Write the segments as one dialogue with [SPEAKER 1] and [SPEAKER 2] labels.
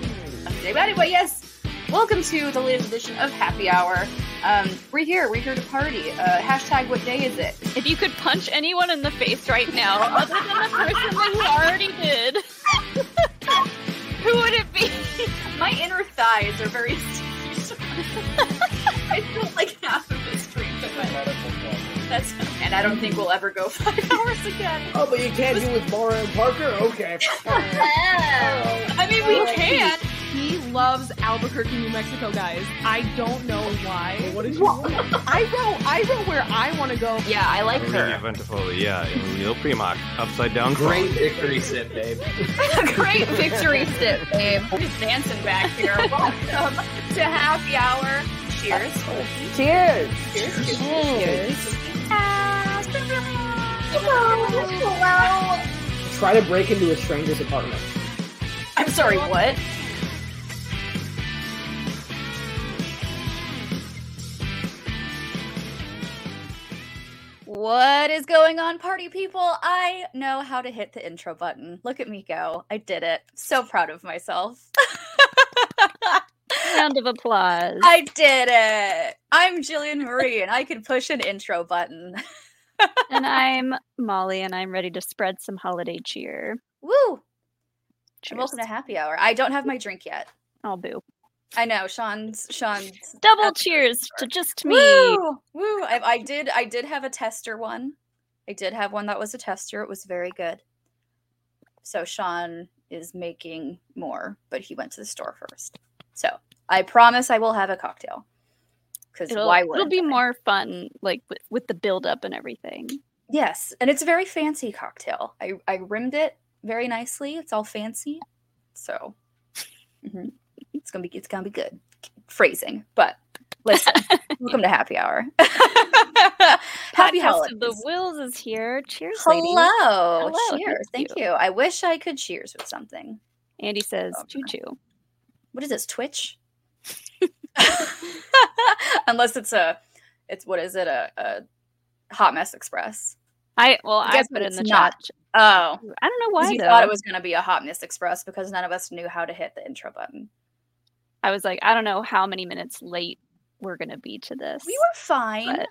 [SPEAKER 1] today. But anyway, yes, welcome to the latest edition of Happy Hour. Um, we're here. We're here to party. Uh, hashtag What day is it?
[SPEAKER 2] If you could punch anyone in the face right now, other than the person that you already did, who would it be?
[SPEAKER 1] My inner thighs are very sticky. I feel like half of this drink in my life. That's and I don't think we'll ever go five hours again.
[SPEAKER 3] Oh, but you can't do with Mara and Parker? Okay.
[SPEAKER 4] Oh,
[SPEAKER 2] I mean, we can.
[SPEAKER 5] He loves Albuquerque, New Mexico, guys. I don't know why.
[SPEAKER 3] what did you want?
[SPEAKER 5] I wrote, I wrote where I want to go.
[SPEAKER 2] Yeah, I like
[SPEAKER 6] Amelia
[SPEAKER 2] her.
[SPEAKER 6] Ventafoli, yeah. Emilio Primac, upside down
[SPEAKER 7] Great
[SPEAKER 6] frog.
[SPEAKER 7] victory sip, babe.
[SPEAKER 2] Great victory sip, babe.
[SPEAKER 1] We're just dancing back here. welcome to Happy Hour. Cheers.
[SPEAKER 3] Cheers!
[SPEAKER 1] Cheers. Cheers.
[SPEAKER 3] Try to break into a stranger's apartment.
[SPEAKER 1] I'm sorry. What?
[SPEAKER 8] What is going on, party people? I know how to hit the intro button. Look at me go. I did it. So proud of myself.
[SPEAKER 2] Round of applause.
[SPEAKER 8] I did it. I'm Jillian Marie and I can push an intro button.
[SPEAKER 2] and I'm Molly, and I'm ready to spread some holiday cheer.
[SPEAKER 8] Woo! And
[SPEAKER 2] Cheers.
[SPEAKER 8] welcome to happy hour. I don't have my drink yet.
[SPEAKER 2] I'll boo.
[SPEAKER 8] I know, Sean's Sean's
[SPEAKER 2] Double
[SPEAKER 8] Absolutely.
[SPEAKER 2] cheers to just me.
[SPEAKER 8] Woo! Woo! I, I did I did have a tester one. I did have one that was a tester. It was very good. So Sean is making more, but he went to the store first. So I promise I will have a cocktail. Because
[SPEAKER 2] It'll,
[SPEAKER 8] why would
[SPEAKER 2] it'll be more fun, like with, with the build up and everything.
[SPEAKER 8] Yes, and it's a very fancy cocktail. I I rimmed it very nicely. It's all fancy, so mhm. it's gonna be it's gonna be good. Phrasing, but listen. welcome to happy hour. happy
[SPEAKER 2] Podcast
[SPEAKER 8] holidays.
[SPEAKER 2] of the Wills is here. Cheers, ladies.
[SPEAKER 8] Hello.
[SPEAKER 2] Hello,
[SPEAKER 8] Cheers.
[SPEAKER 2] thank
[SPEAKER 8] Thank you. I wish I could cheers with something.
[SPEAKER 2] Andy says,
[SPEAKER 8] Oh,
[SPEAKER 2] choo choo.
[SPEAKER 8] What is this? Twitch? Unless it's a, it's what is it? A, a hot mess express.
[SPEAKER 2] I, well, I
[SPEAKER 8] guess
[SPEAKER 2] put in
[SPEAKER 8] it's
[SPEAKER 2] the
[SPEAKER 8] not.
[SPEAKER 2] chat.
[SPEAKER 8] Oh,
[SPEAKER 2] I don't know
[SPEAKER 8] 'cause
[SPEAKER 2] why
[SPEAKER 8] you
[SPEAKER 2] though.
[SPEAKER 8] thought it was going to be a hot mess express because none of us knew how to hit the intro button.
[SPEAKER 2] I was like, I don't know how many minutes late we're gonna be to this.
[SPEAKER 8] We were fine.
[SPEAKER 2] But-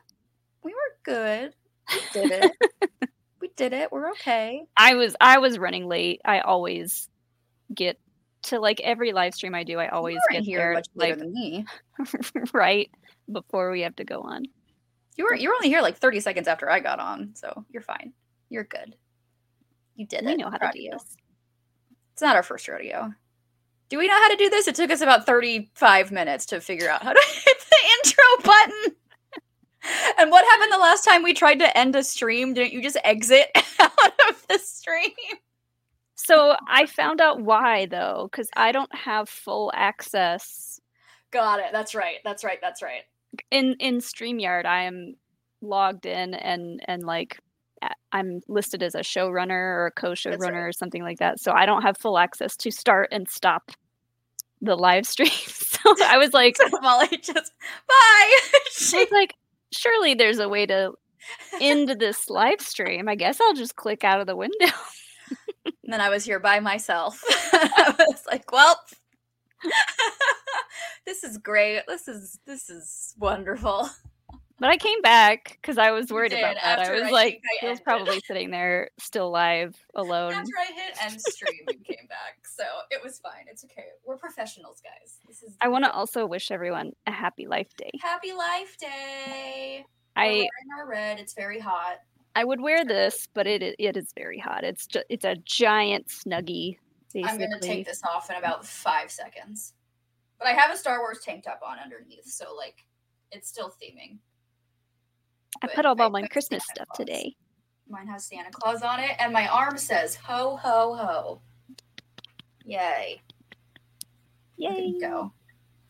[SPEAKER 8] We were good. We did it. we did it. We're okay.
[SPEAKER 2] I was I was running late. I always get to like every live stream I do. I always
[SPEAKER 8] you
[SPEAKER 2] get
[SPEAKER 8] weren't here
[SPEAKER 2] there
[SPEAKER 8] much later
[SPEAKER 2] like
[SPEAKER 8] than me.
[SPEAKER 2] right before we have to go on.
[SPEAKER 8] You were you were only here like 30 seconds after I got on, so you're fine. You're good. You did
[SPEAKER 2] we
[SPEAKER 8] it.
[SPEAKER 2] know how
[SPEAKER 8] Proud
[SPEAKER 2] to
[SPEAKER 8] of
[SPEAKER 2] do
[SPEAKER 8] you.
[SPEAKER 2] this.
[SPEAKER 8] It's not our first rodeo. Do we know how to do this? It took us about 35 minutes to figure out how to hit the intro button. And what happened the last time we tried to end a stream? Didn't you just exit out of the stream?
[SPEAKER 2] So I found out why though, because I don't have full access
[SPEAKER 8] Got it. That's right. That's right. That's right.
[SPEAKER 2] in in StreamYard. I am logged in and and like a- I'm listed as a showrunner or a co-showrunner or something like that. So I don't have full access to start and stop the live stream. So I was like,
[SPEAKER 8] So Molly just bye.
[SPEAKER 2] So
[SPEAKER 8] she,
[SPEAKER 2] it's like, surely there's a way to end this live stream. I guess I'll just click out of the window.
[SPEAKER 8] and then I was here by myself. I was like, well, this is great. This is this is wonderful.
[SPEAKER 2] But I came back because I was worried about
[SPEAKER 8] did,
[SPEAKER 2] that. I
[SPEAKER 8] after
[SPEAKER 2] was
[SPEAKER 8] I
[SPEAKER 2] like,
[SPEAKER 8] think I
[SPEAKER 2] he was
[SPEAKER 8] ended.
[SPEAKER 2] probably sitting there still live alone.
[SPEAKER 8] After I hit end stream, you came back, so it was fine. It's okay. We're professionals, guys. This is
[SPEAKER 2] I want to also wish everyone a happy life day.
[SPEAKER 8] Happy Life Day. We're
[SPEAKER 2] I
[SPEAKER 8] wearing our red. It's very hot.
[SPEAKER 2] I would wear this, but it i- it is very hot. It's just it's a giant snuggie. Basically.
[SPEAKER 8] I'm gonna take this off in about five seconds, but I have a Star Wars tank top on underneath, so like it's still theming.
[SPEAKER 2] I
[SPEAKER 8] but
[SPEAKER 2] put all
[SPEAKER 8] I
[SPEAKER 2] of my
[SPEAKER 8] put
[SPEAKER 2] Christmas
[SPEAKER 8] Santa
[SPEAKER 2] stuff
[SPEAKER 8] Claus.
[SPEAKER 2] today.
[SPEAKER 8] Mine has Santa Claus on it, and my arm says ho ho ho. Yay! There
[SPEAKER 2] Yay!
[SPEAKER 8] you go.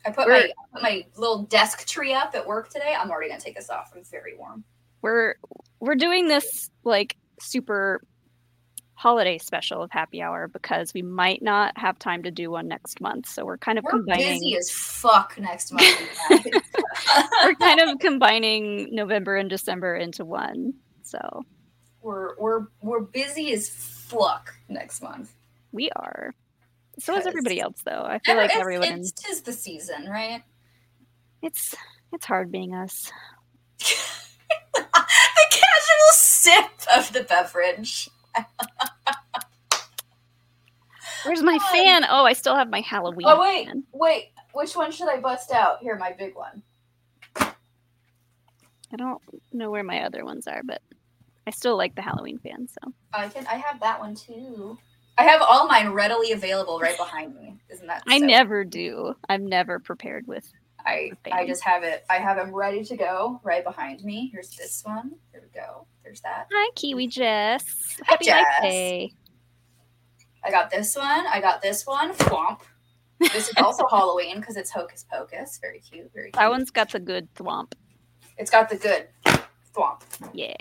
[SPEAKER 8] I put my
[SPEAKER 2] We're-
[SPEAKER 8] I put my little desk tree up at work today. I'm already gonna take this off. I'm very warm.
[SPEAKER 2] we're we're doing this like super holiday special of happy hour because we might not have time to do one next month so we're kind of
[SPEAKER 8] We're
[SPEAKER 2] combining
[SPEAKER 8] busy as fuck next month. you guys.
[SPEAKER 2] we're kind of combining november and december into one so
[SPEAKER 8] we're we're we're busy as fuck next month.
[SPEAKER 2] we are So is
[SPEAKER 8] Because-
[SPEAKER 2] everybody else, though. I feel like
[SPEAKER 8] It's-
[SPEAKER 2] everyone. in-
[SPEAKER 8] It's tis the season, right?
[SPEAKER 2] It's it's hard being us.
[SPEAKER 8] the casual sip of the beverage.
[SPEAKER 2] Where's my
[SPEAKER 8] Oh.
[SPEAKER 2] fan? Oh, I still have my Halloween.
[SPEAKER 8] Oh wait,
[SPEAKER 2] fan.
[SPEAKER 8] wait. Which one should I bust out? Here, my big one.
[SPEAKER 2] I don't know where my other ones are, but I still like the Halloween fan. So
[SPEAKER 8] I can. I have that one too. I have all mine readily available right behind me. Isn't that?
[SPEAKER 2] I
[SPEAKER 8] so-
[SPEAKER 2] never do. I'm never prepared with.
[SPEAKER 8] I I just have it. I have them ready to go right behind me. Here's this one. Here we go. There's that.
[SPEAKER 2] Hi, Kiwi Jess. Happy
[SPEAKER 8] Jess.
[SPEAKER 2] Life Day.
[SPEAKER 8] I got this one. I got this one. Thwomp. This is also Halloween because it's Hocus Pocus. Very cute. Very. Cute.
[SPEAKER 2] That one's got the good thwomp.
[SPEAKER 8] It's got the good thwomp.
[SPEAKER 2] Yeah.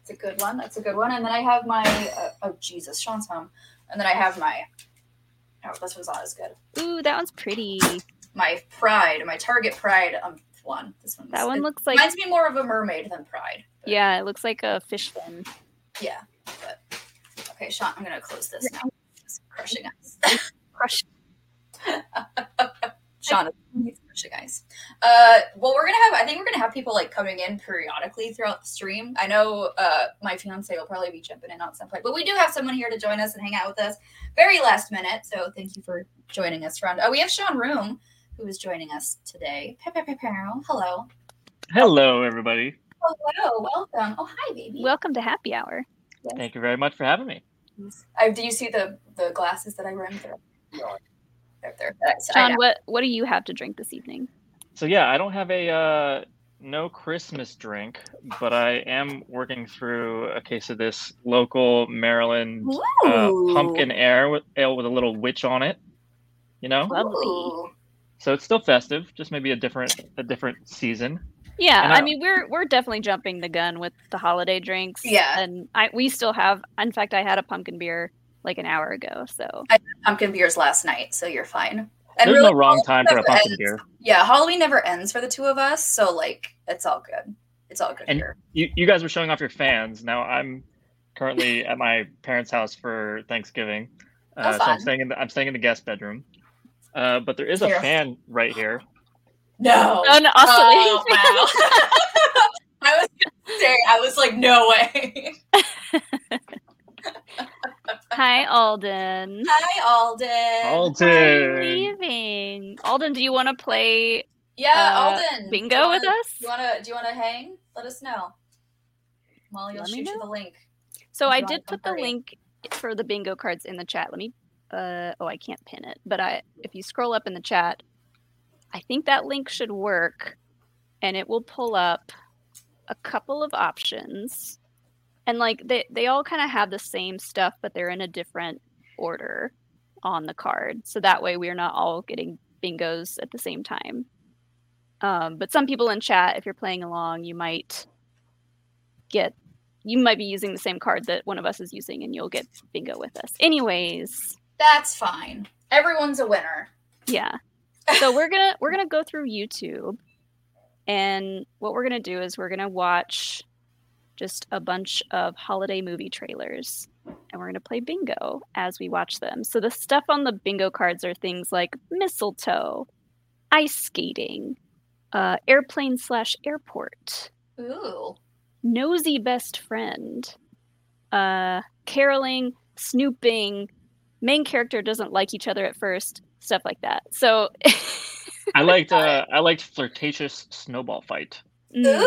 [SPEAKER 8] It's a good one. That's a good one. And then I have my uh, oh Jesus, Sean's home. And then I have my oh this one's not as good.
[SPEAKER 2] Ooh, that one's pretty.
[SPEAKER 8] My pride, my Target pride um one. This one.
[SPEAKER 2] That one
[SPEAKER 8] it
[SPEAKER 2] looks like
[SPEAKER 8] reminds me more of a mermaid than pride. but
[SPEAKER 2] yeah, it looks like a fish fin.
[SPEAKER 8] Yeah. But okay, Sean, I'm gonna close this now. It's crushing us.
[SPEAKER 2] Crush.
[SPEAKER 8] Sean, it's crushing guys. Uh, well, we're gonna have. I think we're gonna have people like coming in periodically throughout the stream. I know uh, my fiance will probably be jumping in at some point, but we do have someone here to join us and hang out with us. Very last minute, so thank you for joining us, Ron. Oh, we have Sean Room who is joining us today. Pow, pow, pow, pow. Hello,
[SPEAKER 7] Hello, everybody.
[SPEAKER 8] hello, welcome. Oh, hi, baby.
[SPEAKER 2] Welcome to Happy Hour.
[SPEAKER 7] Thank you very much for having me.
[SPEAKER 8] I, do you see the the glasses that I ran through? They're- they're- that's- I
[SPEAKER 2] John,
[SPEAKER 8] know.
[SPEAKER 2] what what do you have to drink this evening?
[SPEAKER 7] So yeah, I don't have a uh, no Christmas drink, but I am working through a case of this local Maryland uh,
[SPEAKER 8] Ooh.
[SPEAKER 7] pumpkin air with, ale with a little witch on it. You know,
[SPEAKER 2] Lovely.
[SPEAKER 8] Ooh.
[SPEAKER 7] so it's still festive, just maybe a different a different season.
[SPEAKER 2] Yeah,
[SPEAKER 7] And
[SPEAKER 2] I,
[SPEAKER 7] I-
[SPEAKER 2] mean we're we're definitely jumping the gun with the holiday drinks.
[SPEAKER 8] Yeah.
[SPEAKER 2] and I we still have. In fact, I had a pumpkin beer like an hour ago. So
[SPEAKER 8] Oh. Pumpkin beers last night, so you're fine.
[SPEAKER 7] There's
[SPEAKER 8] really-
[SPEAKER 7] no wrong time for a
[SPEAKER 8] never
[SPEAKER 7] pumpkin
[SPEAKER 8] ends.
[SPEAKER 7] beer.
[SPEAKER 8] Yeah, Halloween never ends for the two of us, so like it's all good. It's all good
[SPEAKER 7] And-
[SPEAKER 8] here.
[SPEAKER 7] You you guys were showing off your fans. Now I'm currently at my parents' house for Thanksgiving, uh, so
[SPEAKER 8] fun.
[SPEAKER 7] I'm staying in the, I'm staying in the guest bedroom. Uh, but there is a
[SPEAKER 8] Here.
[SPEAKER 7] fan right here.
[SPEAKER 8] No.
[SPEAKER 2] an oscillating.
[SPEAKER 8] Oh, wow. I was gonna say, I was like, no way.
[SPEAKER 2] Hi, Alden.
[SPEAKER 8] Hi, Alden.
[SPEAKER 2] I'm
[SPEAKER 7] Alton.
[SPEAKER 2] leaving. Alden, do you want to play
[SPEAKER 8] yeah,
[SPEAKER 2] uh,
[SPEAKER 8] Alden.
[SPEAKER 2] bingo
[SPEAKER 8] do you
[SPEAKER 2] with
[SPEAKER 8] wanna-
[SPEAKER 2] us?
[SPEAKER 8] Do you wanna do you wanna hang? Let us know. Molly will
[SPEAKER 2] Let me
[SPEAKER 8] shoot you
[SPEAKER 2] know.
[SPEAKER 8] the link.
[SPEAKER 2] So I
[SPEAKER 8] Draw
[SPEAKER 2] did
[SPEAKER 8] from
[SPEAKER 2] put the
[SPEAKER 8] 30.
[SPEAKER 2] link for the bingo cards in the chat. Let me uh oh I can't pin it, but I if you scroll up in the chat, I think that link should work and it will pull up a couple of options. And like they they all kind of have the same stuff but they're in a different order on the card. So that way we're not all getting bingos at the same time. Um, but some people in chat, if you're playing along, you might get you might be using the same card that one of us is using and you'll get bingo with us. Anyways,
[SPEAKER 8] That's fine. Everyone's a winner.
[SPEAKER 2] yeah. So we're going to we're going to go through YouTube and what we're going to do is we're going to watch just a bunch of holiday movie trailers and we're going to play bingo as we watch them. So the stuff on the bingo cards are things like mistletoe, ice skating, uh, airplane slash airport,
[SPEAKER 8] Ooh.
[SPEAKER 2] nosy best friend, uh, caroling, snooping, main character doesn't like each other at first, stuff like that. So, mm,
[SPEAKER 7] I liked uh, I liked flirtatious snowball fight.
[SPEAKER 2] mm,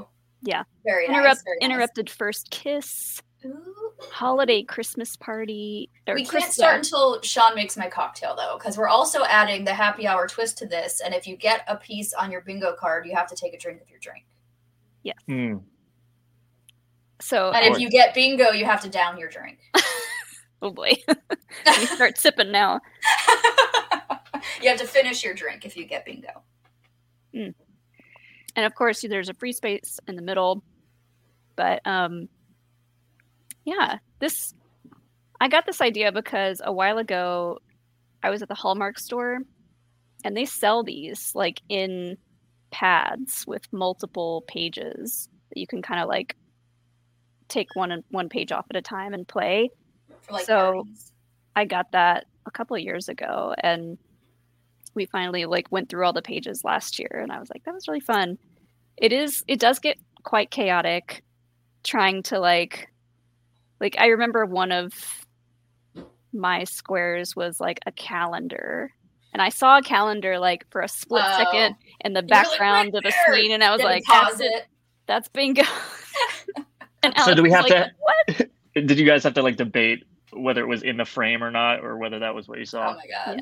[SPEAKER 8] Ooh.
[SPEAKER 2] Yeah.
[SPEAKER 8] Very nice,
[SPEAKER 2] interrupt,
[SPEAKER 8] very nice.
[SPEAKER 2] interrupted first kiss,
[SPEAKER 8] Ooh.
[SPEAKER 2] holiday Christmas party. Or
[SPEAKER 8] We can't
[SPEAKER 2] Christmas-
[SPEAKER 8] start until Sean makes my cocktail, though, because we're also adding the happy hour twist to this. And if you get a piece on your bingo card, you have to take a drink of your drink.
[SPEAKER 7] Hmm.
[SPEAKER 2] So,
[SPEAKER 8] And if you get bingo, you have to down your drink.
[SPEAKER 2] oh boy, Let me start sipping now.
[SPEAKER 8] you have to finish your drink if you get bingo.
[SPEAKER 2] and of course there's a free space in the middle but um yeah this i got this idea because a while ago i was at the hallmark store and they sell these like in pads with multiple pages that you can kind of like take one one page off at a time and play
[SPEAKER 8] For like
[SPEAKER 2] So-
[SPEAKER 8] parties.
[SPEAKER 2] I got that a couple of years ago, and we finally like went through all the pages last year, and I was like, that was really fun. It is. It does get quite chaotic, trying to like, like I remember one of my squares was like a calendar. And I saw a calendar like for a split
[SPEAKER 8] Oh.
[SPEAKER 2] second in
[SPEAKER 8] You're
[SPEAKER 2] the
[SPEAKER 8] like,
[SPEAKER 2] background
[SPEAKER 8] right
[SPEAKER 2] of a
[SPEAKER 8] there.
[SPEAKER 2] screen, and I was
[SPEAKER 8] Didn't
[SPEAKER 2] like,
[SPEAKER 8] pause
[SPEAKER 2] "That's it.
[SPEAKER 8] it.
[SPEAKER 2] That's bingo. and
[SPEAKER 7] So do we
[SPEAKER 2] was
[SPEAKER 7] have to-
[SPEAKER 2] What?
[SPEAKER 7] Did you guys have to like debate whether it was in the frame or not, or whether that was what you saw?
[SPEAKER 8] Oh my god.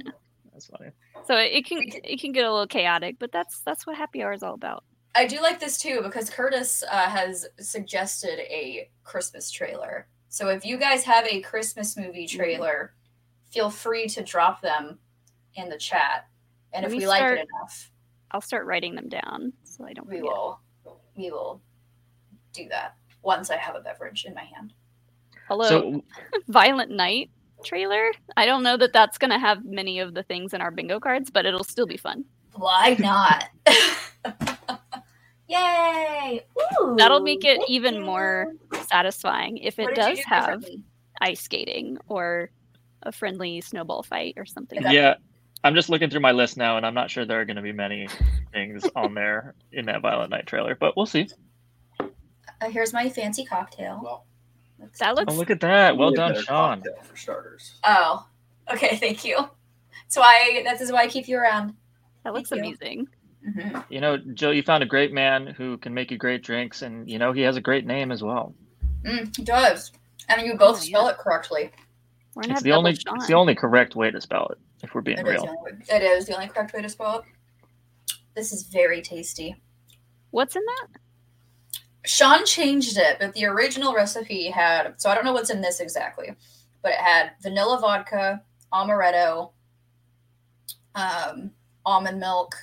[SPEAKER 7] That's funny.
[SPEAKER 2] So it it can it can get a little chaotic, but that's that's what happy hour is all about.
[SPEAKER 8] I do like this too because Curtis uh, has suggested a Christmas trailer. So if you guys have a Christmas movie
[SPEAKER 2] Mm-hmm.
[SPEAKER 8] trailer, feel free to drop them in the chat. And if
[SPEAKER 2] Let me
[SPEAKER 8] we like
[SPEAKER 2] start-
[SPEAKER 8] it enough,
[SPEAKER 2] I'll start writing them down so I don't
[SPEAKER 8] we
[SPEAKER 2] forget.
[SPEAKER 8] will we will do that once I have a beverage in my hand.
[SPEAKER 2] Hello,
[SPEAKER 7] So
[SPEAKER 2] Violent Night trailer. I don't know that that's going to have many of the things in our bingo cards, but it'll still be fun.
[SPEAKER 8] Why not? Yay! Ooh,
[SPEAKER 2] That'll make it
[SPEAKER 8] thank
[SPEAKER 2] even
[SPEAKER 8] you.
[SPEAKER 2] more satisfying if it
[SPEAKER 8] What did you
[SPEAKER 2] does
[SPEAKER 8] do
[SPEAKER 2] have
[SPEAKER 8] differently?
[SPEAKER 2] ice skating or a friendly snowball fight or something.
[SPEAKER 8] Is that-
[SPEAKER 7] yeah, I'm just looking through my list now, and I'm not sure there are going to be many things on there in that Violent Night trailer, but we'll see.
[SPEAKER 8] Uh, here's my fancy cocktail.
[SPEAKER 9] Well,
[SPEAKER 8] Looks-
[SPEAKER 2] That
[SPEAKER 7] Oh,
[SPEAKER 2] looks
[SPEAKER 7] look at that! Well
[SPEAKER 9] Need a
[SPEAKER 7] done,
[SPEAKER 9] better
[SPEAKER 7] Sean.
[SPEAKER 9] cocktail For starters.
[SPEAKER 8] Oh, okay. Thank you. That's why. That is why I keep you around.
[SPEAKER 2] that looks
[SPEAKER 8] Thank you.
[SPEAKER 2] amazing.
[SPEAKER 8] Mm-hmm.
[SPEAKER 7] You know, Jill, you found a great man who can make you great drinks, and you know he has a great name as well.
[SPEAKER 8] Mm, it does. And you both
[SPEAKER 2] Oh,
[SPEAKER 8] spell it correctly.
[SPEAKER 2] We're gonna
[SPEAKER 7] It's
[SPEAKER 2] have
[SPEAKER 7] the
[SPEAKER 2] double
[SPEAKER 7] only
[SPEAKER 2] Sean.
[SPEAKER 7] it's the only correct way to spell it, if we're being
[SPEAKER 8] It is, the
[SPEAKER 7] real.
[SPEAKER 8] only, way- it is the only correct way to spell it. This is very tasty.
[SPEAKER 2] What's in that?
[SPEAKER 8] Sean changed it, but the original recipe had so I don't know what's in this exactly, but it had vanilla vodka, amaretto, um, almond milk,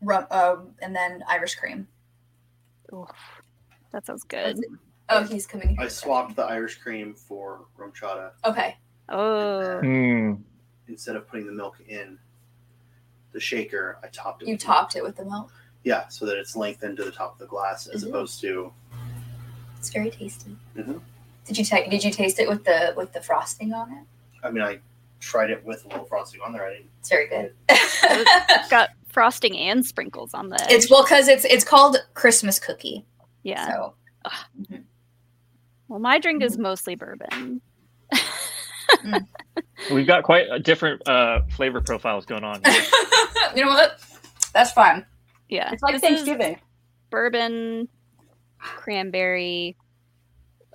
[SPEAKER 8] rum, uh, and then Irish cream.
[SPEAKER 2] Oof, that sounds good.
[SPEAKER 8] Oh, he's coming.
[SPEAKER 9] I swapped the Irish cream for rum chata
[SPEAKER 8] Okay.
[SPEAKER 2] Oh,
[SPEAKER 7] Hmm.
[SPEAKER 9] instead of putting the milk in the shaker. I topped it.
[SPEAKER 8] You
[SPEAKER 9] with-
[SPEAKER 8] topped it with the milk.
[SPEAKER 9] Yeah, so that it's lengthened to the top of the glass as
[SPEAKER 8] Mhm.
[SPEAKER 10] Mm-hmm.
[SPEAKER 9] opposed to.
[SPEAKER 8] It's very tasty.
[SPEAKER 9] Mhm.
[SPEAKER 8] Did you ta- did you taste it with the with the frosting on it?
[SPEAKER 9] I mean, I tried it with a little frosting on there. I didn't.
[SPEAKER 8] It's very good.
[SPEAKER 2] it's got frosting and sprinkles on the.
[SPEAKER 8] it's well because it's it's called Christmas cookie.
[SPEAKER 2] yeah.
[SPEAKER 8] So Mm-hmm.
[SPEAKER 2] Well, my drink is mostly bourbon.
[SPEAKER 7] We've got quite a different uh, flavor profiles going on. Here.
[SPEAKER 8] you know what? That's fine.
[SPEAKER 2] Yeah, this is
[SPEAKER 8] Thanksgiving.
[SPEAKER 2] bourbon, cranberry,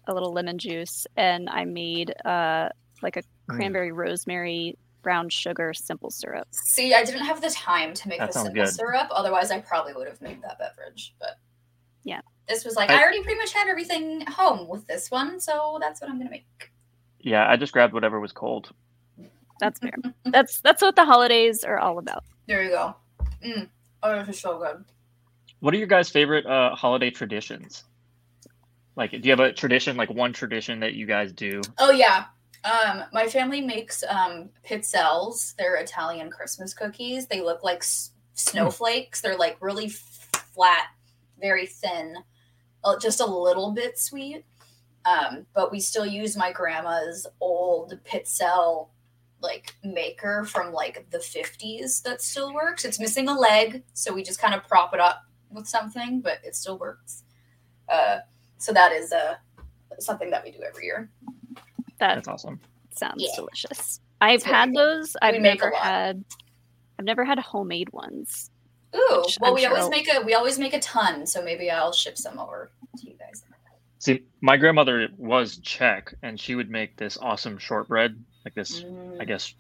[SPEAKER 2] a little lemon juice, and I made uh like a cranberry rosemary brown sugar simple syrup.
[SPEAKER 8] See, I didn't have the time to make
[SPEAKER 7] That
[SPEAKER 8] the
[SPEAKER 7] sounds
[SPEAKER 8] simple
[SPEAKER 7] good.
[SPEAKER 8] syrup. Otherwise, I probably would have made that beverage. But
[SPEAKER 2] Yeah.
[SPEAKER 8] this was like
[SPEAKER 7] I-
[SPEAKER 8] I, already pretty much had everything at home with this one, so that's what I'm gonna make.
[SPEAKER 7] yeah, I just grabbed whatever was cold.
[SPEAKER 2] That's
[SPEAKER 8] Mm-hmm.
[SPEAKER 2] fair. that's that's what the holidays are all about.
[SPEAKER 8] There you go. Mm. Oh, this is so good.
[SPEAKER 7] What are your guys' favorite uh, holiday traditions? Like, do you have a tradition, like one tradition that you guys do?
[SPEAKER 8] Oh yeah. Um, my family makes um pizzelles. They're Italian Christmas cookies. They look like s- snowflakes. They're like really f- flat, very thin, uh, just a little bit sweet. Um, but we still use my grandma's old pizzelle like maker from like the 50s that still works. It's missing a leg, so we just kind of prop it up with something, but it still works. Uh, so that is uh, something that we do every year.
[SPEAKER 2] That
[SPEAKER 7] That's awesome.
[SPEAKER 2] sounds
[SPEAKER 8] Yeah.
[SPEAKER 2] delicious. I've
[SPEAKER 8] It's really
[SPEAKER 2] had
[SPEAKER 8] good.
[SPEAKER 2] those. I've
[SPEAKER 8] make a
[SPEAKER 2] never
[SPEAKER 8] lot.
[SPEAKER 2] had. I've never had homemade ones.
[SPEAKER 8] Ooh,
[SPEAKER 2] Which
[SPEAKER 8] well,
[SPEAKER 2] I'm
[SPEAKER 8] we
[SPEAKER 2] sure
[SPEAKER 8] always
[SPEAKER 2] I'll-
[SPEAKER 8] make a we always make a ton, so maybe I'll ship some over to you guys.
[SPEAKER 7] See, my grandmother was Czech, and she would make this awesome shortbread, like this,
[SPEAKER 8] Mm.
[SPEAKER 7] I guess,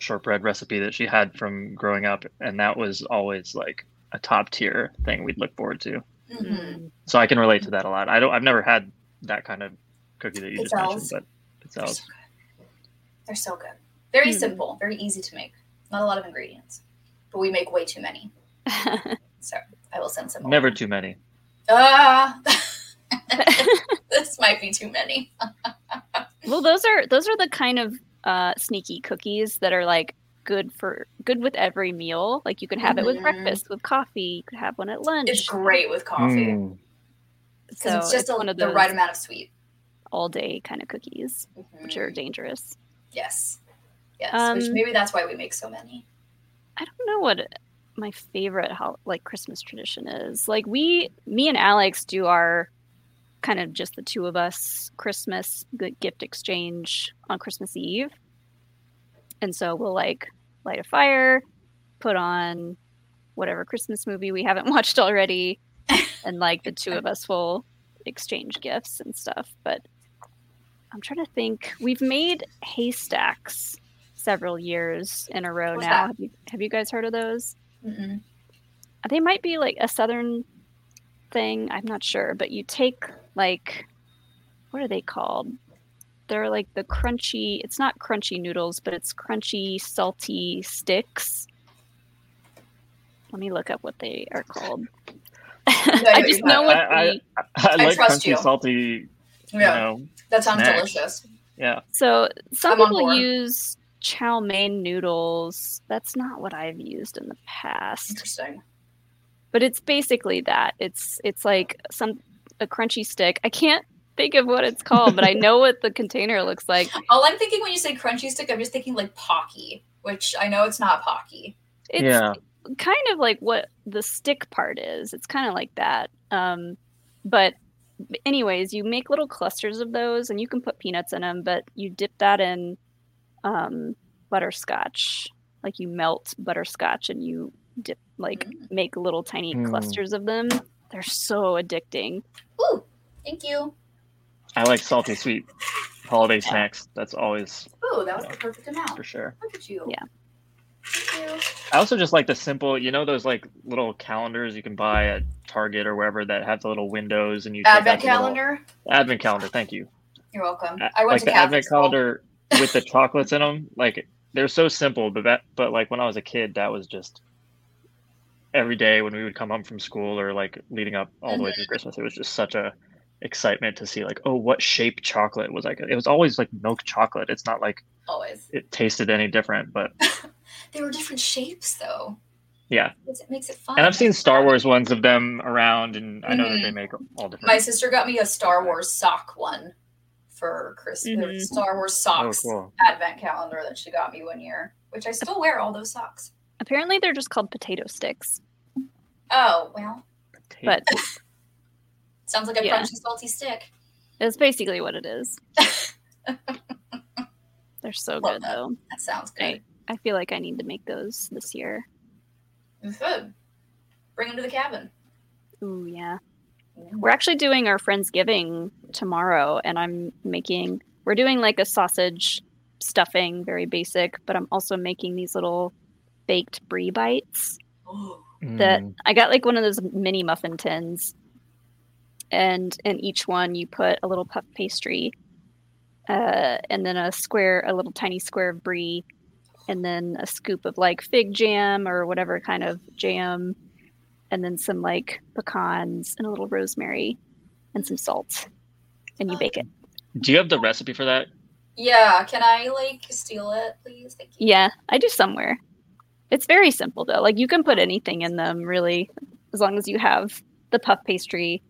[SPEAKER 7] shortbread recipe that she had from growing up, and that was always like a top tier thing we'd look forward to.
[SPEAKER 8] Mm-hmm.
[SPEAKER 2] Mm,
[SPEAKER 7] So I can relate to that a lot. I don't, I've never had that kind of cookie that you just
[SPEAKER 8] Pizzelles.
[SPEAKER 7] mentioned, but it sounds.
[SPEAKER 8] They're so good. Very
[SPEAKER 2] Hmm.
[SPEAKER 8] simple, very easy to make. Not a lot of ingredients, but we make way too many. So I will send some. over.
[SPEAKER 7] Never too many.
[SPEAKER 8] Ah, this might be too many.
[SPEAKER 2] well, those are those are the kind of uh, sneaky cookies that are like good for good with every meal. Like you can have it with
[SPEAKER 8] Mhm.
[SPEAKER 2] breakfast, with coffee. You could have one at lunch.
[SPEAKER 8] It's great with coffee
[SPEAKER 7] Mm.
[SPEAKER 8] because
[SPEAKER 2] Hmm. So
[SPEAKER 8] it's just
[SPEAKER 2] it's
[SPEAKER 8] a,
[SPEAKER 2] one of
[SPEAKER 8] the
[SPEAKER 2] those-
[SPEAKER 8] right amount of sweet. Mm-hmm.
[SPEAKER 2] all day kind of cookies, which
[SPEAKER 8] Mm.
[SPEAKER 2] are dangerous.
[SPEAKER 8] Yes. Yes. which
[SPEAKER 2] Um,
[SPEAKER 8] maybe that's why we make so many.
[SPEAKER 2] I don't know what my favorite hol- like Christmas tradition is. Like we, me and Alex do our kind of just the two of us Christmas g- gift exchange on Christmas Eve, and so we'll like light a fire, put on whatever Christmas movie we haven't watched already, and like the two of us will exchange gifts and stuff. But I'm trying to think. We've made haystacks several years in a row
[SPEAKER 8] What's
[SPEAKER 2] now.
[SPEAKER 8] that?
[SPEAKER 2] Have you, have you guys heard of those?
[SPEAKER 8] Mm-mm.
[SPEAKER 2] they might be like a southern thing i'm not sure but you take like what are they called they're like the crunchy it's not crunchy noodles but it's crunchy salty sticks let me look up what they are called i
[SPEAKER 8] you're
[SPEAKER 2] just
[SPEAKER 8] not-
[SPEAKER 2] know what
[SPEAKER 7] I,
[SPEAKER 2] they-
[SPEAKER 7] I, I like
[SPEAKER 8] trust
[SPEAKER 7] crunchy,
[SPEAKER 8] you.
[SPEAKER 7] salty.
[SPEAKER 8] Yeah.
[SPEAKER 7] You know,
[SPEAKER 8] That sounds
[SPEAKER 7] snacks.
[SPEAKER 8] delicious.
[SPEAKER 7] Yeah.
[SPEAKER 2] so some
[SPEAKER 8] I'm on
[SPEAKER 2] people
[SPEAKER 8] board.
[SPEAKER 2] use chow mein noodles that's not what i've used in the past
[SPEAKER 8] Interesting.
[SPEAKER 2] but it's basically that it's it's like some a crunchy stick i can't think of what it's called but i know what the container looks like
[SPEAKER 8] All I'm thinking when you say crunchy stick, I'm just thinking like Pocky, which I know it's not Pocky.
[SPEAKER 2] it's
[SPEAKER 7] yeah.
[SPEAKER 2] kind of like what the stick part is it's kind of like that um but anyways you make little clusters of those and you can put peanuts in them but you dip that in um butterscotch like you melt butterscotch and you dip like
[SPEAKER 8] Mm.
[SPEAKER 2] make little tiny
[SPEAKER 7] Mm.
[SPEAKER 2] clusters of them they're so addicting
[SPEAKER 8] Ooh, thank you.
[SPEAKER 7] I like salty sweet holiday snacks. That's always
[SPEAKER 8] Ooh, that was the perfect amount.
[SPEAKER 7] for sure.
[SPEAKER 8] Look at you.
[SPEAKER 2] Yeah.
[SPEAKER 8] Thank you.
[SPEAKER 7] I also just like the simple, you know, those like little calendars you can buy at Target or wherever that have the little windows and you take out
[SPEAKER 8] Advent
[SPEAKER 7] the little-
[SPEAKER 8] calendar.
[SPEAKER 7] advent calendar. Thank you.
[SPEAKER 8] You're welcome.
[SPEAKER 7] A-
[SPEAKER 8] I went
[SPEAKER 7] Uh, like
[SPEAKER 8] to
[SPEAKER 7] the
[SPEAKER 8] Catholic
[SPEAKER 7] advent
[SPEAKER 8] school.
[SPEAKER 7] calendar with the chocolates in them. Like they're so simple, but that, but like when I was a kid, that was just every day when we would come home from school or like leading up all the way
[SPEAKER 8] Mm-hmm.
[SPEAKER 7] through Christmas. It was just such a excitement to see like oh what shape chocolate was like it was always like milk chocolate it's not like
[SPEAKER 8] Always.
[SPEAKER 7] it tasted any different but
[SPEAKER 8] They were different shapes though.
[SPEAKER 7] Yeah.
[SPEAKER 8] It's- It makes it fun.
[SPEAKER 7] and i've seen star wars ones of them around and i know that they
[SPEAKER 8] Mhm.
[SPEAKER 7] make all different
[SPEAKER 8] My sister got me a Star Wars sock one for Christmas.
[SPEAKER 2] Mhm.
[SPEAKER 8] Star Wars
[SPEAKER 7] oh
[SPEAKER 8] socks
[SPEAKER 7] cool
[SPEAKER 8] advent calendar that she got me one year, which I still wear all those socks.
[SPEAKER 2] apparently they're just called potato sticks
[SPEAKER 8] Oh well,
[SPEAKER 2] but
[SPEAKER 8] sounds like a
[SPEAKER 2] Yeah.
[SPEAKER 8] crunchy salty stick.
[SPEAKER 2] It's basically what it is. They're so
[SPEAKER 8] Love
[SPEAKER 2] good,
[SPEAKER 8] that.
[SPEAKER 2] though.
[SPEAKER 8] That sounds good.
[SPEAKER 2] I feel like I need to make those this year.
[SPEAKER 8] You should Mm, bring them to the cabin.
[SPEAKER 2] Ooh, yeah. We're actually doing our Friendsgiving tomorrow, and I'm making, we're doing like a sausage stuffing, very basic, but I'm also making these little baked brie bites
[SPEAKER 7] Mm.
[SPEAKER 2] that I got like one of those mini muffin tins. And in each one, you put a little puff pastry, uh, and then a square, a little tiny square of brie, and then a scoop of like fig jam or whatever kind of jam, and then some like pecans and a little rosemary and some salt. And you bake it.
[SPEAKER 7] do you have the recipe for that
[SPEAKER 8] Yeah, can I like steal it, please? Thank you.
[SPEAKER 2] Yeah, I do somewhere. It's very simple though. Like you can put anything in them, really, as long as you have the puff pastry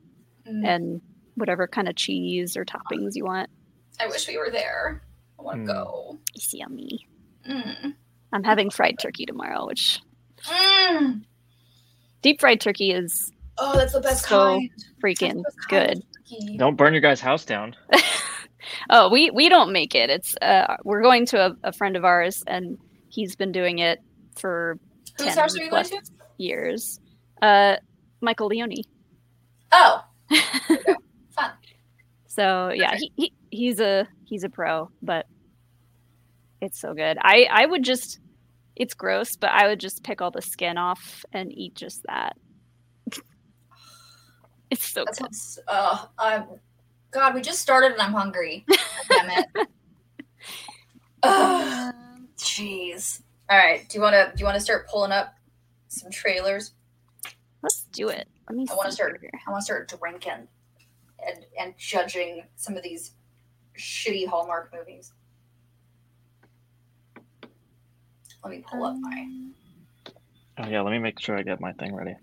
[SPEAKER 8] Mm,
[SPEAKER 2] and whatever kind of cheese or toppings you want.
[SPEAKER 8] I wish we were there. I want to
[SPEAKER 7] Mm.
[SPEAKER 8] go.
[SPEAKER 2] It's yummy.
[SPEAKER 8] Mm.
[SPEAKER 2] I'm having fried turkey tomorrow, which
[SPEAKER 8] Mm.
[SPEAKER 2] deep fried turkey is
[SPEAKER 8] Oh, that's the best
[SPEAKER 2] So
[SPEAKER 8] kind. That's the
[SPEAKER 2] freaking
[SPEAKER 8] best kind
[SPEAKER 2] good.
[SPEAKER 8] of turkey.
[SPEAKER 7] don't burn your guy's house down
[SPEAKER 2] oh, we we don't make it. It's uh, we're going to a, a friend of ours, and he's been doing it for
[SPEAKER 8] Whose
[SPEAKER 2] 10
[SPEAKER 8] house are you going to?
[SPEAKER 2] plus years. Uh, Michael Leone.
[SPEAKER 8] Oh, fun.
[SPEAKER 2] So yeah, he, he he's a he's a pro, but it's so good. I I would just it's gross, but I would just pick all the skin off and eat just that. It's so
[SPEAKER 8] That
[SPEAKER 2] good.
[SPEAKER 8] sounds. Uh, I'm, God, we just started and I'm hungry. Damn it. Ugh, Jeez. All right. Do you want to? Do you want to start pulling up some trailers?
[SPEAKER 2] Let's do it. Let me
[SPEAKER 8] I wanna
[SPEAKER 2] see
[SPEAKER 8] start-
[SPEAKER 2] here.
[SPEAKER 8] I want to start drinking, and and judging some of these shitty Hallmark movies. Let me pull up my.
[SPEAKER 7] oh yeah let me make sure i get my thing ready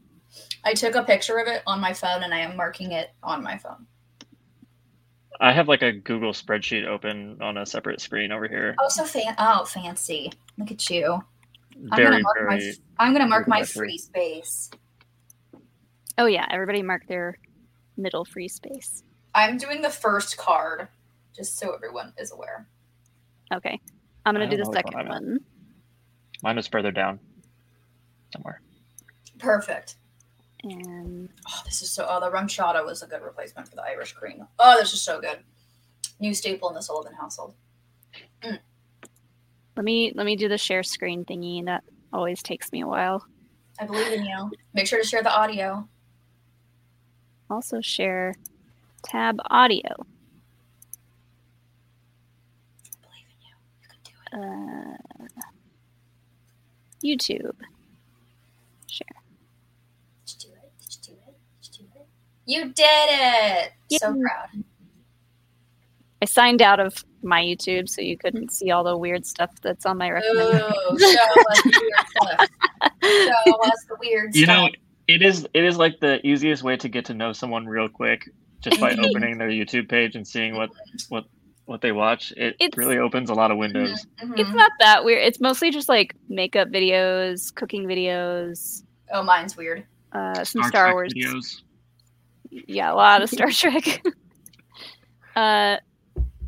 [SPEAKER 8] I took a picture of it on my phone, and I am marking it on my phone.
[SPEAKER 7] I have like a Google spreadsheet open on a separate screen over here.
[SPEAKER 8] Oh, so fan. Oh, fancy. Look at you. I'm
[SPEAKER 7] Very,
[SPEAKER 8] gonna mark my.
[SPEAKER 7] very.
[SPEAKER 8] f- I'm gonna mark my
[SPEAKER 7] rudimentary.
[SPEAKER 8] free space.
[SPEAKER 2] Oh yeah, everybody mark their middle free space.
[SPEAKER 8] I'm doing the first card, just so everyone is aware.
[SPEAKER 2] Okay. I'm gonna
[SPEAKER 7] I
[SPEAKER 2] do the
[SPEAKER 7] don't know which one
[SPEAKER 2] second
[SPEAKER 7] I'm
[SPEAKER 2] one.
[SPEAKER 7] Mine is further down, somewhere.
[SPEAKER 8] Perfect.
[SPEAKER 2] And
[SPEAKER 8] Oh, this is so. Oh, the rum chata was a good replacement for the Irish cream. Oh, this is so good. New staple in the Sullivan household.
[SPEAKER 2] let me let me do the share screen thingy. That always takes me a while.
[SPEAKER 8] I believe in you. Make sure to share the audio.
[SPEAKER 2] Also share tab audio.
[SPEAKER 8] I believe in you. You can do it.
[SPEAKER 2] Uh, YouTube.
[SPEAKER 8] Did you do it? Did you do it? Did you do it? You did it! So
[SPEAKER 2] Yay.
[SPEAKER 8] proud.
[SPEAKER 2] I signed out of my YouTube so you couldn't see all the weird stuff that's on my recommended.
[SPEAKER 8] Ooh, show us the weird stuff. Show us the weird
[SPEAKER 7] You know,
[SPEAKER 8] stuff.
[SPEAKER 7] it is it is like the easiest way to get to know someone real quick, just by opening their YouTube page and seeing what what what they watch. It
[SPEAKER 2] It's-
[SPEAKER 7] really opens a lot of windows.
[SPEAKER 8] Mhm.
[SPEAKER 2] It's not that weird. It's mostly just like makeup videos, cooking videos,
[SPEAKER 8] Oh, mine's weird.
[SPEAKER 2] uh, some Star
[SPEAKER 7] Trek
[SPEAKER 2] Wars.
[SPEAKER 7] videos.
[SPEAKER 2] Yeah, a lot of Star Trek. uh,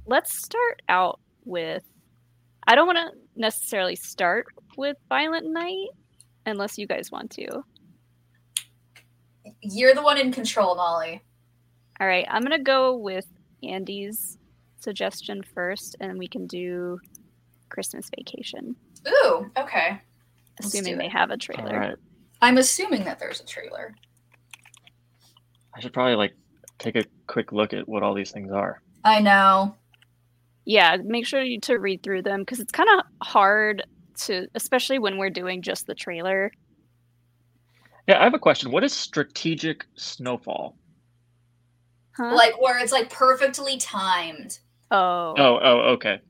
[SPEAKER 2] let's start out with. I don't want to necessarily start with Violent Night unless you guys want to.
[SPEAKER 8] You're the one in control, Molly.
[SPEAKER 2] All right, I'm gonna go with Andy's suggestion first, and we can do Christmas Vacation,
[SPEAKER 8] Ooh, okay. Let's do
[SPEAKER 2] assuming
[SPEAKER 8] it.
[SPEAKER 2] they have a
[SPEAKER 7] All
[SPEAKER 2] trailer.
[SPEAKER 7] right,
[SPEAKER 8] I'm assuming that there's a trailer.
[SPEAKER 7] I should probably like take a quick look at what all these things are.
[SPEAKER 8] I know.
[SPEAKER 2] Yeah, make sure you to read through them because it's kind of hard to, especially when we're doing just the trailer.
[SPEAKER 7] Yeah, I have a question. What is strategic snowfall?
[SPEAKER 2] Huh?
[SPEAKER 8] Like where it's like perfectly timed.
[SPEAKER 2] oh,
[SPEAKER 7] Oh, oh, okay.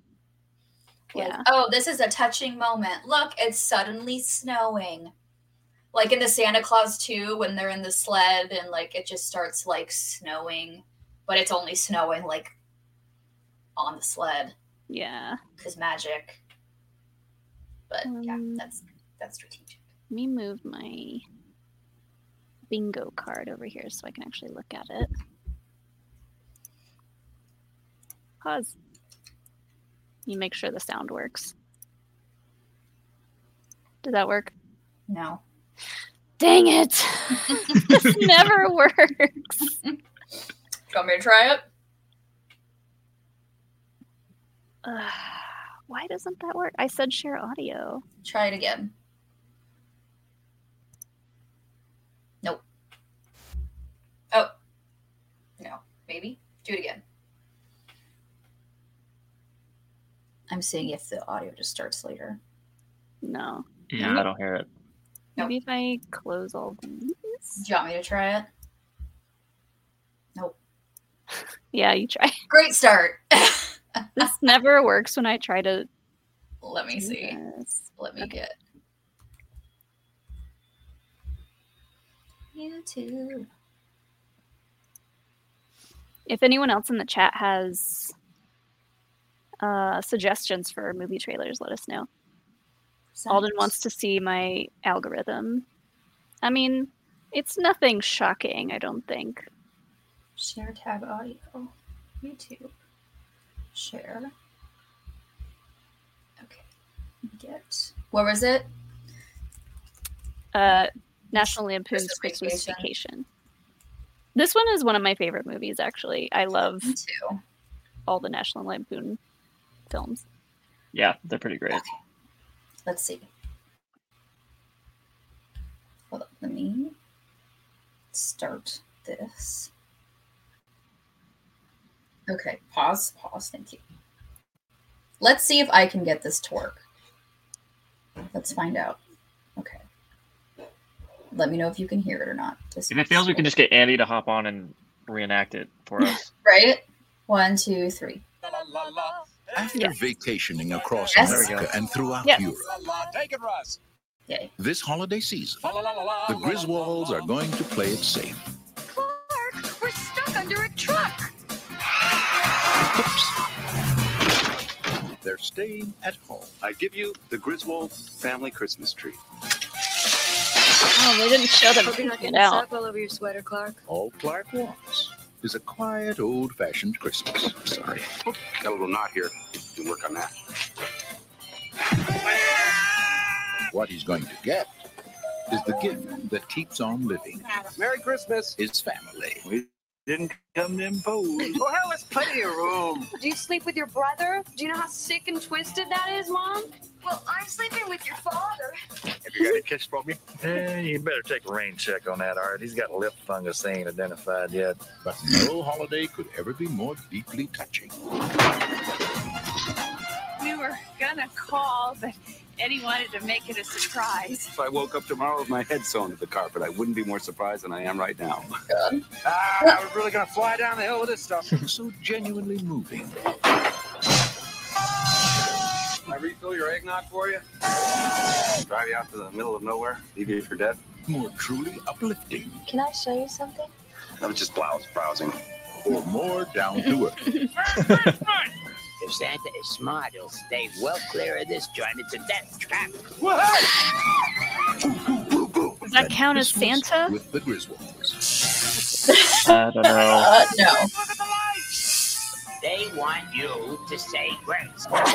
[SPEAKER 8] Like,
[SPEAKER 2] Yeah.
[SPEAKER 8] oh, this is a touching moment. Look, it's suddenly snowing. Like in the Santa Claus 2 when they're in the sled and like it just starts like snowing, but it's only snowing like on the sled
[SPEAKER 2] yeah.
[SPEAKER 8] cuz magic. But yeah,
[SPEAKER 2] Um,
[SPEAKER 8] that's that's strategic.
[SPEAKER 2] Let me move my bingo card over here so I can actually look at it. Pause. You make sure the sound works. Did that work?
[SPEAKER 8] No.
[SPEAKER 2] Dang it! this never works.
[SPEAKER 8] Do you want me to try it?
[SPEAKER 2] Ugh, why doesn't that work? I said share audio.
[SPEAKER 8] Try it again. Nope. Oh. No. Maybe. Do it again. I'm seeing if the audio just starts later.
[SPEAKER 2] No.
[SPEAKER 7] Yeah, I don't hear it.
[SPEAKER 8] Nope.
[SPEAKER 2] Maybe if I close all these.
[SPEAKER 8] Do you want me to try it?
[SPEAKER 2] Yeah, you try.
[SPEAKER 8] Great start.
[SPEAKER 2] This never works when I try to.
[SPEAKER 8] Let me
[SPEAKER 2] do
[SPEAKER 8] see.
[SPEAKER 2] this.
[SPEAKER 8] Let me get. YouTube.
[SPEAKER 2] if anyone else in the chat has uh, suggestions for movie trailers, let us know. Alden wants to see my algorithm. I mean, it's nothing shocking, I don't think.
[SPEAKER 8] Share tab audio. YouTube. Share. Okay. Get. What was it?
[SPEAKER 2] Uh, National Lampoon's
[SPEAKER 8] Christmas
[SPEAKER 2] Christmas
[SPEAKER 8] Vacation.
[SPEAKER 2] Vacation. This one is one of my favorite movies, actually. I love
[SPEAKER 8] Me too.
[SPEAKER 2] all the National Lampoon films.
[SPEAKER 7] Yeah, they're pretty great.
[SPEAKER 8] Let's see. Hold up. Let me start this. Okay. Pause. Pause. Thank you. Let's see if I can get this to work. Let's find out. Okay. Let me know if you can hear it or not. This
[SPEAKER 7] If it fails, we can just get Andy to hop on and reenact it for us.
[SPEAKER 8] Right? One, two, three.
[SPEAKER 11] After
[SPEAKER 2] Yes.
[SPEAKER 11] vacationing across
[SPEAKER 8] Yes.
[SPEAKER 11] America and throughout
[SPEAKER 2] Yes.
[SPEAKER 11] Europe
[SPEAKER 8] Yay.
[SPEAKER 11] this holiday season, the Griswolds are going to play it safe.
[SPEAKER 5] Clark, we're stuck under a truck.
[SPEAKER 11] trips. They're staying at home.
[SPEAKER 12] I give you the Griswold family Christmas tree.
[SPEAKER 2] Oh, they didn't show them
[SPEAKER 10] Hope you're not
[SPEAKER 2] freaking
[SPEAKER 10] getting
[SPEAKER 2] out.
[SPEAKER 10] sock all over your sweater, Clark.
[SPEAKER 11] All Clark wants is a quiet, old-fashioned Christmas. Sorry.
[SPEAKER 12] Got a little knot here. You can work on that.
[SPEAKER 11] What he's going to get is the gift that keeps on living. Merry Christmas. His family. We didn't come to impose.
[SPEAKER 10] Well, hell,
[SPEAKER 11] it's plenty of room.
[SPEAKER 10] Do you sleep with your brother? Do you know how sick and twisted that is, Mom? Well, I'm sleeping with your father.
[SPEAKER 13] Have you got a kiss for me? Eh, you better take a rain check on that, Art. He's got lip fungus they ain't identified yet.
[SPEAKER 11] But no holiday could ever be more deeply touching.
[SPEAKER 4] We were gonna call, but Eddie wanted to make it a surprise.
[SPEAKER 12] If I woke up tomorrow with my head sewn to the carpet, I wouldn't be more surprised than I am right now.
[SPEAKER 13] Ah, I was really gonna fly down the hill with this stuff.
[SPEAKER 11] so genuinely moving.
[SPEAKER 12] Can I refill your eggnog for you? Drive you out to the middle of nowhere, leave you for dead.
[SPEAKER 11] More truly uplifting.
[SPEAKER 10] Can I show you something?
[SPEAKER 12] I was just blouse browsing.
[SPEAKER 11] Or more down to earth.
[SPEAKER 14] If Santa is smart, he'll stay well clear of this joint. It's a death trap.
[SPEAKER 2] Does that count as Santa?
[SPEAKER 11] With the Griswolds.
[SPEAKER 7] I don't know.
[SPEAKER 8] Uh,
[SPEAKER 14] no. They want you to say grace.
[SPEAKER 15] I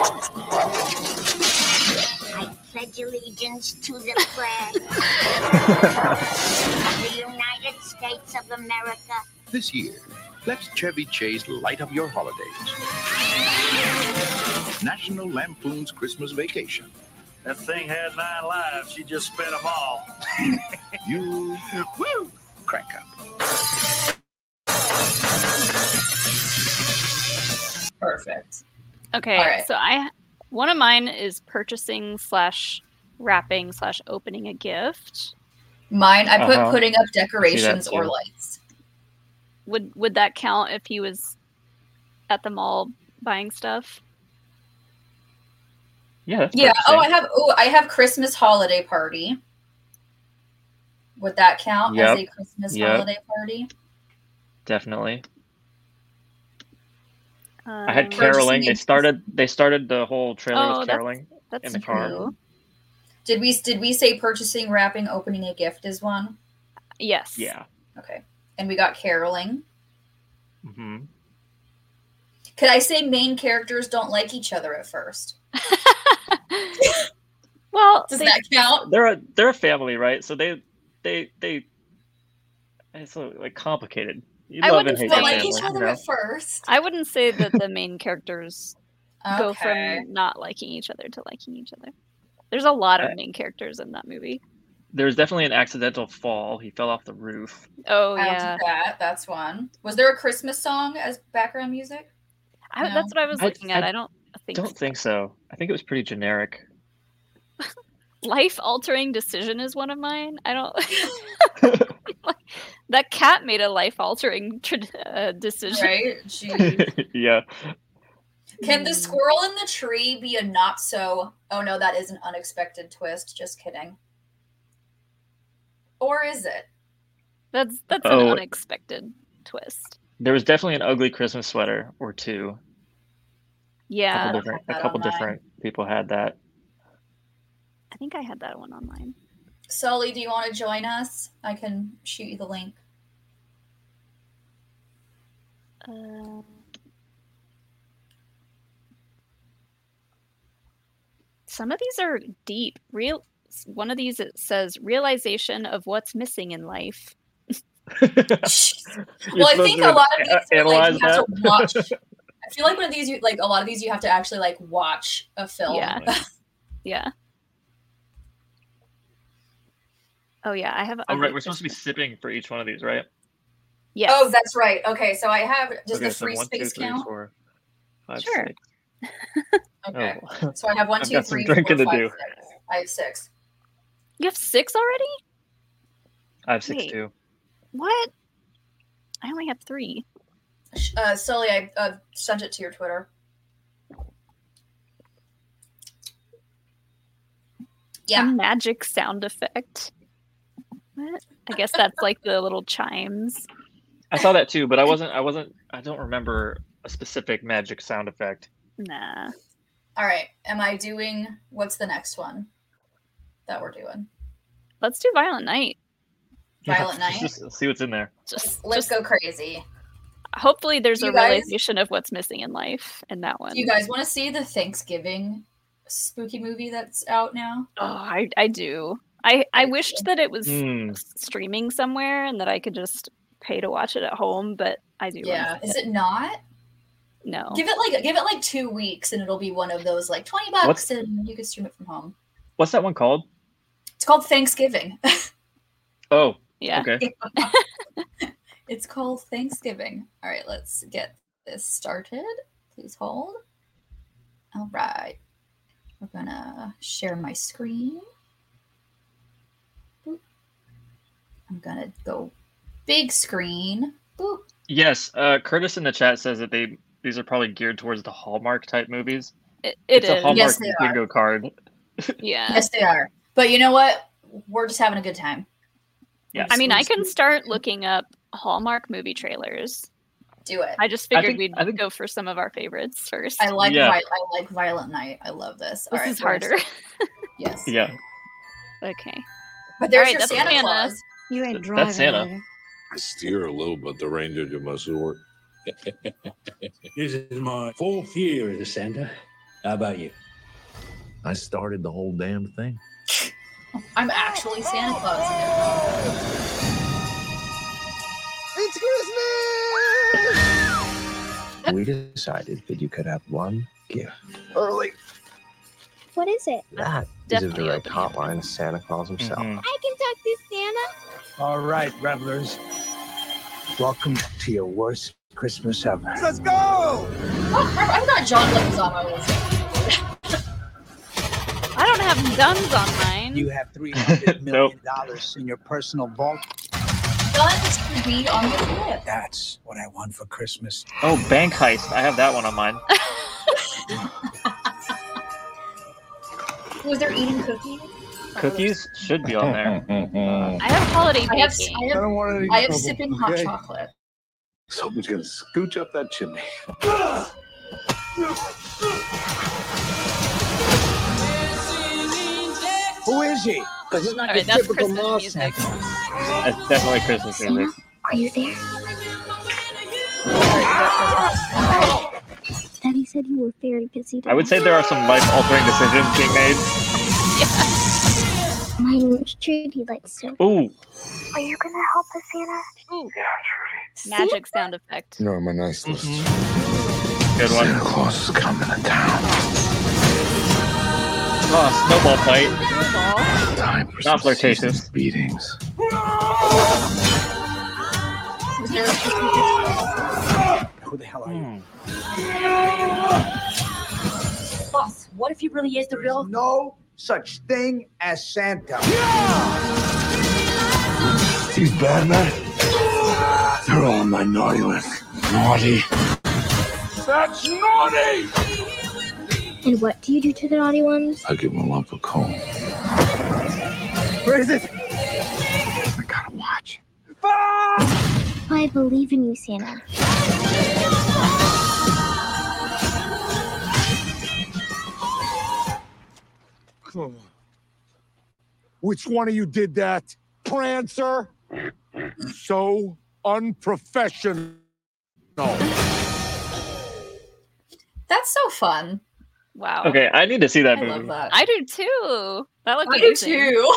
[SPEAKER 15] pledge allegiance to the flag of the United States of America.
[SPEAKER 11] This year, let Chevy Chase light up your holidays. National Lampoon's Christmas Vacation.
[SPEAKER 13] That thing had nine lives. She just spent them all.
[SPEAKER 11] You woo, crank up.
[SPEAKER 8] Perfect.
[SPEAKER 2] Okay,
[SPEAKER 8] All right.
[SPEAKER 2] so I one of mine is purchasing slash wrapping slash opening a gift.
[SPEAKER 8] Mine, I put
[SPEAKER 2] Uh-huh.
[SPEAKER 8] putting up
[SPEAKER 2] I see that
[SPEAKER 8] decorations or
[SPEAKER 2] too.
[SPEAKER 8] lights.
[SPEAKER 2] Would would that count if he was at the mall buying stuff?
[SPEAKER 7] Yeah. that's
[SPEAKER 8] Yeah. Oh,
[SPEAKER 7] purchasing.
[SPEAKER 8] I have. Oh, I have Christmas holiday party. Would that count
[SPEAKER 7] Yep.
[SPEAKER 8] as a Christmas
[SPEAKER 7] Yep.
[SPEAKER 8] holiday party?
[SPEAKER 7] Definitely.
[SPEAKER 2] Um,
[SPEAKER 7] I had caroling. They started. They started the whole trailer
[SPEAKER 8] Oh,
[SPEAKER 7] with
[SPEAKER 8] that's-
[SPEAKER 7] caroling
[SPEAKER 2] that's
[SPEAKER 7] in the car.
[SPEAKER 8] true. Did we did we say purchasing, wrapping, opening a gift is one?
[SPEAKER 2] Yes.
[SPEAKER 7] Yeah.
[SPEAKER 8] Okay. And we got caroling.
[SPEAKER 7] hmm
[SPEAKER 6] Mm-hmm.
[SPEAKER 8] Could I say main characters don't like each other at first?
[SPEAKER 2] well,
[SPEAKER 8] does that count?
[SPEAKER 7] They're a they're a family, right? So they they they. It's uh, like complicated. You
[SPEAKER 2] I
[SPEAKER 7] love
[SPEAKER 2] wouldn't
[SPEAKER 7] and hate
[SPEAKER 2] say
[SPEAKER 7] your family. you know?
[SPEAKER 8] first.
[SPEAKER 2] I wouldn't say that the main characters go
[SPEAKER 8] Okay.
[SPEAKER 2] from not liking each other to liking each other. There's a lot of
[SPEAKER 7] I-
[SPEAKER 2] main characters in that movie.
[SPEAKER 7] There was definitely an accidental fall. He fell off the roof.
[SPEAKER 8] I'll
[SPEAKER 2] Oh
[SPEAKER 8] do
[SPEAKER 2] yeah,
[SPEAKER 8] that. That's one. Was there a Christmas song as background music?
[SPEAKER 2] I, that's what I was
[SPEAKER 7] I-
[SPEAKER 2] looking at.
[SPEAKER 7] I
[SPEAKER 2] I, don't think
[SPEAKER 7] Don't think so. I think it was pretty generic.
[SPEAKER 2] life altering decision is one of mine. I don't. that cat made a life altering tr- uh, decision.
[SPEAKER 8] Right? Jeez.
[SPEAKER 7] yeah.
[SPEAKER 8] Can
[SPEAKER 7] Hmm.
[SPEAKER 8] the squirrel in the tree be a not so? Oh no, that is an unexpected twist. Just kidding. Or is it?
[SPEAKER 2] That's that's an
[SPEAKER 7] Oh.
[SPEAKER 2] unexpected twist.
[SPEAKER 7] There was definitely an ugly Christmas sweater or two. A
[SPEAKER 8] Uh,
[SPEAKER 2] Yeah,
[SPEAKER 7] couple different. A
[SPEAKER 2] that on
[SPEAKER 7] couple
[SPEAKER 2] mine.
[SPEAKER 7] different people had that.
[SPEAKER 2] I think I had that one online.
[SPEAKER 8] Sully, do you want to join us? I can shoot you the link.
[SPEAKER 2] Uh, some of these are deep. Real. One of these it says realization of what's missing in life.
[SPEAKER 8] Well, I think a lot of these are, like,
[SPEAKER 7] analyze
[SPEAKER 8] you have to
[SPEAKER 7] that?
[SPEAKER 8] watch. I feel like one of these, you like a lot of these, you have to actually like watch a film.
[SPEAKER 2] Yeah. Yeah. Oh yeah, I have.
[SPEAKER 7] Oh,
[SPEAKER 2] ugly
[SPEAKER 7] right. We're supposed to be sipping for each one of these, right?
[SPEAKER 2] Yes.
[SPEAKER 8] Oh, that's right. Okay, so I have does
[SPEAKER 7] Okay,
[SPEAKER 8] the
[SPEAKER 7] so
[SPEAKER 8] free
[SPEAKER 7] one, two,
[SPEAKER 8] space
[SPEAKER 7] three,
[SPEAKER 8] count?
[SPEAKER 7] four, five,
[SPEAKER 8] Sure.
[SPEAKER 7] six.
[SPEAKER 8] Okay.
[SPEAKER 7] Oh.
[SPEAKER 8] So I have one,
[SPEAKER 7] I've
[SPEAKER 8] two,
[SPEAKER 7] got some
[SPEAKER 8] three, four, five, six.
[SPEAKER 7] drinking to do.
[SPEAKER 8] I have six.
[SPEAKER 2] You have six already?
[SPEAKER 7] I have six
[SPEAKER 2] Wait.
[SPEAKER 7] too.
[SPEAKER 2] What? I only have three.
[SPEAKER 8] Uh, Sully, I uh, sent it to your Twitter. Yeah.
[SPEAKER 2] Um, magic sound effect. What? I guess that's like the little chimes.
[SPEAKER 7] I saw that too, but I wasn't. I wasn't. I don't remember a specific magic sound effect.
[SPEAKER 2] Nah.
[SPEAKER 8] All right. Am I doing what's the next one that we're doing?
[SPEAKER 2] Let's do Violent Night.
[SPEAKER 8] Violent Night.
[SPEAKER 7] Just see what's in there.
[SPEAKER 8] Just let's go crazy.
[SPEAKER 2] Hopefully, there's
[SPEAKER 8] You
[SPEAKER 2] a
[SPEAKER 8] guys-
[SPEAKER 2] realization of what's missing in life in that one.
[SPEAKER 8] Do you guys want to see the Thanksgiving spooky movie that's out now?
[SPEAKER 2] Oh, I, I do. I, I wished that it was
[SPEAKER 7] Hmm.
[SPEAKER 8] Mm.
[SPEAKER 2] s- streaming somewhere and that I could just pay to watch it at home, but I do. wanna
[SPEAKER 8] yeah.
[SPEAKER 2] see
[SPEAKER 8] Is it not?
[SPEAKER 2] No.
[SPEAKER 8] Give it like give it like two weeks, and it'll be one of those like twenty bucks,
[SPEAKER 7] What's-
[SPEAKER 8] and you can stream it from home.
[SPEAKER 7] What's that one called?
[SPEAKER 8] It's called Thanksgiving.
[SPEAKER 7] Oh,
[SPEAKER 2] Yeah.
[SPEAKER 7] Okay.
[SPEAKER 8] it's called Thanksgiving. All right, let's get this started. Please hold. All right. We're going to share my screen. Boop. I'm going to go big screen. Boop.
[SPEAKER 7] Yes, uh, Curtis in the chat says that they these are probably geared towards the Hallmark type movies.
[SPEAKER 2] It,
[SPEAKER 7] it's a Hallmark
[SPEAKER 8] Yes, they are.
[SPEAKER 7] bingo card.
[SPEAKER 2] Yeah.
[SPEAKER 8] Yes, they are. But you know what? We're just having a good time.
[SPEAKER 7] Yes.
[SPEAKER 2] I mean, I can start looking up Hallmark movie trailers.
[SPEAKER 8] Do it.
[SPEAKER 2] I just
[SPEAKER 8] I
[SPEAKER 2] figured
[SPEAKER 8] think-
[SPEAKER 2] we'd go for some of our favorites first.
[SPEAKER 8] I like Vi- I like Violent Night. I love this.
[SPEAKER 2] This
[SPEAKER 8] Alright,
[SPEAKER 2] is
[SPEAKER 8] we're
[SPEAKER 2] harder.
[SPEAKER 8] just- yes.
[SPEAKER 7] Yeah,
[SPEAKER 2] Okay.
[SPEAKER 8] But there's
[SPEAKER 2] Alright,
[SPEAKER 8] your
[SPEAKER 2] that's
[SPEAKER 8] Santa
[SPEAKER 2] Santa.
[SPEAKER 8] Claus.
[SPEAKER 2] You ain't
[SPEAKER 16] That's Santa. Steer a little, but the reindeer do my sword.
[SPEAKER 17] This is my fourth year as a Santa. How about you?
[SPEAKER 13] I started the whole damn thing.
[SPEAKER 8] I'm actually Santa Claus.
[SPEAKER 11] It's Christmas!
[SPEAKER 13] we decided that you could have one gift.
[SPEAKER 11] Early.
[SPEAKER 15] What is it?
[SPEAKER 13] That is a direct hotline to Santa Claus himself.
[SPEAKER 7] Mm-hmm.
[SPEAKER 15] I can talk to Santa.
[SPEAKER 17] All right, revelers.
[SPEAKER 11] Welcome to your worst Christmas ever.
[SPEAKER 8] Let's go! Oh, I I thought John Leguizamo was.
[SPEAKER 2] I don't have guns on mine.
[SPEAKER 11] You have three hundred million dollars in your personal vault.
[SPEAKER 8] Guns should be on your list.
[SPEAKER 11] That's what I want for Christmas.
[SPEAKER 7] Oh, bank heist. I have that one on mine.
[SPEAKER 8] Was there eating cookies?
[SPEAKER 7] Cookies should be on there. Uh,
[SPEAKER 17] Mm-hmm.
[SPEAKER 8] I have
[SPEAKER 2] holiday
[SPEAKER 8] I have,
[SPEAKER 2] baking.
[SPEAKER 8] I have,
[SPEAKER 11] I don't want any
[SPEAKER 8] I have
[SPEAKER 11] trouble,
[SPEAKER 8] sipping hot
[SPEAKER 11] okay?
[SPEAKER 8] chocolate.
[SPEAKER 11] Something's gonna scooch up that chimney. Who is he? Because it's not
[SPEAKER 2] All
[SPEAKER 11] your
[SPEAKER 2] right, that's
[SPEAKER 11] typical
[SPEAKER 2] Christmas
[SPEAKER 11] mall
[SPEAKER 2] music.
[SPEAKER 11] Santa.
[SPEAKER 7] that's definitely Christmas music.
[SPEAKER 15] Are you there? Daddy said you were very busy.
[SPEAKER 7] I would say there are some life-altering decisions being made.
[SPEAKER 15] My name is Trudy Lightstone.
[SPEAKER 7] Ooh,
[SPEAKER 15] Are you gonna help us, Santa?
[SPEAKER 2] Magic sound effect.
[SPEAKER 11] No, my nice list.
[SPEAKER 7] Good one.
[SPEAKER 11] Santa Claus is coming to town.
[SPEAKER 7] oh, snowball fight.
[SPEAKER 11] Time for
[SPEAKER 7] Not
[SPEAKER 11] some
[SPEAKER 7] flirtatious.
[SPEAKER 11] seasoned beatings.
[SPEAKER 8] Was there a
[SPEAKER 11] Who the hell are you?
[SPEAKER 18] Boss, what if he really is the real?
[SPEAKER 11] No such thing as Santa.
[SPEAKER 12] These bad men, they're all on my naughty list. Naughty.
[SPEAKER 11] That's naughty!
[SPEAKER 15] And what do you do to the naughty ones?
[SPEAKER 11] I give him a lump of coal. Where is it? I gotta watch.
[SPEAKER 15] I believe in you, Santa.
[SPEAKER 17] Which one of you did that? Prancer? So unprofessional.
[SPEAKER 8] That's so fun.
[SPEAKER 2] Wow.
[SPEAKER 7] Okay, I need to see that
[SPEAKER 8] I
[SPEAKER 7] movie.
[SPEAKER 8] love that.
[SPEAKER 2] I do too. That looks
[SPEAKER 8] I do
[SPEAKER 2] amazing.
[SPEAKER 8] too.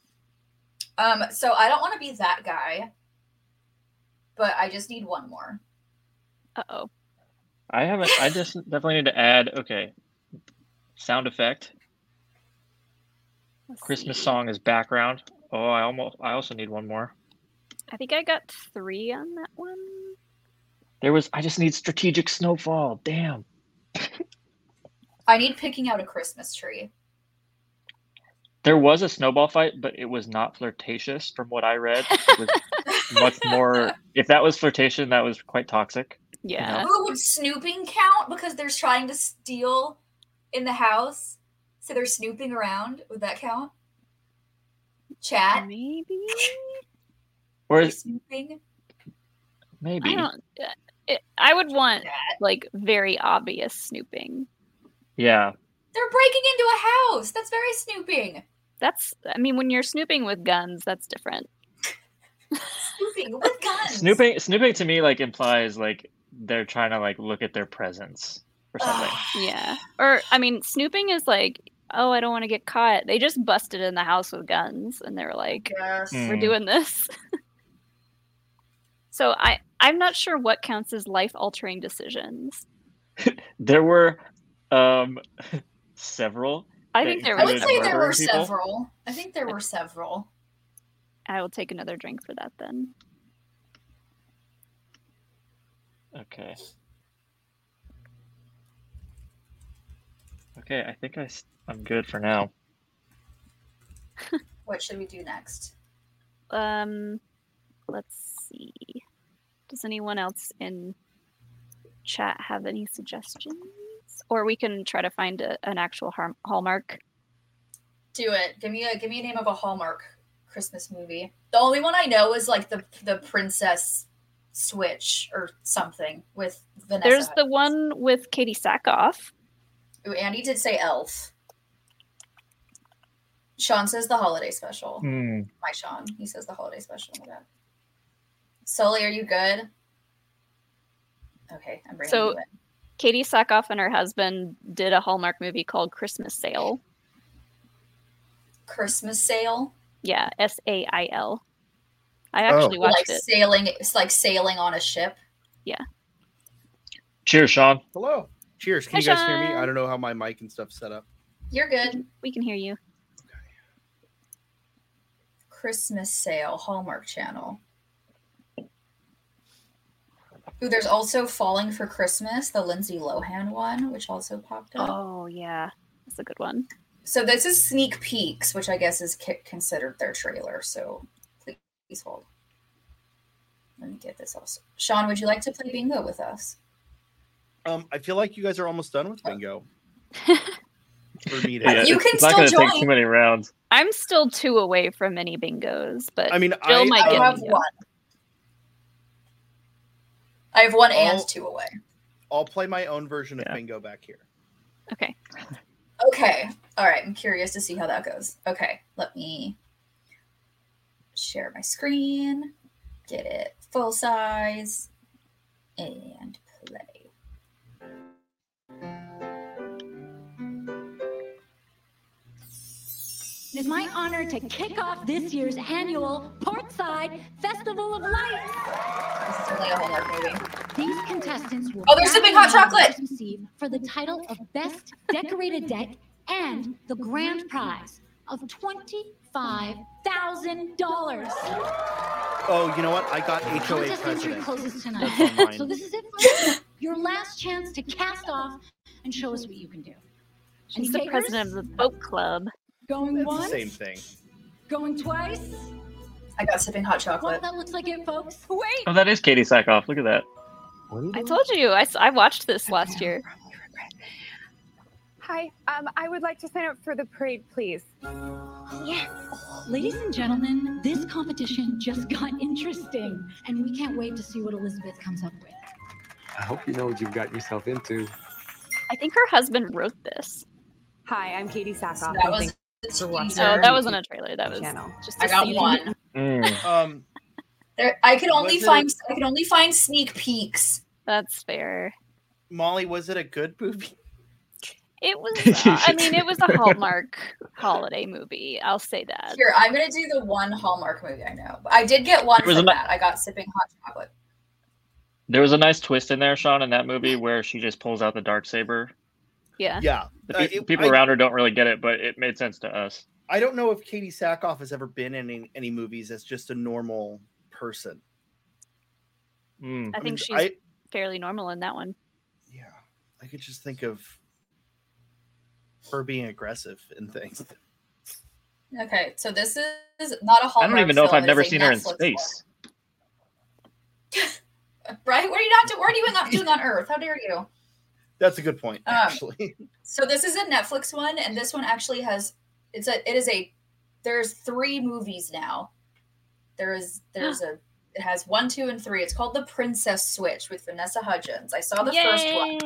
[SPEAKER 8] um, so I don't want to be that guy, but I just need one more.
[SPEAKER 2] Uh oh.
[SPEAKER 7] I haven't. I just definitely need to add. Okay, sound effect. Christmas song is background. Oh, I almost. I also need one more.
[SPEAKER 2] I think I got three on that one.
[SPEAKER 7] There was. I just need strategic snowfall. Damn.
[SPEAKER 8] I need picking out a Christmas tree.
[SPEAKER 7] There was a snowball fight, but it was not flirtatious, from what I read. It was much more. If that was flirtation, that was quite toxic. you know?
[SPEAKER 8] Ooh, would snooping count because they're trying to steal in the house? So they're snooping around. Would that count?
[SPEAKER 2] Mm,
[SPEAKER 8] Chat
[SPEAKER 2] Maybe.
[SPEAKER 7] Or is
[SPEAKER 8] snooping.
[SPEAKER 7] maybe
[SPEAKER 2] I don't. uh, it, I would want like very obvious snooping.
[SPEAKER 7] Yeah.
[SPEAKER 8] They're breaking into a house. That's very snooping.
[SPEAKER 2] That's I mean when you're snooping with guns, that's different.
[SPEAKER 8] Snooping with guns.
[SPEAKER 7] Snooping snooping to me like implies like they're trying to like look at their presence or something.
[SPEAKER 2] Yeah. Or I mean snooping is like oh I don't want to get caught. They just busted in the house with guns and they're like
[SPEAKER 8] Yes.
[SPEAKER 2] we're
[SPEAKER 8] Mm.
[SPEAKER 2] doing this. so I I'm not sure what counts as life altering decisions.
[SPEAKER 7] There were um several.
[SPEAKER 2] I
[SPEAKER 7] that
[SPEAKER 2] think there
[SPEAKER 8] I
[SPEAKER 7] included
[SPEAKER 8] would say there
[SPEAKER 7] murdering
[SPEAKER 8] were
[SPEAKER 7] people.
[SPEAKER 8] several. I think there were several.
[SPEAKER 2] I will take another drink for that then.
[SPEAKER 7] Okay. Okay, I think I s- I'm good for now.
[SPEAKER 8] What should we do next?
[SPEAKER 2] Um, let's see. Does anyone else in chat have any suggestions? Or we can try to find a, an actual harm, hallmark.
[SPEAKER 8] Do it. Give me a give me a name of a Hallmark Christmas movie. The only one I know is like the the Princess Switch or something with Vanessa.
[SPEAKER 2] There's the one with Katie Sackhoff.
[SPEAKER 8] Ooh, Andy did say Elf. Sean says the holiday special.
[SPEAKER 7] Hmm.
[SPEAKER 8] My Sean, he says the holiday special. Oh my God. Sully, are you good? Okay, I'm bringing
[SPEAKER 2] So
[SPEAKER 8] you in.
[SPEAKER 2] Katie Sackhoff and her husband did a Hallmark movie called Christmas Sale.
[SPEAKER 8] Christmas sale.
[SPEAKER 2] Yeah, S A I L. I
[SPEAKER 19] Oh.
[SPEAKER 2] actually watched
[SPEAKER 8] like
[SPEAKER 2] it.
[SPEAKER 8] sailing. It's like sailing on a ship.
[SPEAKER 2] Yeah.
[SPEAKER 7] Cheers, Sean.
[SPEAKER 19] Hello. Cheers. Can
[SPEAKER 8] Hi,
[SPEAKER 19] you guys hear me?
[SPEAKER 8] Sean.
[SPEAKER 19] I don't know how my mic and stuff's set up.
[SPEAKER 8] You're good.
[SPEAKER 2] We can hear you.
[SPEAKER 8] Christmas sale, Hallmark Channel. Ooh, there's also Falling for Christmas, the Lindsay Lohan one, which also popped up.
[SPEAKER 2] Oh yeah, that's a good one.
[SPEAKER 8] So this is sneak peeks, which I guess is ki- considered their trailer. So please, please hold. Let me get this also. Sean, would you like to play bingo with us?
[SPEAKER 19] Um, I feel like you guys are almost done with bingo. For me to-
[SPEAKER 7] Yeah, it's, it's not gonna take too many rounds.
[SPEAKER 2] I'm still two away from many bingos, but
[SPEAKER 19] I mean,
[SPEAKER 2] Jill
[SPEAKER 19] I- um,
[SPEAKER 2] might
[SPEAKER 19] I
[SPEAKER 2] get
[SPEAKER 19] have
[SPEAKER 2] me.
[SPEAKER 19] one.
[SPEAKER 8] I have one and
[SPEAKER 19] I'll-
[SPEAKER 8] two away.
[SPEAKER 19] I'll play my own version of bingo back here.
[SPEAKER 2] Okay.
[SPEAKER 8] Okay. All right. I'm curious to see how that goes. Okay. Let me share my screen, get it full size, and play.
[SPEAKER 18] It is my honor to kick off this year's annual Portside Festival of Lights.
[SPEAKER 8] Only a Hallmark movie.
[SPEAKER 18] These contestants will
[SPEAKER 8] Oh, there's the big hot
[SPEAKER 18] battle on
[SPEAKER 8] chocolate.
[SPEAKER 18] Christmas Eve for the title of Best Decorated Deck and the grand prize of twenty-five thousand dollars.
[SPEAKER 19] Oh, you know what? I got HOA
[SPEAKER 18] Contest entry
[SPEAKER 19] president.
[SPEAKER 18] closes
[SPEAKER 19] That's on
[SPEAKER 18] tonight.
[SPEAKER 19] mine.
[SPEAKER 18] So this is it for you. Your last chance to cast off and show us what you can do.
[SPEAKER 2] She's the president of the boat club.
[SPEAKER 18] Going
[SPEAKER 19] It's the
[SPEAKER 18] once,
[SPEAKER 19] same thing.
[SPEAKER 18] going twice.
[SPEAKER 8] I got sipping hot
[SPEAKER 18] Well,
[SPEAKER 8] chocolate.
[SPEAKER 18] that looks like it, folks. Wait,
[SPEAKER 7] Oh, that is Katie Sackhoff. Look at that.
[SPEAKER 2] I told you, I, s- I watched this last year.
[SPEAKER 4] Hi, um, I would like to sign up for the parade, please.
[SPEAKER 18] Yes. Ladies and gentlemen, this competition just got interesting, and we can't wait to see what Elizabeth comes up with.
[SPEAKER 20] I hope you know what you've got yourself into.
[SPEAKER 2] I think her husband wrote this.
[SPEAKER 4] Hi, I'm Katie Sackhoff.
[SPEAKER 2] That
[SPEAKER 4] and
[SPEAKER 2] was
[SPEAKER 4] thanks for watching
[SPEAKER 2] teaser.
[SPEAKER 4] our
[SPEAKER 2] Oh, that wasn't
[SPEAKER 4] YouTube
[SPEAKER 2] a trailer, that was
[SPEAKER 4] channel.
[SPEAKER 2] just
[SPEAKER 8] I got one.
[SPEAKER 7] Mm.
[SPEAKER 19] Um,
[SPEAKER 8] There, I could only
[SPEAKER 19] Was it-
[SPEAKER 8] find I could only find sneak peeks.
[SPEAKER 2] That's fair.
[SPEAKER 19] Molly, was it a good movie?
[SPEAKER 2] It was, uh, I mean, it was a Hallmark holiday movie. I'll say that.
[SPEAKER 8] Here, I'm gonna do the one Hallmark movie I know. I did get one
[SPEAKER 7] It was
[SPEAKER 8] from
[SPEAKER 7] a-
[SPEAKER 8] that. I got sipping hot chocolate.
[SPEAKER 7] There was a nice twist in there, Sean, in that movie where she just pulls out the dark saber.
[SPEAKER 2] Yeah.
[SPEAKER 19] Yeah.
[SPEAKER 7] The
[SPEAKER 19] Uh,
[SPEAKER 7] pe-
[SPEAKER 19] it-
[SPEAKER 7] people
[SPEAKER 19] I-
[SPEAKER 7] around her don't really get it, but it made sense to us.
[SPEAKER 19] I don't know if Katie Sackhoff has ever been in any, any movies as just a normal person.
[SPEAKER 7] Mm.
[SPEAKER 2] I think she's
[SPEAKER 19] I,
[SPEAKER 2] fairly normal in that one.
[SPEAKER 19] I could just think of her being aggressive and things.
[SPEAKER 8] Okay, so this is not a
[SPEAKER 7] I
[SPEAKER 8] Hallmark.
[SPEAKER 7] don't even know if
[SPEAKER 8] film,
[SPEAKER 7] I've
[SPEAKER 8] it
[SPEAKER 7] never
[SPEAKER 8] is a
[SPEAKER 7] seen her in
[SPEAKER 8] Netflix
[SPEAKER 7] space.
[SPEAKER 8] one. Right? What are you not? do- What are you not doing on Earth? How dare you?
[SPEAKER 19] That's a good point,
[SPEAKER 8] Um,
[SPEAKER 19] actually.
[SPEAKER 8] So this is a Netflix one, and this one actually has it's a it is a there's three movies now. There is there's a It has one, two, and three. It's called The Princess Switch with Vanessa Hudgens. I saw the first one.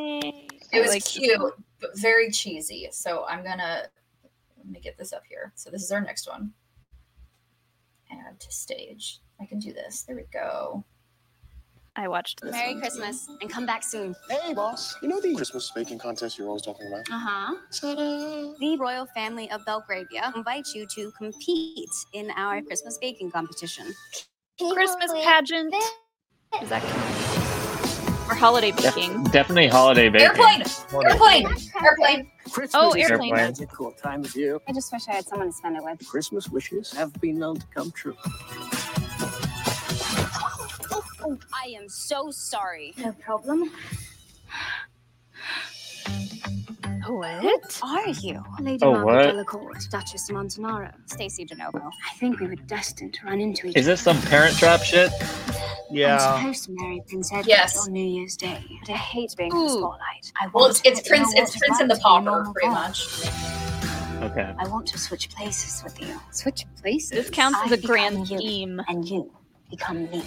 [SPEAKER 8] It was cute, but very cheesy. So I'm gonna let me get this up here. So this is our next one. Add to stage. I can do this. There we go.
[SPEAKER 2] I watched this.
[SPEAKER 10] Merry
[SPEAKER 2] one.
[SPEAKER 10] Christmas and come back soon.
[SPEAKER 12] Hey, boss. You know the Christmas baking contest you're always talking about?
[SPEAKER 10] Uh huh. The royal family of Belgravia invites you to compete in our Christmas baking competition.
[SPEAKER 2] Christmas pageant. Is that or holiday baking?
[SPEAKER 7] Definitely holiday baking.
[SPEAKER 10] Airplane!
[SPEAKER 8] Airplane! Airplane!
[SPEAKER 10] Oh, airplane.
[SPEAKER 7] Airplane.
[SPEAKER 14] cool time with you.
[SPEAKER 10] I just wish I had someone to spend it with.
[SPEAKER 14] Christmas wishes have been known to come true.
[SPEAKER 10] Oh, I am so sorry. No problem. What are you? Lady
[SPEAKER 7] Oh, Margaret what?
[SPEAKER 10] Delacourt, Duchess Montanaro, Stacy de Novo. I think we were destined to run into each
[SPEAKER 7] Is this some parent trap shit?
[SPEAKER 10] I'm supposed to marry Prince Edward
[SPEAKER 8] Yes.
[SPEAKER 10] on New Year's Day, but I hate being in the spotlight. I
[SPEAKER 8] Well,
[SPEAKER 10] want
[SPEAKER 8] it's, it's
[SPEAKER 10] to know
[SPEAKER 8] Prince.
[SPEAKER 10] what
[SPEAKER 8] It's Prince and the
[SPEAKER 10] like to be a
[SPEAKER 8] Pauper,
[SPEAKER 10] normal
[SPEAKER 8] pretty
[SPEAKER 10] girl.
[SPEAKER 8] much.
[SPEAKER 7] Okay.
[SPEAKER 10] I want to switch places with you. Switch places?
[SPEAKER 2] This counts as
[SPEAKER 10] I
[SPEAKER 2] a grand
[SPEAKER 10] become you,
[SPEAKER 2] scheme.
[SPEAKER 10] And you become me.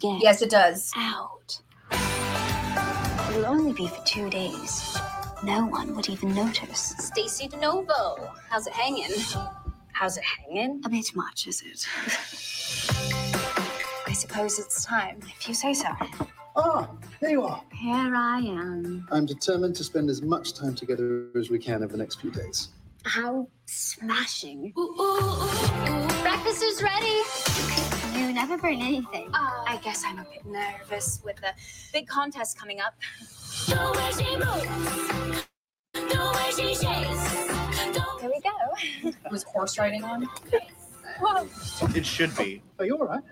[SPEAKER 10] Get
[SPEAKER 8] Yes, it does.
[SPEAKER 10] out. It will only be for two days. No one would even notice. Stacy DeNovo, how's it hanging? How's it hanging? A bit much, is it? I suppose it's time, if you say so.
[SPEAKER 12] Ah, there you are.
[SPEAKER 10] Here I am.
[SPEAKER 12] I'm determined to spend as much time together as we can over the next few days.
[SPEAKER 10] How smashing. Breakfast is ready. Ah. You never bring anything. I guess I'm a bit nervous with the big contest coming up. There we go.
[SPEAKER 8] Was horse riding on?
[SPEAKER 10] Whoa.
[SPEAKER 19] It should be.
[SPEAKER 12] Are you all right?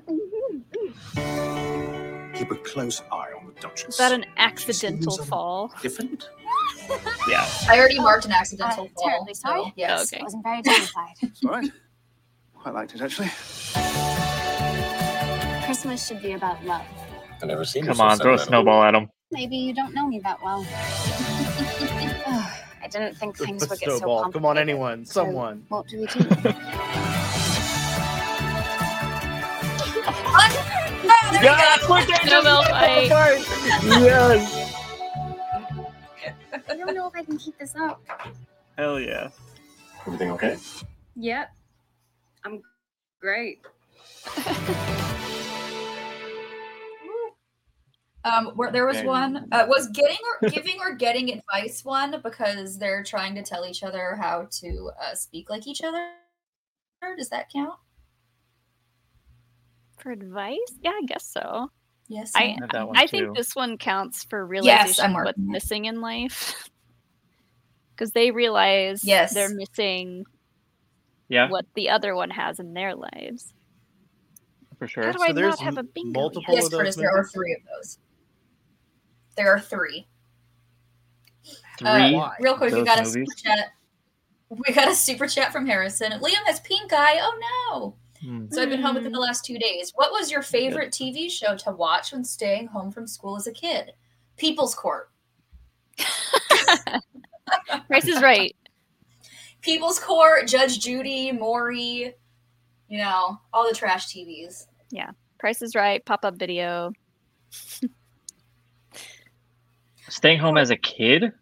[SPEAKER 12] Keep a close eye on the Duchess.
[SPEAKER 2] Is that an accidental fall? Oh,
[SPEAKER 12] different?
[SPEAKER 7] Yeah.
[SPEAKER 8] I already marked an accidental
[SPEAKER 10] I'm
[SPEAKER 8] fall.
[SPEAKER 10] terribly sorry.
[SPEAKER 8] so, yes.
[SPEAKER 10] I wasn't very dignified.
[SPEAKER 12] All right. Quite liked it, actually.
[SPEAKER 10] Christmas should be about love.
[SPEAKER 16] I never seen.
[SPEAKER 7] Come on, throw a snowball at him.
[SPEAKER 10] Maybe you don't know me that well. Ugh, I didn't think things would get so
[SPEAKER 19] Snowball.
[SPEAKER 10] complicated.
[SPEAKER 19] Come on, anyone, someone.
[SPEAKER 10] What do we do?
[SPEAKER 19] Yeah, click it!
[SPEAKER 2] Snowball fight.
[SPEAKER 19] Yes.
[SPEAKER 10] I don't know if I can keep this up.
[SPEAKER 7] Hell yeah.
[SPEAKER 16] Everything okay?
[SPEAKER 10] Yep. I'm great.
[SPEAKER 8] Um, where there was
[SPEAKER 10] Okay.
[SPEAKER 8] one uh, was getting or giving or getting advice one because they're trying to tell each other how to uh, speak like each other. Does that count?
[SPEAKER 2] For advice? Yeah, I guess so.
[SPEAKER 8] Yes,
[SPEAKER 2] I
[SPEAKER 8] ma'am.
[SPEAKER 7] That one
[SPEAKER 2] I
[SPEAKER 7] too.
[SPEAKER 2] think this one counts for realization
[SPEAKER 8] Yes, I'm
[SPEAKER 2] of what's
[SPEAKER 8] marking it.
[SPEAKER 2] missing in life. Because they realize
[SPEAKER 8] Yes.
[SPEAKER 2] they're missing
[SPEAKER 7] Yeah,
[SPEAKER 2] what the other one has in their lives.
[SPEAKER 7] for sure.
[SPEAKER 2] do I So there's not have a bingo
[SPEAKER 19] multiple
[SPEAKER 2] yet?
[SPEAKER 19] of
[SPEAKER 8] Yes,
[SPEAKER 19] those
[SPEAKER 8] Curtis, there are
[SPEAKER 19] movies?
[SPEAKER 8] three of those. There are three.
[SPEAKER 7] Three
[SPEAKER 8] Uh, real quick, we
[SPEAKER 7] those
[SPEAKER 8] got a
[SPEAKER 7] movies?
[SPEAKER 8] super chat. We got a super chat from Harrison. Liam has pink eye. Oh no!
[SPEAKER 7] Hmm.
[SPEAKER 8] So I've been home within the last two days. What was your favorite TV show to watch when staying home from school as a kid? People's Court.
[SPEAKER 2] Price is right.
[SPEAKER 8] People's Court, Judge Judy, Maury, you know, all the trash TVs.
[SPEAKER 2] Yeah. Price is right. Pop up video.
[SPEAKER 7] Staying home as a kid?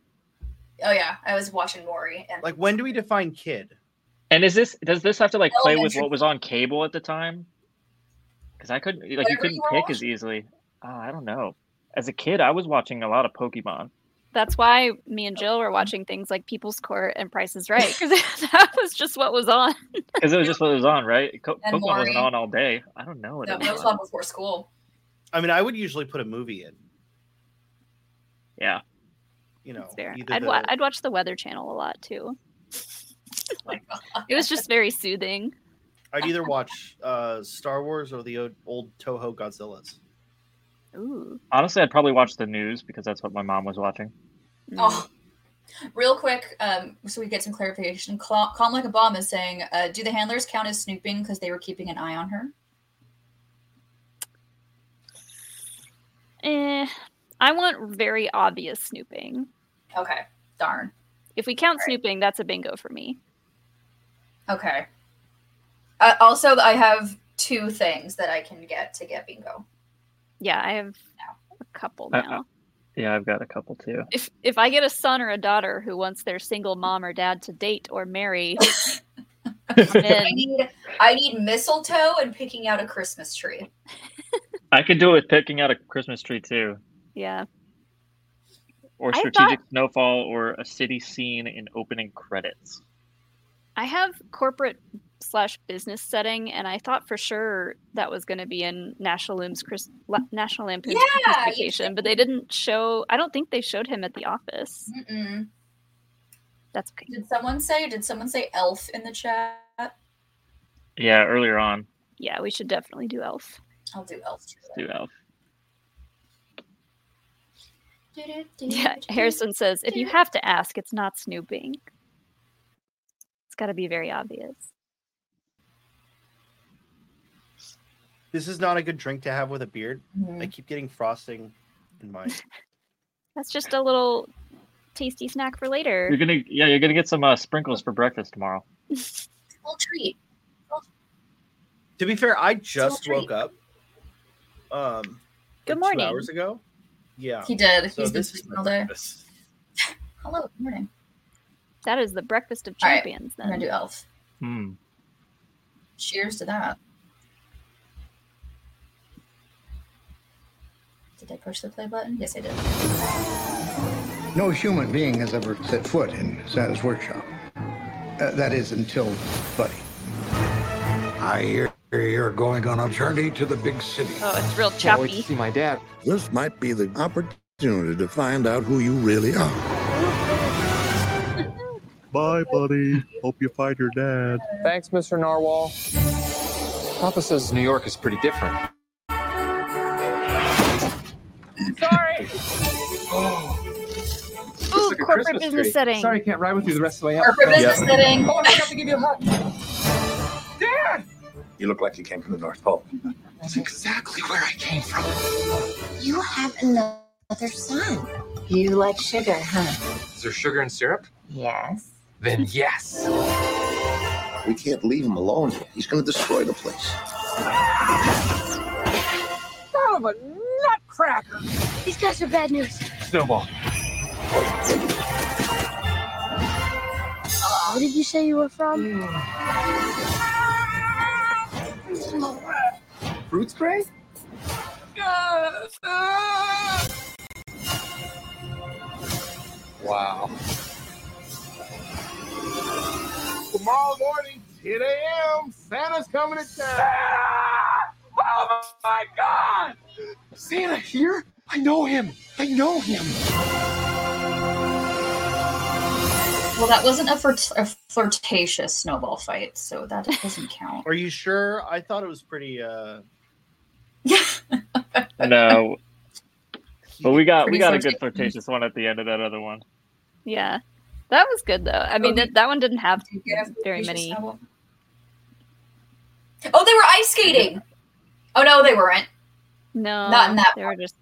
[SPEAKER 8] Oh yeah, I was watching Maury and
[SPEAKER 19] Like, when do we define kid?
[SPEAKER 7] And is this does this have to like play with
[SPEAKER 8] Elementary.
[SPEAKER 7] what was on cable at the time? Because I couldn't like you
[SPEAKER 8] Whatever
[SPEAKER 7] couldn't
[SPEAKER 8] you were
[SPEAKER 7] pick as easily. Oh, I don't know. As a kid, I was watching a lot of Pokemon.
[SPEAKER 2] That's why me and Jill were watching things like People's Court and Price is Right because that was just what was on.
[SPEAKER 19] Oh,
[SPEAKER 7] Because it was just what was on, right? Co-
[SPEAKER 2] And
[SPEAKER 7] Pokemon wasn't
[SPEAKER 2] Maury.
[SPEAKER 7] on all day. I don't know what
[SPEAKER 8] no,
[SPEAKER 7] it
[SPEAKER 8] that
[SPEAKER 7] was
[SPEAKER 8] was
[SPEAKER 7] on.
[SPEAKER 8] on before school.
[SPEAKER 19] I mean, I would usually put a movie in.
[SPEAKER 7] Yeah.
[SPEAKER 19] You know,
[SPEAKER 2] Fair.
[SPEAKER 19] either
[SPEAKER 2] I'd,
[SPEAKER 19] the,
[SPEAKER 2] wa- I'd watch the Weather Channel a lot too. it was just very soothing.
[SPEAKER 19] I'd either watch uh, Star Wars or the old, old Toho Godzillas.
[SPEAKER 2] Ooh.
[SPEAKER 7] Honestly, I'd probably watch the news because that's what my mom was watching.
[SPEAKER 2] Mm.
[SPEAKER 8] Oh, real quick, um, so we get some clarification. Cla- Calm like a bomb is saying, uh, do the handlers count as snooping because they were keeping an eye on her?
[SPEAKER 2] Eh, I want very obvious snooping.
[SPEAKER 8] Okay, darn.
[SPEAKER 2] If we count snooping, that's a bingo for me.
[SPEAKER 8] Okay. Uh, also, I have two things that I can get to get bingo.
[SPEAKER 2] Yeah, I have a couple
[SPEAKER 7] I- I-
[SPEAKER 2] now.
[SPEAKER 7] yeah, I've got a couple too.
[SPEAKER 2] If if I get a son or a daughter who wants their single mom or dad to date or marry, I'm
[SPEAKER 8] I
[SPEAKER 2] in.
[SPEAKER 8] need I need mistletoe and picking out a Christmas tree.
[SPEAKER 7] I could do it with picking out a Christmas tree too,
[SPEAKER 2] yeah.
[SPEAKER 7] or
[SPEAKER 2] I
[SPEAKER 7] strategic snowfall, or a city scene in opening credits.
[SPEAKER 2] I have corporate slash business setting, and I thought for sure that was going to be in National Lampoon's Chris, La- National Lampoon's
[SPEAKER 8] Yeah, you
[SPEAKER 2] Christmas Vacation, but they didn't show. I don't think they showed him at the office.
[SPEAKER 8] Mm-mm.
[SPEAKER 2] That's okay.
[SPEAKER 8] Did someone say? Did someone say elf in the chat?
[SPEAKER 7] Yeah, earlier on,
[SPEAKER 2] Yeah, we should definitely do Elf.
[SPEAKER 8] I'll do elf.
[SPEAKER 7] do Elf.
[SPEAKER 2] Yeah, Harrison says if you have to ask, it's not snooping. It's got to be very obvious.
[SPEAKER 19] This is not a good drink to have with a beard.
[SPEAKER 8] Mm-hmm.
[SPEAKER 19] I keep getting frosting in my.
[SPEAKER 2] That's just a little tasty snack for later.
[SPEAKER 7] You're gonna, yeah, you're gonna get some uh, sprinkles for breakfast tomorrow.
[SPEAKER 2] Little treat.
[SPEAKER 19] To be fair, I just woke up. Um,
[SPEAKER 8] Good
[SPEAKER 19] like, two
[SPEAKER 8] morning.
[SPEAKER 19] hours ago. Yeah,
[SPEAKER 8] He did.
[SPEAKER 19] So
[SPEAKER 8] He's been
[SPEAKER 19] this is
[SPEAKER 8] sleeping all day.
[SPEAKER 19] breakfast.
[SPEAKER 8] Hello, good morning.
[SPEAKER 2] That is the breakfast of
[SPEAKER 8] All right,
[SPEAKER 2] champions.
[SPEAKER 8] I'm gonna
[SPEAKER 2] then.
[SPEAKER 8] do elf.
[SPEAKER 7] Hmm.
[SPEAKER 8] Cheers to that. Did I push the play button? Yes, I did.
[SPEAKER 21] No human being has ever set foot in Santa's workshop. Uh, that is until Buddy.
[SPEAKER 11] I hear you're going on a journey to the big city.
[SPEAKER 2] Oh, it's real
[SPEAKER 11] Can't wait to
[SPEAKER 2] choppy.
[SPEAKER 11] see my dad.
[SPEAKER 16] This might be the opportunity to find out who you really are.
[SPEAKER 22] Bye, buddy. Hope you find your dad.
[SPEAKER 20] Thanks, Mr. Narwhal. Papa says New York is pretty different.
[SPEAKER 5] Sorry.
[SPEAKER 2] Ooh,
[SPEAKER 20] like a
[SPEAKER 2] corporate
[SPEAKER 20] Christmas
[SPEAKER 2] business
[SPEAKER 20] tree.
[SPEAKER 2] setting.
[SPEAKER 20] Sorry, I can't ride with you the rest of the way up.
[SPEAKER 8] Corporate business
[SPEAKER 20] Yeah.
[SPEAKER 8] setting.
[SPEAKER 20] Oh, I have to give you a hug. Dad! You look like you came from the North Pole. That's exactly where I came from.
[SPEAKER 15] You have another son. You like sugar, huh?
[SPEAKER 20] Is there sugar and syrup?
[SPEAKER 15] Yes.
[SPEAKER 20] Then yes.
[SPEAKER 11] We can't leave him alone. He's going to destroy the place.
[SPEAKER 15] Son of a nutcracker! These guys are bad news.
[SPEAKER 20] Snowball.
[SPEAKER 15] Where did you say you were from?
[SPEAKER 20] Fruit spray? Wow.
[SPEAKER 12] Tomorrow morning, 10 a.m., Santa's coming to town. Oh my God!
[SPEAKER 20] Santa here? I know him. I know him.
[SPEAKER 8] Well, that wasn't a, flirt- a flirtatious snowball fight, so that doesn't count.
[SPEAKER 19] Are you sure? I thought it was pretty. uh
[SPEAKER 7] No, but we got
[SPEAKER 2] Pretty
[SPEAKER 7] we got a
[SPEAKER 2] flirtatious.
[SPEAKER 7] good flirtatious one at the end of that other one.
[SPEAKER 2] Yeah, that was good though. I
[SPEAKER 8] Um,
[SPEAKER 2] mean, that, that one didn't have very
[SPEAKER 8] Flirtatious
[SPEAKER 2] many.
[SPEAKER 8] snowball. Oh, they were ice skating. Oh no, they weren't.
[SPEAKER 2] No,
[SPEAKER 8] Not in that
[SPEAKER 2] They were just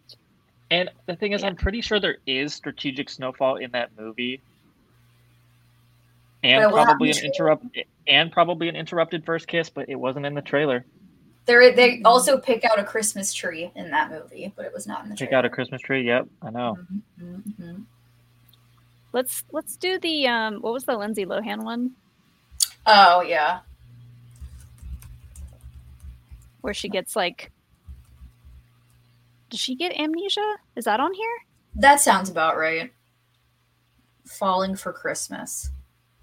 [SPEAKER 7] And the thing is, I'm pretty sure there is strategic snowfall in that movie, and
[SPEAKER 8] But it wasn't
[SPEAKER 7] probably
[SPEAKER 8] in
[SPEAKER 7] an
[SPEAKER 8] the
[SPEAKER 7] interrupt and probably an interrupted first kiss, but it wasn't in the trailer.
[SPEAKER 8] They they also pick out a Christmas tree in that movie, but it was not in the
[SPEAKER 7] Pick out a Christmas tree. Yep, I know.
[SPEAKER 8] Mhm.
[SPEAKER 2] let's let's do the um. What was the Lindsay Lohan one
[SPEAKER 8] Oh yeah.
[SPEAKER 2] where she gets like? Does she get amnesia? Is that on here?
[SPEAKER 8] That sounds about right. Falling for Christmas.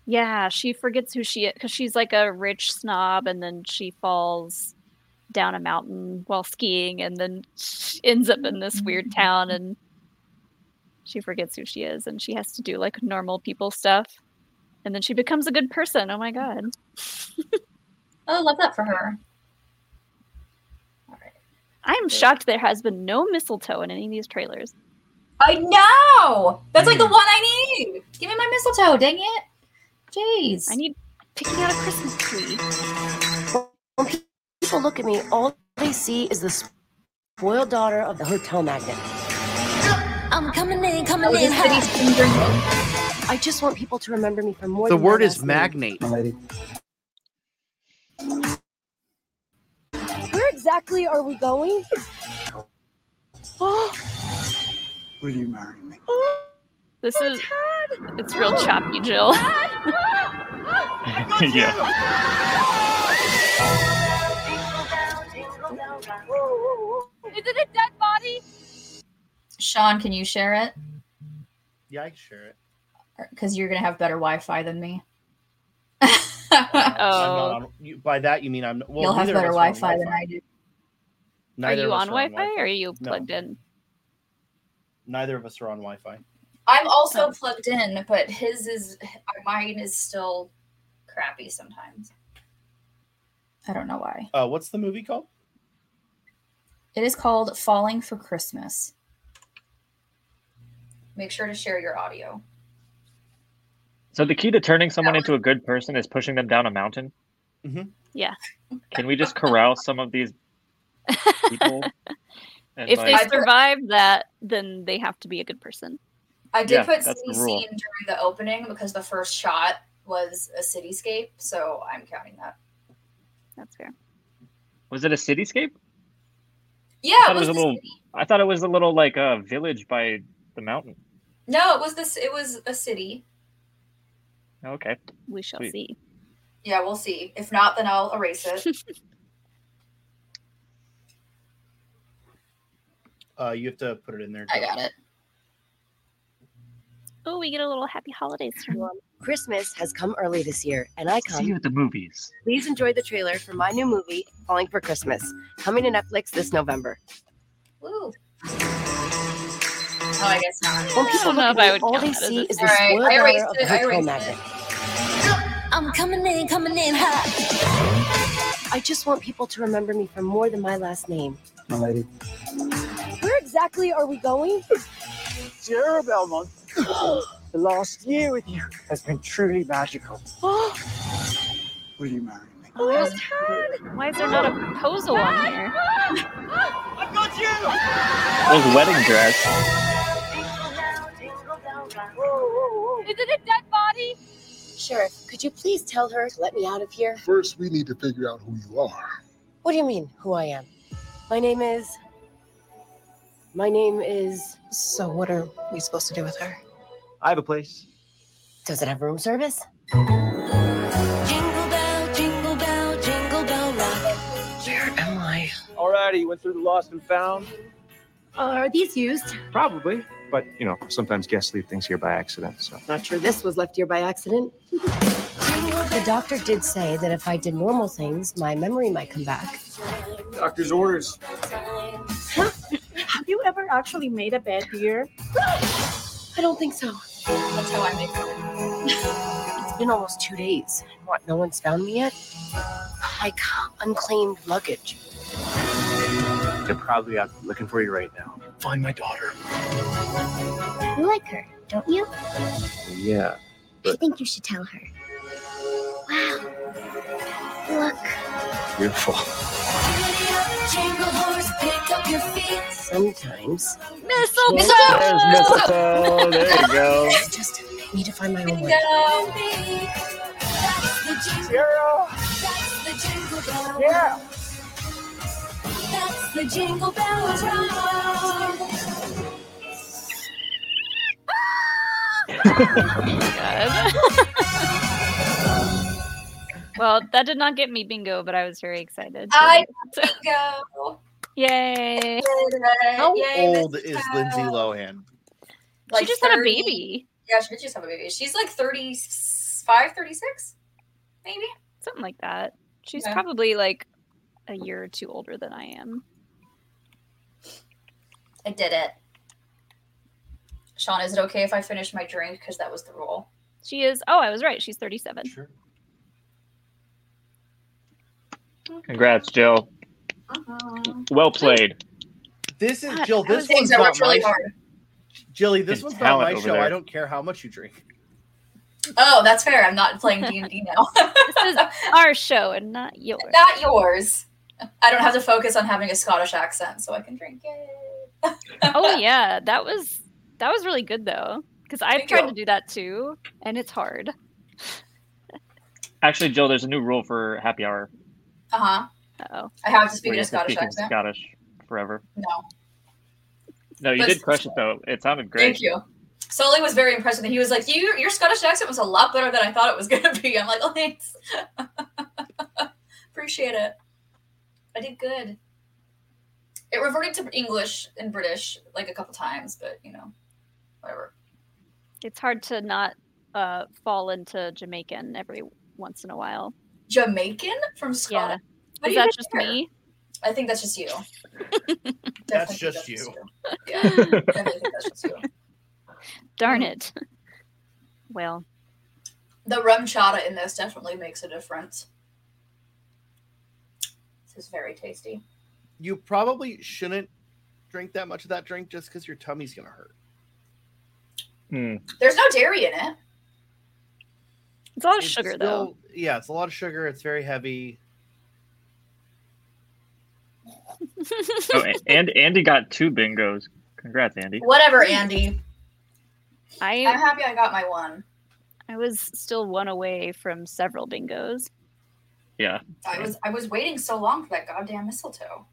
[SPEAKER 2] Yeah, she forgets who she is because she's like a rich snob, and then she falls down a mountain while skiing, and then she ends up in this weird town, and she forgets who she is, and she has to do like normal people stuff, and then she becomes a good person. Oh my god!
[SPEAKER 8] Oh, love that for her.
[SPEAKER 2] I am shocked there has been no mistletoe in any of these trailers.
[SPEAKER 8] I know. That's like the one I need. Give me my mistletoe. Dang it. Jeez. I
[SPEAKER 2] need picking out a Christmas tree.
[SPEAKER 23] People look at me, all they see is the spoiled daughter of the hotel magnate. I'm coming in,
[SPEAKER 10] Oh,
[SPEAKER 23] coming in. hot. I just want people to remember me for more
[SPEAKER 19] The
[SPEAKER 23] than my
[SPEAKER 19] word is
[SPEAKER 23] last name.
[SPEAKER 19] magnate.
[SPEAKER 23] exactly are we going? Oh,
[SPEAKER 21] Will you marry me?
[SPEAKER 2] This is it's real choppy, Jill.
[SPEAKER 7] yeah.
[SPEAKER 1] Is it a dead body?
[SPEAKER 8] Sean, can you share it?
[SPEAKER 19] Yeah, I can share it.
[SPEAKER 8] Because you're gonna have better Wi-Fi than me.
[SPEAKER 19] I'm not on, you, by that you mean I'm. Well,
[SPEAKER 8] Oh. You'll have
[SPEAKER 19] neither of
[SPEAKER 8] better
[SPEAKER 19] us are
[SPEAKER 8] Wi-Fi,
[SPEAKER 19] on
[SPEAKER 8] than I do.
[SPEAKER 19] Neither
[SPEAKER 2] are
[SPEAKER 19] of
[SPEAKER 2] you
[SPEAKER 19] us
[SPEAKER 2] on Wi-Fi, or are you
[SPEAKER 19] No.
[SPEAKER 2] plugged in?
[SPEAKER 19] Neither of us are on Wi-Fi.
[SPEAKER 8] I'm also plugged in, but his is mine is still crappy sometimes. I don't know why.
[SPEAKER 19] Uh, what's the movie called?
[SPEAKER 8] It is called Falling for Christmas. Make sure to share your audio.
[SPEAKER 7] So the key to turning someone into a good person is pushing them down a mountain. Mm-hmm.
[SPEAKER 2] Yeah.
[SPEAKER 7] Can we just corral some of these people? And,
[SPEAKER 2] if
[SPEAKER 7] like-
[SPEAKER 2] they survive that, then they have to be a good person.
[SPEAKER 8] I did
[SPEAKER 7] Yeah,
[SPEAKER 8] put
[SPEAKER 7] that's the
[SPEAKER 8] city
[SPEAKER 7] rule.
[SPEAKER 8] scene during the opening because the first shot was a cityscape, so I'm counting that.
[SPEAKER 2] That's fair.
[SPEAKER 7] was it a cityscape?
[SPEAKER 8] Yeah,
[SPEAKER 7] I thought
[SPEAKER 8] it was,
[SPEAKER 7] a
[SPEAKER 8] the,
[SPEAKER 7] little. I thought it was a little like a village by the mountain.
[SPEAKER 8] no, it was this. It was a city.
[SPEAKER 7] Okay.
[SPEAKER 2] We shall
[SPEAKER 7] Sweet.
[SPEAKER 2] see.
[SPEAKER 8] Yeah, we'll see. If not, then I'll erase it.
[SPEAKER 19] Uh, you have to put it in there.
[SPEAKER 8] I got it.
[SPEAKER 2] Oh, we get a little happy holidays from
[SPEAKER 23] Christmas has come early this year, and I come.
[SPEAKER 7] See you at the movies.
[SPEAKER 23] Please enjoy the trailer for my new movie, Falling for Christmas, coming to Netflix this November.
[SPEAKER 8] Woo. Oh, I guess not.
[SPEAKER 23] When people look at me, all they
[SPEAKER 8] count that as
[SPEAKER 23] see
[SPEAKER 8] a-
[SPEAKER 23] is the
[SPEAKER 8] All right,
[SPEAKER 23] spoiled
[SPEAKER 8] I erased
[SPEAKER 23] daughter of the
[SPEAKER 8] it, I
[SPEAKER 23] hotel
[SPEAKER 8] erased
[SPEAKER 23] magnet.
[SPEAKER 15] I'm coming in, coming in hot.
[SPEAKER 23] I just want people to remember me for more than my last name.
[SPEAKER 21] My lady.
[SPEAKER 23] Where exactly are we going?
[SPEAKER 21] Sierra Belmont, the last year with you has been truly magical. Will you marry me?
[SPEAKER 23] Oh,
[SPEAKER 2] Where's Why is there not a proposal on here?
[SPEAKER 1] I've got you!
[SPEAKER 7] Those wedding dress.
[SPEAKER 1] Is it a dead body?
[SPEAKER 23] Sheriff, could you please tell her to let me out of here?
[SPEAKER 3] First, we need to figure out who you are.
[SPEAKER 23] What do you mean, who I am? My name is. My name is. So, what are we supposed to do with her?
[SPEAKER 6] I have a place.
[SPEAKER 23] Does it have room service?
[SPEAKER 15] Jingle bell, jingle bell, jingle bell rock.
[SPEAKER 6] Where am I? Alrighty, went through the lost and found.
[SPEAKER 23] Are these used?
[SPEAKER 6] Probably. But, you know, sometimes guests leave things here by accident, so.
[SPEAKER 23] Not sure this was left here by accident. the doctor did say that if I did normal things, my memory might come back.
[SPEAKER 6] Doctor's orders.
[SPEAKER 23] Have you ever actually made a bed here? I don't think so.
[SPEAKER 8] That's how I make it.
[SPEAKER 23] It's been almost two days. What, no one's found me yet? Like unclaimed luggage.
[SPEAKER 6] They're probably out looking for you right now. Find my daughter.
[SPEAKER 15] You like her, don't you?
[SPEAKER 6] Yeah.
[SPEAKER 15] I think you should tell her. Wow. Look.
[SPEAKER 6] Beautiful.
[SPEAKER 15] Jingle horse, pick up your feet.
[SPEAKER 23] Sometimes.
[SPEAKER 15] Mistletoe.
[SPEAKER 7] There's mistletoe. There you go.
[SPEAKER 23] I just need to find my own way.
[SPEAKER 15] Go. That's the jingle. That's the jingle bell. Yeah. That's the jingle bell rock.
[SPEAKER 2] Oh well, that did not get me bingo, but I was very excited.
[SPEAKER 8] I bingo.
[SPEAKER 2] Yay!
[SPEAKER 19] How
[SPEAKER 8] Yay,
[SPEAKER 19] old
[SPEAKER 8] Mrs.
[SPEAKER 19] is
[SPEAKER 8] Cow.
[SPEAKER 19] Lindsay Lohan?
[SPEAKER 8] Like
[SPEAKER 2] she just had a
[SPEAKER 8] 30
[SPEAKER 2] baby,
[SPEAKER 8] Yeah, she did just have a baby. She's like 35, 36, maybe.
[SPEAKER 2] something like that. She's
[SPEAKER 8] Yeah.
[SPEAKER 2] probably like a year or two older than I am.
[SPEAKER 8] I did it. Sean, is it okay if I finish my drink? Because that was the rule.
[SPEAKER 2] She is. Oh, I was right. She's 37.
[SPEAKER 7] Congrats, Jill.
[SPEAKER 19] Uh-huh.
[SPEAKER 7] Well played.
[SPEAKER 19] This is
[SPEAKER 8] God,
[SPEAKER 19] Jill.
[SPEAKER 8] that
[SPEAKER 19] This
[SPEAKER 8] was-
[SPEAKER 19] one's
[SPEAKER 8] Things I
[SPEAKER 19] not
[SPEAKER 8] worked really
[SPEAKER 19] my
[SPEAKER 8] hard.
[SPEAKER 19] Jilly. This
[SPEAKER 7] Freaking
[SPEAKER 19] one's not my
[SPEAKER 7] talent over
[SPEAKER 19] show.
[SPEAKER 7] there.
[SPEAKER 19] I don't care how much you drink.
[SPEAKER 8] Oh, that's fair. I'm not playing D and D now.
[SPEAKER 2] This is our show and not yours.
[SPEAKER 8] Not yours. I don't have to focus on having a Scottish accent, so I can drink it.
[SPEAKER 2] oh yeah, that was that was really good though, because I've
[SPEAKER 8] Thank
[SPEAKER 2] tried
[SPEAKER 8] you.
[SPEAKER 2] to do that too, and it's hard.
[SPEAKER 7] Actually, Jill, there's a new rule for happy hour.
[SPEAKER 8] Uh huh.
[SPEAKER 2] Oh,
[SPEAKER 8] I have to speak
[SPEAKER 7] Where
[SPEAKER 8] in
[SPEAKER 7] you
[SPEAKER 8] a
[SPEAKER 7] have
[SPEAKER 8] Scottish
[SPEAKER 7] to speak in
[SPEAKER 8] accent.
[SPEAKER 7] Scottish forever.
[SPEAKER 8] No.
[SPEAKER 7] No, you
[SPEAKER 8] But-
[SPEAKER 7] did crush it though. It sounded great.
[SPEAKER 8] Thank you. Sully was very impressed with it. He was like, "You, your Scottish accent was a lot better than I thought it was going to be." I'm like, "Oh, thanks. Appreciate it. I did good." It reverted to English and British like a couple times, but you know, whatever.
[SPEAKER 2] it's hard to not uh, fall into Jamaican every once in a while.
[SPEAKER 8] Jamaican from Scotland. How do
[SPEAKER 2] Is
[SPEAKER 8] you
[SPEAKER 2] that
[SPEAKER 8] get
[SPEAKER 2] just
[SPEAKER 8] there?
[SPEAKER 2] me?
[SPEAKER 8] I think that's just you.
[SPEAKER 19] That's just you.
[SPEAKER 8] Yeah, I think that's just you.
[SPEAKER 2] Darn
[SPEAKER 8] Mm-hmm.
[SPEAKER 2] it. Well,
[SPEAKER 8] The rum chata in this definitely makes a difference. This is very tasty.
[SPEAKER 19] You probably shouldn't drink that much of that drink just because your tummy's gonna hurt.
[SPEAKER 7] Hmm.
[SPEAKER 8] There's no dairy in it.
[SPEAKER 2] It's a lot
[SPEAKER 19] of
[SPEAKER 2] sugar,
[SPEAKER 19] though. Yeah, it's a lot of sugar. It's very heavy.
[SPEAKER 7] Oh, a- and Andy got two bingos. Congrats, Andy.
[SPEAKER 8] Whatever, Andy.
[SPEAKER 2] I
[SPEAKER 8] Mm. I'm happy I got my one.
[SPEAKER 2] I was still one away from several bingos.
[SPEAKER 7] Yeah.
[SPEAKER 8] I was I was waiting so long for that goddamn mistletoe.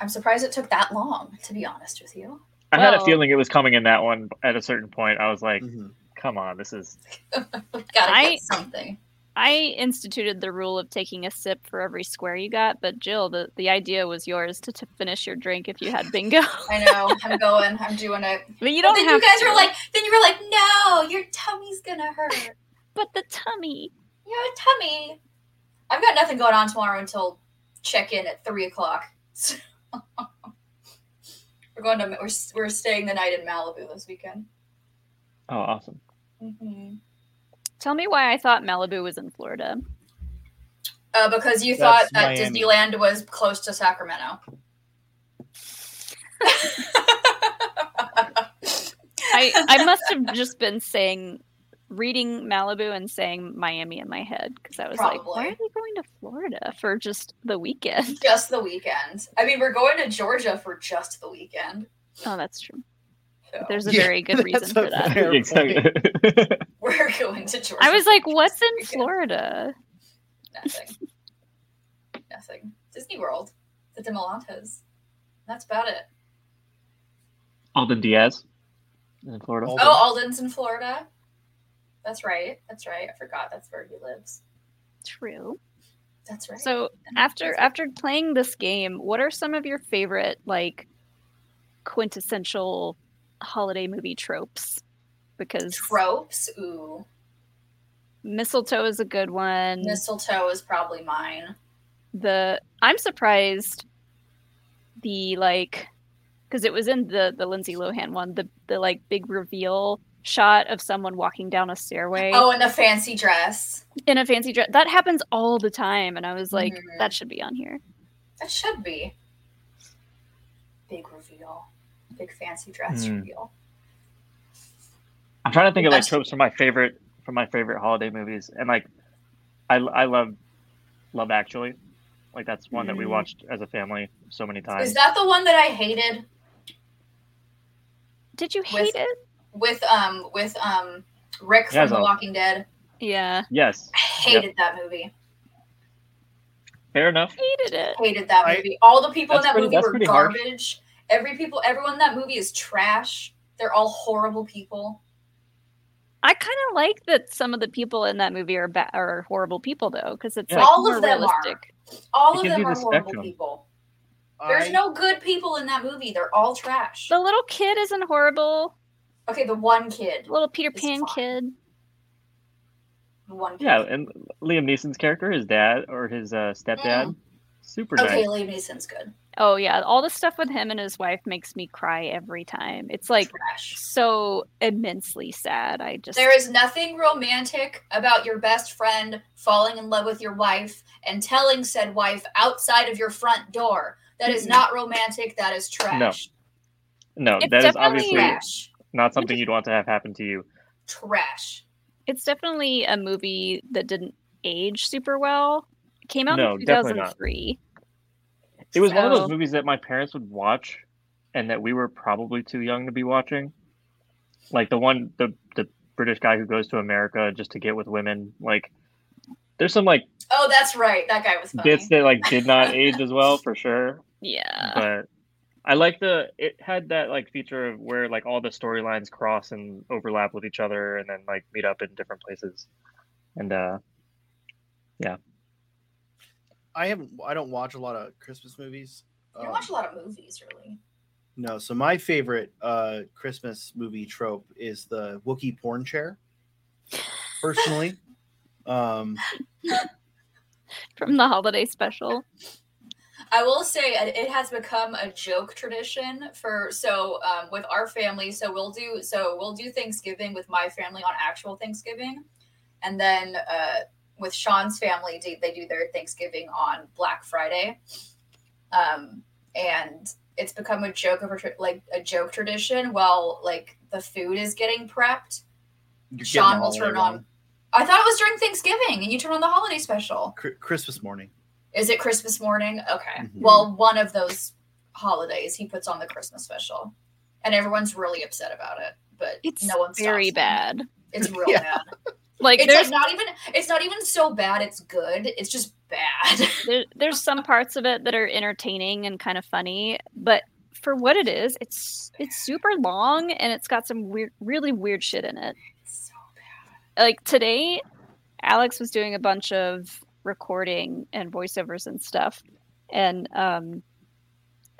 [SPEAKER 8] I'm surprised it took that long, to be honest with you.
[SPEAKER 7] I had a
[SPEAKER 8] Well-
[SPEAKER 7] feeling it was coming in that one at a certain point. I was like, come on, this is
[SPEAKER 8] Gotta
[SPEAKER 2] I-
[SPEAKER 8] get something.
[SPEAKER 2] I instituted the rule of taking a sip for every square you got, but Jill, the, the idea was yours to, to finish your drink if you had bingo.
[SPEAKER 8] I know. I'm going. I'm doing it.
[SPEAKER 2] But you
[SPEAKER 8] But
[SPEAKER 2] don't
[SPEAKER 8] then
[SPEAKER 2] have
[SPEAKER 8] you guys
[SPEAKER 2] to.
[SPEAKER 8] were like, then you were like, no, your tummy's gonna hurt.
[SPEAKER 2] but the tummy.
[SPEAKER 8] Your tummy. I've got nothing going on tomorrow until check in at three o'clock. So- we're going to we're, we're staying the night in Malibu this weekend.
[SPEAKER 7] oh awesome.
[SPEAKER 2] Mm-hmm.
[SPEAKER 8] hmm
[SPEAKER 2] Tell me why I thought Malibu was in Florida.
[SPEAKER 8] Uh, because you thought
[SPEAKER 2] That's
[SPEAKER 8] that
[SPEAKER 2] Miami.
[SPEAKER 8] Disneyland was close to Sacramento.
[SPEAKER 2] I, I must have just been saying, reading Malibu and saying Miami in my head because I was like, why
[SPEAKER 8] Probably.
[SPEAKER 2] are we going to Florida for just the weekend?
[SPEAKER 8] Just the weekend. I mean, we're going to Georgia for just the weekend.
[SPEAKER 2] Oh, that's true.
[SPEAKER 8] So-
[SPEAKER 2] There's a very good reason for that.
[SPEAKER 8] We're going to Georgia.
[SPEAKER 2] I was
[SPEAKER 8] for
[SPEAKER 2] like,
[SPEAKER 8] just
[SPEAKER 2] what's
[SPEAKER 8] the
[SPEAKER 2] in
[SPEAKER 8] weekend.
[SPEAKER 2] Florida?
[SPEAKER 8] Nothing. Nothing. Disney World. The Demolantes. That's about it.
[SPEAKER 7] Alden Diaz in Florida.
[SPEAKER 8] Oh, Alden's in Florida. That's right. That's right. I forgot. That's where he lives.
[SPEAKER 2] True.
[SPEAKER 8] That's right.
[SPEAKER 2] So after after playing this game, what are some of your favorite like quintessential holiday movie tropes? Because
[SPEAKER 8] tropes. Ooh,
[SPEAKER 2] mistletoe is a good one.
[SPEAKER 8] mistletoe is probably mine.
[SPEAKER 2] the I'm surprised the like because it was in the the Lindsay Lohan one the the like big reveal shot of someone walking down a stairway.
[SPEAKER 8] Oh, and the fancy dress.
[SPEAKER 2] in a fancy dress that happens all the time, and I was like,
[SPEAKER 8] Mm-hmm.
[SPEAKER 2] that should be on here.
[SPEAKER 8] That should be. Big reveal. Big fancy dress
[SPEAKER 7] Hmm.
[SPEAKER 8] reveal.
[SPEAKER 7] I'm trying to think of like tropes from my favorite from my favorite holiday movies, and like I I love Love Actually, like that's one that we
[SPEAKER 8] Mhm.
[SPEAKER 7] watched as a family so many times.
[SPEAKER 8] Is that the one that I hated?
[SPEAKER 2] Did you
[SPEAKER 8] hate
[SPEAKER 2] it?
[SPEAKER 8] With um with um Rick
[SPEAKER 7] Yeah,
[SPEAKER 8] from The
[SPEAKER 7] though.
[SPEAKER 8] Walking Dead.
[SPEAKER 2] Yeah.
[SPEAKER 7] yes,
[SPEAKER 8] I hated that movie.
[SPEAKER 7] fair enough.
[SPEAKER 2] Hated it.
[SPEAKER 8] Hated that
[SPEAKER 7] I-
[SPEAKER 8] movie. All the people in
[SPEAKER 7] That's
[SPEAKER 8] that
[SPEAKER 7] pretty-
[SPEAKER 8] movie
[SPEAKER 7] that's
[SPEAKER 8] were
[SPEAKER 7] pretty harsh.
[SPEAKER 8] garbage. Every people everyone in that movie is trash. They're all horrible people.
[SPEAKER 2] I kind of like that some of the people in that movie are ba- are horrible people though, because it's
[SPEAKER 8] Yeah.
[SPEAKER 2] like
[SPEAKER 8] All
[SPEAKER 2] more
[SPEAKER 8] of them are.
[SPEAKER 2] realistic.
[SPEAKER 8] All
[SPEAKER 2] It
[SPEAKER 8] of
[SPEAKER 2] gives
[SPEAKER 8] them
[SPEAKER 2] you
[SPEAKER 8] are
[SPEAKER 2] the
[SPEAKER 8] horrible
[SPEAKER 2] spectrum.
[SPEAKER 8] people. There's
[SPEAKER 2] I-
[SPEAKER 8] no good people in that movie. They're all trash.
[SPEAKER 2] The little kid isn't horrible.
[SPEAKER 8] Okay, the one kid.
[SPEAKER 2] Little Peter Pan kid.
[SPEAKER 8] The one kid.
[SPEAKER 7] Yeah, and Liam Neeson's character, his dad or his uh, stepdad, super
[SPEAKER 8] Oh. okay,
[SPEAKER 7] nice.
[SPEAKER 8] Liam Neeson's good.
[SPEAKER 2] Oh yeah, all the stuff with him and his wife makes me cry every time. It's like so immensely sad. I just
[SPEAKER 8] There is nothing romantic about your best friend falling in love with your wife and telling said wife outside of your front door. That is
[SPEAKER 2] Mhm.
[SPEAKER 8] not romantic. That is trash.
[SPEAKER 7] No, no,
[SPEAKER 2] It's
[SPEAKER 7] that is
[SPEAKER 2] definitely-
[SPEAKER 7] obviously
[SPEAKER 8] Trash.
[SPEAKER 7] not something you'd want to have happen to you.
[SPEAKER 8] Trash.
[SPEAKER 2] it's definitely a movie that didn't age super well. It came out
[SPEAKER 7] No,
[SPEAKER 2] in
[SPEAKER 7] definitely not.
[SPEAKER 2] 2003.
[SPEAKER 7] It was one of
[SPEAKER 2] So-
[SPEAKER 7] those movies that my parents would watch, and that we were probably too young to be watching. Like the one, the the British guy who goes to America just to get with women. Like There's some like
[SPEAKER 8] Oh, that's right. That guy was funny.
[SPEAKER 7] bits that like did not age as well for sure.
[SPEAKER 8] Yeah.
[SPEAKER 2] Uh.
[SPEAKER 7] but I like the it had that like feature of where like all the storylines cross and overlap with each other and then like meet up in different places. And uh yeah.
[SPEAKER 19] I haven't. I don't watch a lot of Christmas movies.
[SPEAKER 8] You
[SPEAKER 19] Um,
[SPEAKER 8] watch a lot of movies, really.
[SPEAKER 19] No, so my favorite uh, Christmas movie trope is the Wookiee porn chair. Personally, um,
[SPEAKER 2] from the holiday special.
[SPEAKER 8] I will say it it has become a joke tradition for so um, with our family. So we'll do so we'll do Thanksgiving with my family on actual Thanksgiving, and then uh, with Sean's family do, they do their Thanksgiving on Black Friday, um, and it's become a joke of a tra- like a joke tradition. While like the food is getting prepped,
[SPEAKER 19] you're getting
[SPEAKER 8] Sean
[SPEAKER 19] it
[SPEAKER 8] will
[SPEAKER 19] all the way
[SPEAKER 8] turn
[SPEAKER 19] wrong.
[SPEAKER 8] on. I thought it was during Thanksgiving, and you turn on the holiday special.
[SPEAKER 19] Cr- Christmas morning.
[SPEAKER 8] Is it Christmas morning? Okay.
[SPEAKER 19] Mhm.
[SPEAKER 8] Well, one of those holidays he puts on the Christmas special, and everyone's really upset about it. But
[SPEAKER 2] It's
[SPEAKER 8] no one's
[SPEAKER 2] very bad.
[SPEAKER 8] It's real bad.
[SPEAKER 2] Like
[SPEAKER 8] it's
[SPEAKER 2] there's
[SPEAKER 8] like not even it's not even so bad. It's good. It's just bad.
[SPEAKER 2] there, there's some parts of it that are entertaining and kind of funny, but for what it is, it's it's super long and it's got some weird, really weird shit in it. Like today, Alex was doing a bunch of recording and voiceovers and stuff, and um,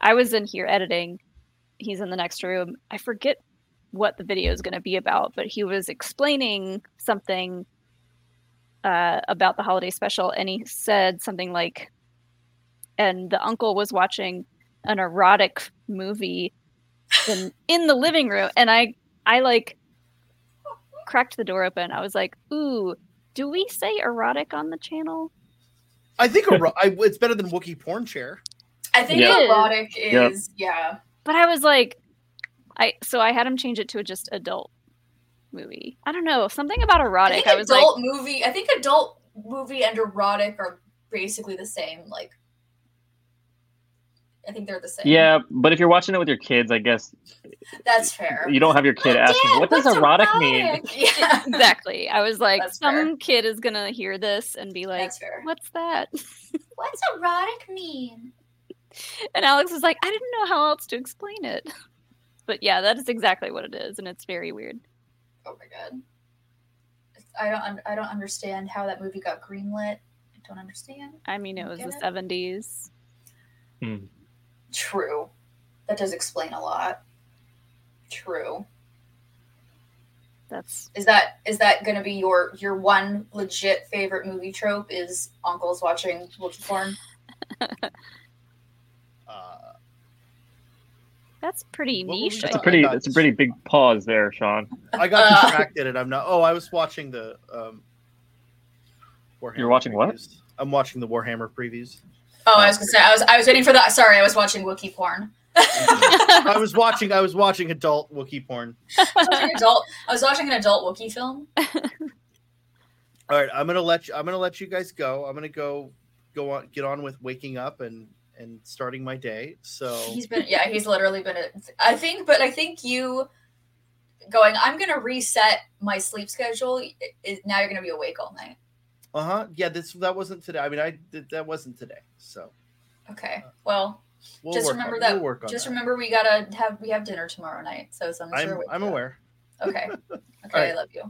[SPEAKER 2] I was in here editing. He's in the next room. I forget what the video is going to be about, but he was explaining something uh, about the holiday special, and he said something like, and the uncle was watching an erotic movie in, in the living room, and I, I like cracked the door open. I was like, ooh, do we say erotic on the channel?
[SPEAKER 19] I think ero- I, it's better than Wookiee porn chair.
[SPEAKER 8] I
[SPEAKER 2] think Yeah. erotic
[SPEAKER 19] Yep.
[SPEAKER 8] is- yeah.
[SPEAKER 2] But I was like, I so I had him change it to a just adult movie. I don't know something about
[SPEAKER 8] I
[SPEAKER 2] erotic.
[SPEAKER 8] think
[SPEAKER 2] I, was like,
[SPEAKER 8] adult movie. I think adult movie and erotic are basically the same. Like, I think they're the same.
[SPEAKER 7] Yeah, but if you're watching it with your kids, I guess
[SPEAKER 8] that's fair. Oh,
[SPEAKER 7] you don't have your kid asking, "What does erotic mean?"
[SPEAKER 8] Yeah.
[SPEAKER 2] exactly. I was like, some kid is gonna hear this and be like, "What's that?"
[SPEAKER 8] What's erotic mean?
[SPEAKER 2] And Alex was like, "I didn't know how else to explain it." But yeah, that is exactly what it is, and it's very weird.
[SPEAKER 8] Oh my god. I don't. un- I don't understand how that movie got greenlit. I don't understand.
[SPEAKER 2] I mean, it was the
[SPEAKER 8] Get it?
[SPEAKER 2] seventies.
[SPEAKER 8] True. That does explain a lot. True.
[SPEAKER 2] That's
[SPEAKER 8] Is that is that going to be your your one legit favorite movie trope? Is uncles watching Wookiee porn?
[SPEAKER 19] Uh,
[SPEAKER 2] that's pretty niche.
[SPEAKER 7] That's
[SPEAKER 2] I
[SPEAKER 7] a pretty
[SPEAKER 2] guess.
[SPEAKER 7] that's a pretty big pause there, Sean.
[SPEAKER 19] I got distracted and I'm not. Oh, I was watching the. Um, Warhammer
[SPEAKER 7] You're watching what?
[SPEAKER 19] previews. I'm watching the Warhammer previews.
[SPEAKER 8] Oh, I was going to say I was I was waiting for that. Sorry, I was watching Wookiee porn.
[SPEAKER 19] I was watching. I was watching adult Wookiee porn.
[SPEAKER 8] I was watching adult. I was watching an adult Wookiee film.
[SPEAKER 19] All right, I'm gonna let you. I'm gonna let you guys go. I'm gonna go, go on, get on with waking up and and starting my day. So
[SPEAKER 8] He's been yeah, he's literally been. A, I think, but I think you going. I'm going to reset my sleep schedule. i- i- now you're going to be awake all night.
[SPEAKER 19] Uh huh. Yeah, this that wasn't today. I mean, I did, that wasn't today. So
[SPEAKER 8] Okay. Well,
[SPEAKER 19] We'll
[SPEAKER 8] just
[SPEAKER 19] work
[SPEAKER 8] remember
[SPEAKER 19] on-
[SPEAKER 8] that.
[SPEAKER 19] we'll work on
[SPEAKER 8] just
[SPEAKER 19] Uh, that.
[SPEAKER 8] remember we gotta have we have dinner tomorrow night. So as long as
[SPEAKER 19] I'm
[SPEAKER 8] you're awake.
[SPEAKER 19] I'm aware.
[SPEAKER 8] Okay. Okay. I
[SPEAKER 19] right.
[SPEAKER 8] love you.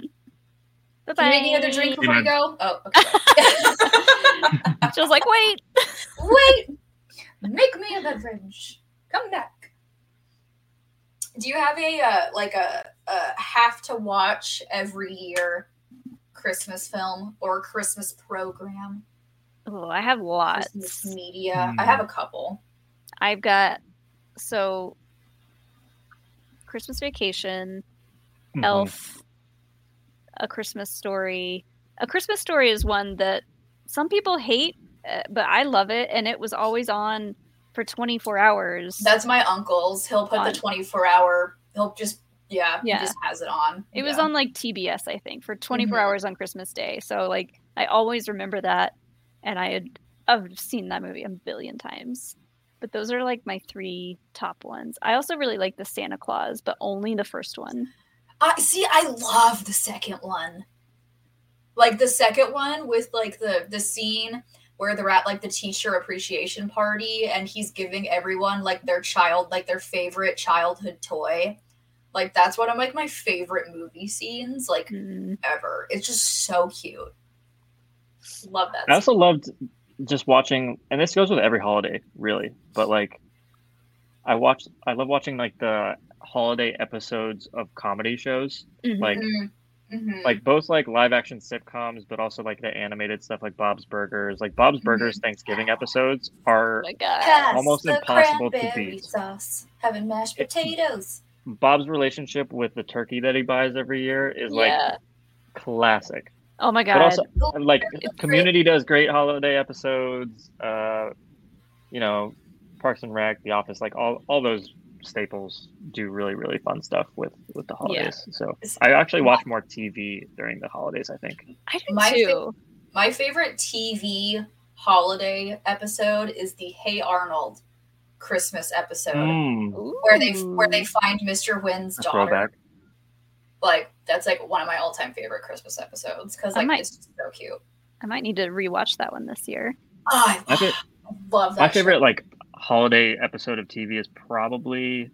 [SPEAKER 2] Bye
[SPEAKER 8] Can
[SPEAKER 2] bye.
[SPEAKER 8] you make another drink
[SPEAKER 19] Hey,
[SPEAKER 8] before you
[SPEAKER 19] man.
[SPEAKER 8] go? Oh, okay.
[SPEAKER 2] she was like, wait,
[SPEAKER 8] wait, make me a beverage. Come back. Do you have a uh, like a, a have to watch every year Christmas film or Christmas program?
[SPEAKER 2] Oh, I have lots.
[SPEAKER 8] Christmas media. I have a couple.
[SPEAKER 2] I've got so Christmas Vacation,
[SPEAKER 7] Mm-hmm.
[SPEAKER 8] Mhm.
[SPEAKER 2] Elf, A Christmas Story. A Christmas Story is one that some people hate, uh, but I love it, and it was always on for 24 hours.
[SPEAKER 8] That's my uncle's. He'll put the
[SPEAKER 2] On.
[SPEAKER 8] 24 hour. He'll just yeah,
[SPEAKER 2] Yeah.
[SPEAKER 8] he just has it on.
[SPEAKER 2] It was
[SPEAKER 8] Yeah. Mm-hmm.
[SPEAKER 2] on like TBS, I think, for 24 hours on Christmas Day. So like I always remember that, and I had I've seen that movie a billion times. But those are like my three top ones. I also really like the Santa Claus, but only the first one.
[SPEAKER 8] I see. I love the second one. Like the second one with like the the scene where they're at like the teacher appreciation party and he's giving everyone like their child like their favorite childhood toy. Like that's one of like my favorite movie scenes like
[SPEAKER 2] Mm. Mm-hmm.
[SPEAKER 8] ever. It's just so cute. Love that.
[SPEAKER 7] I also loved just watching, and this goes with every holiday, really. But like, I watch, I love watching like the holiday episodes of comedy shows,
[SPEAKER 2] Mm-hmm.
[SPEAKER 7] like
[SPEAKER 8] Mm, mm-hmm.
[SPEAKER 15] Mhm.
[SPEAKER 7] like both like live action sitcoms, but also like the animated stuff, like Bob's Burgers. Like Bob's Burgers Thanksgiving episodes
[SPEAKER 2] Oh
[SPEAKER 7] are
[SPEAKER 8] Pass
[SPEAKER 7] almost
[SPEAKER 8] the
[SPEAKER 7] impossible to
[SPEAKER 8] cranberry
[SPEAKER 7] beat.
[SPEAKER 8] Sauce, having mashed potatoes.
[SPEAKER 7] Bob's relationship with the turkey that he buys every year is like
[SPEAKER 8] Yeah.
[SPEAKER 7] classic.
[SPEAKER 2] Oh my
[SPEAKER 7] But also,
[SPEAKER 2] God.
[SPEAKER 7] and, like Community does great holiday episodes. Uh, you know, Parks and Rec, The Office, like all all those staples do really really fun stuff with with the holidays. So I actually watch more TV during the holidays. I think.
[SPEAKER 2] I do
[SPEAKER 8] my fa-
[SPEAKER 2] too.
[SPEAKER 8] my favorite TV holiday episode is the Hey Arnold Christmas episode
[SPEAKER 7] Mm.
[SPEAKER 8] where they where they find Mr. Wynn's
[SPEAKER 7] A
[SPEAKER 8] daughter.
[SPEAKER 7] throwback.
[SPEAKER 8] Like that's like one of my all time favorite Christmas episodes because
[SPEAKER 2] I
[SPEAKER 8] like
[SPEAKER 2] might-
[SPEAKER 8] it's just so cute.
[SPEAKER 2] I might need to rewatch that one this year.
[SPEAKER 8] Oh,
[SPEAKER 7] I think
[SPEAKER 8] love
[SPEAKER 7] my
[SPEAKER 8] that.
[SPEAKER 7] favorite like holiday episode of TV is probably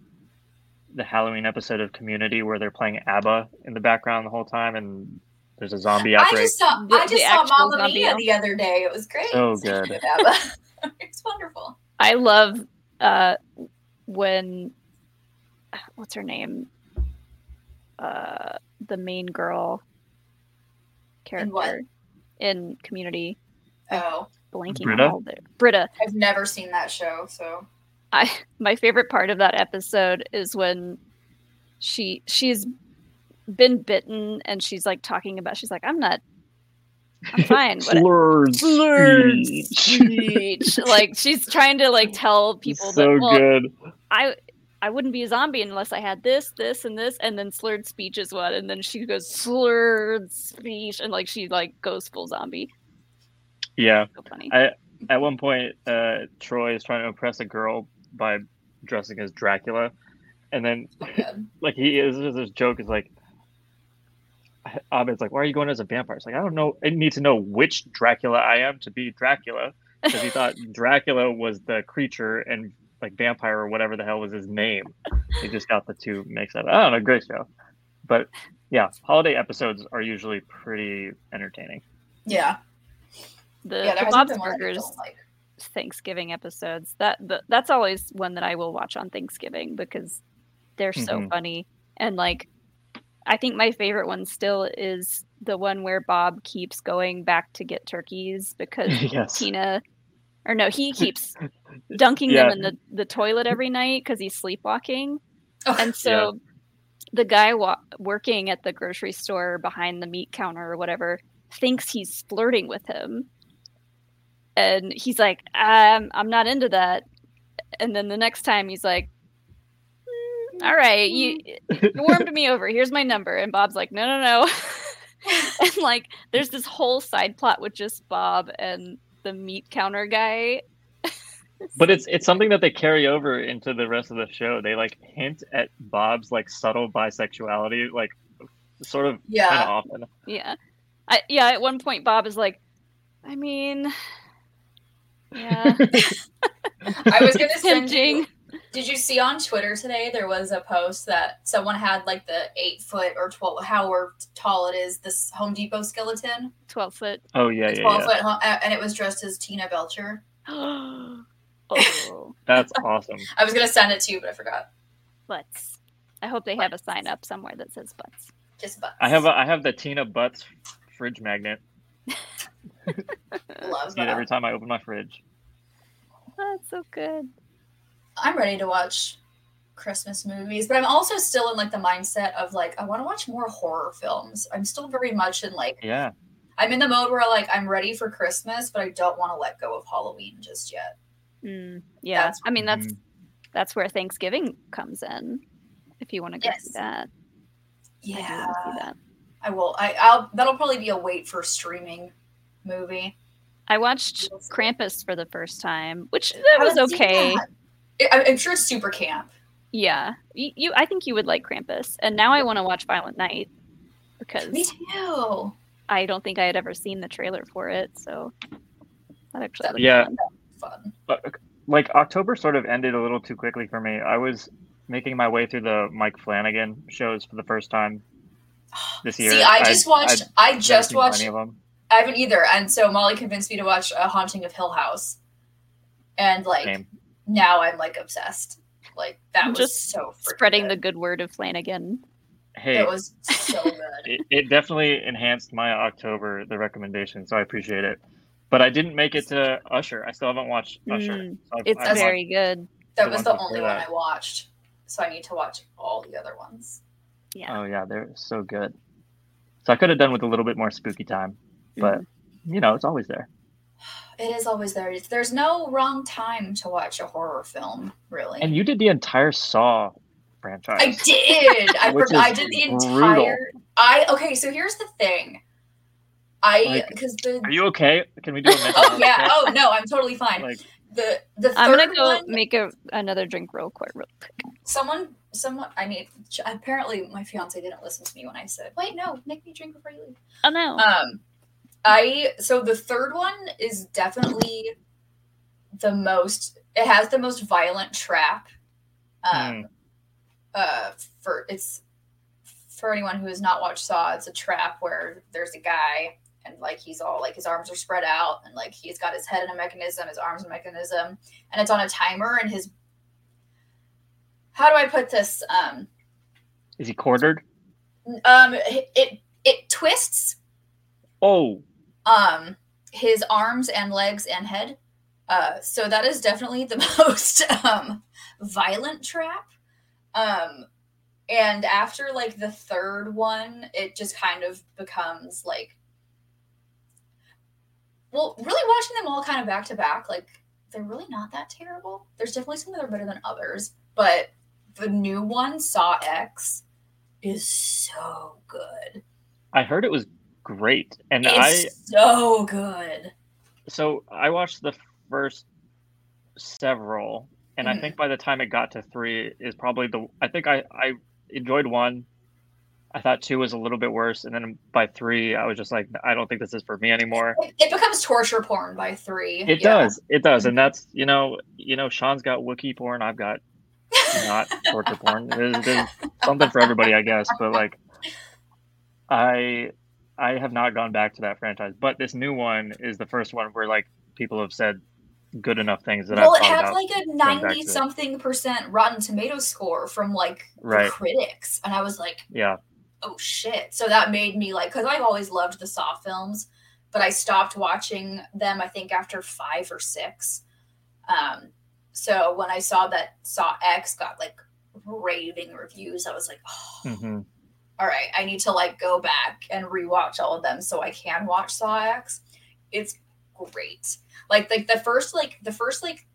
[SPEAKER 7] the Halloween episode of Community where they're playing ABBA in the background the whole time and there's a zombie
[SPEAKER 8] I
[SPEAKER 7] outbreak.
[SPEAKER 8] just saw
[SPEAKER 2] The-
[SPEAKER 8] I
[SPEAKER 2] the
[SPEAKER 8] just saw
[SPEAKER 2] actual
[SPEAKER 8] Mamma
[SPEAKER 2] zombie
[SPEAKER 8] Mia
[SPEAKER 2] one.
[SPEAKER 8] the other day. It was great.
[SPEAKER 7] So Oh, good.
[SPEAKER 8] it's wonderful.
[SPEAKER 2] I love uh, when what's her name? Uh, the main girl character in,
[SPEAKER 8] what?
[SPEAKER 2] Community.
[SPEAKER 8] Oh,
[SPEAKER 2] blanking
[SPEAKER 7] Britta?
[SPEAKER 2] on all the Britta.
[SPEAKER 8] I've never seen that show, so
[SPEAKER 2] I my favorite part of that episode is when she she's been bitten and she's like talking about she's like I'm not I'm fine what-
[SPEAKER 7] Slurred
[SPEAKER 2] slurred
[SPEAKER 7] speech.
[SPEAKER 2] speech. like she's trying to like tell people
[SPEAKER 7] so
[SPEAKER 2] that well,
[SPEAKER 7] good.
[SPEAKER 2] I I wouldn't be a zombie unless I had this, this, and this, and then slurred speech is what, and then she goes slurred speech, and like she like goes full zombie.
[SPEAKER 7] Yeah.
[SPEAKER 2] funny.
[SPEAKER 7] I at one point uh Troy is trying to impress a girl by dressing as Dracula and then like he is there's this joke is like Abed's like, why are you going as a vampire? It's like, I don't know. I need to know which Dracula I am to be Dracula. Because he thought Dracula was the creature and like vampire or whatever the hell was his name. He just got the two mixed up. I don't know. Great show. But yeah, holiday episodes are usually pretty entertaining.
[SPEAKER 8] yeah.
[SPEAKER 2] The,
[SPEAKER 8] Yeah, there
[SPEAKER 2] the
[SPEAKER 8] hasn't
[SPEAKER 2] Bob's
[SPEAKER 8] been one that I
[SPEAKER 2] Burgers
[SPEAKER 8] don't like.
[SPEAKER 2] Thanksgiving episodes that the, that's always one that I will watch on Thanksgiving because they're so
[SPEAKER 7] Mm-hmm.
[SPEAKER 8] Mhm.
[SPEAKER 2] funny and like I think my favorite one still is the one where Bob keeps going back to get turkeys because
[SPEAKER 7] Yes.
[SPEAKER 2] Tina or no he keeps dunking
[SPEAKER 7] Yeah.
[SPEAKER 2] them in the, the toilet every night because he's sleepwalking. And so the guy wa- working at the grocery store behind the meat counter or whatever thinks he's flirting with him. And he's like, um, I'm not into that. And then the next time he's like, "Mm, all right, you, you warmed me over. Here's my number. And Bob's like, no, no, no. and like, there's this whole side plot with just Bob and the meat counter guy
[SPEAKER 7] But it's it's something that they carry over into the rest of the show. They like hint at Bob's like subtle bisexuality, like sort of
[SPEAKER 2] Yeah.
[SPEAKER 7] kind of often.
[SPEAKER 2] Yeah. I, yeah, at one point Bob is like, I mean, yeah.
[SPEAKER 8] I was gonna send
[SPEAKER 2] Tempting.
[SPEAKER 8] you. Did you see on Twitter today there was a post that someone had like the eight foot or twelve, however tall it is, this Home Depot skeleton,
[SPEAKER 2] twelve foot,
[SPEAKER 7] Oh yeah, yeah,
[SPEAKER 8] twelve
[SPEAKER 7] yeah.
[SPEAKER 8] foot, hu- and it was dressed as Tina Belcher.
[SPEAKER 2] oh,
[SPEAKER 7] That's awesome.
[SPEAKER 8] I was gonna send it to you, but I forgot.
[SPEAKER 2] butts. I hope they have a sign up somewhere that says butts.
[SPEAKER 8] Just butts.
[SPEAKER 7] I have a, I have the Tina Butts fridge magnet.
[SPEAKER 8] Love
[SPEAKER 7] See it every time I open my fridge.
[SPEAKER 2] That's so good.
[SPEAKER 8] I'm ready to watch Christmas movies, but I'm also still in like the mindset of like I want to watch more horror films. I'm still very much in like
[SPEAKER 7] Yeah.
[SPEAKER 8] I'm in the mode where like I'm ready for Christmas, but I don't want to let go of Halloween just yet.
[SPEAKER 2] Mm, yeah. I mean, that's
[SPEAKER 8] Mm.
[SPEAKER 2] that's where Thanksgiving comes in. If you want to go see
[SPEAKER 8] Yes.
[SPEAKER 2] that, I do
[SPEAKER 8] Yeah,
[SPEAKER 2] wanna see that.
[SPEAKER 8] I will. I, I'll. That'll probably be a wait for streaming movie.
[SPEAKER 2] I watched Krampus for the first time, which that was
[SPEAKER 8] Haven't seen
[SPEAKER 2] okay.
[SPEAKER 8] that. I, I'm sure it's super camp.
[SPEAKER 2] Yeah, you, you. I think you would like Krampus, and now I want to watch Violent Night because
[SPEAKER 8] Me too.
[SPEAKER 2] I don't think I had ever seen the trailer for it, so that actually looked
[SPEAKER 7] yeah
[SPEAKER 2] fun.
[SPEAKER 7] Uh, like october sort of ended a little too quickly for me i was making my way through the mike flanagan shows for the first time this year
[SPEAKER 8] See, I just watched- I
[SPEAKER 7] I've
[SPEAKER 8] just
[SPEAKER 7] never seen
[SPEAKER 8] watched-
[SPEAKER 7] any of them
[SPEAKER 8] I haven't either, and so Molly convinced me to watch A Haunting of Hill House, and like
[SPEAKER 7] Same.
[SPEAKER 8] now I'm like obsessed. Like that
[SPEAKER 2] I'm
[SPEAKER 8] was
[SPEAKER 2] just
[SPEAKER 8] so
[SPEAKER 2] spreading the good word of Flanagan.
[SPEAKER 7] hey
[SPEAKER 8] it was so good.
[SPEAKER 7] it, it definitely enhanced my october the recommendation so i appreciate it but i didn't make it to usher i still haven't watched usher
[SPEAKER 2] Mm,
[SPEAKER 7] So I've-
[SPEAKER 2] it's
[SPEAKER 7] I've
[SPEAKER 2] very
[SPEAKER 7] watched-
[SPEAKER 2] good.
[SPEAKER 8] That
[SPEAKER 7] the
[SPEAKER 8] was
[SPEAKER 7] ones
[SPEAKER 8] the
[SPEAKER 7] before
[SPEAKER 8] only one
[SPEAKER 7] that.
[SPEAKER 8] I watched, so I need to watch all the other ones.
[SPEAKER 2] Yeah.
[SPEAKER 7] oh yeah they're so good so i could have done with a little bit more spooky time but
[SPEAKER 8] Mm-hmm.
[SPEAKER 7] you know it's always there
[SPEAKER 8] It is always there. It's- There's no wrong time to watch a horror film, really.
[SPEAKER 7] and you did the entire saw franchise
[SPEAKER 8] I did. I,
[SPEAKER 7] Which
[SPEAKER 8] for- I
[SPEAKER 7] is
[SPEAKER 8] did the
[SPEAKER 7] brutal.
[SPEAKER 8] entire. I okay. So here's the thing. I
[SPEAKER 7] Like,
[SPEAKER 8] because the
[SPEAKER 7] Are you okay? Can we do a mental
[SPEAKER 8] oh
[SPEAKER 7] health
[SPEAKER 8] yeah
[SPEAKER 7] check?
[SPEAKER 8] oh no I'm totally fine.
[SPEAKER 7] Like-
[SPEAKER 8] the the 3rd
[SPEAKER 2] I'm gonna go
[SPEAKER 8] one,
[SPEAKER 2] make a, another drink real quick. Real quick.
[SPEAKER 8] Someone, someone. I need. Apparently, my fiance didn't listen to me when I said, "Wait, no, make me drink before you leave."
[SPEAKER 2] Oh no.
[SPEAKER 8] Um, I so the third one is definitely the most. It has the most violent trap. Um, uh, for it's for anyone who has not watched Saw, it's a trap where there's a guy and like he's all like his arms are spread out and like he's got his head in a mechanism, his arms in a mechanism, and it's on a timer and his how do I put this? Um,
[SPEAKER 7] Is he quartered?
[SPEAKER 8] um, it it twists
[SPEAKER 7] Oh,
[SPEAKER 8] um his arms and legs and head. Uh, so that is definitely the most um violent trap. Um, and after like the third one, it just kind of becomes like, well, really watching them all kind of back to back, like they're really not that terrible. There's definitely some that are better than others, but the new one, Saw X, is so good.
[SPEAKER 7] I heard it was great, and I
[SPEAKER 8] It's so good.
[SPEAKER 7] so I watched the first several, and I
[SPEAKER 8] Mhm.
[SPEAKER 7] think by the time it got to three, is probably the I think I I enjoyed one. I thought two was a little bit worse, and then by three, I was just like, I don't think this is for me anymore.
[SPEAKER 8] It becomes torture porn by three.
[SPEAKER 7] It
[SPEAKER 8] Yeah.
[SPEAKER 7] does, it does, and that's you know, you know, Sean's got Wookiee porn, I've got not torture porn. There's, there's something for everybody, I guess, but like, I I have not gone back to that franchise, but this new one is the first one where like people have said good enough things that
[SPEAKER 8] well,
[SPEAKER 7] I've
[SPEAKER 8] it
[SPEAKER 7] thought
[SPEAKER 8] had
[SPEAKER 7] about
[SPEAKER 8] like a
[SPEAKER 7] going back to it.
[SPEAKER 8] ninety something percent Rotten Tomato score from like the
[SPEAKER 7] Right.
[SPEAKER 8] critics, and I was like,
[SPEAKER 7] Yeah,
[SPEAKER 8] "Oh shit!" So that made me like, because I've always loved the Saw films, but I stopped watching them. I think after five or six. Um, so when I saw that Saw X got like raving reviews, I was like, oh,
[SPEAKER 7] hmm
[SPEAKER 8] all right, I need to like go back and rewatch all of them so I can watch Saw X. It's great. Like like the first like the first like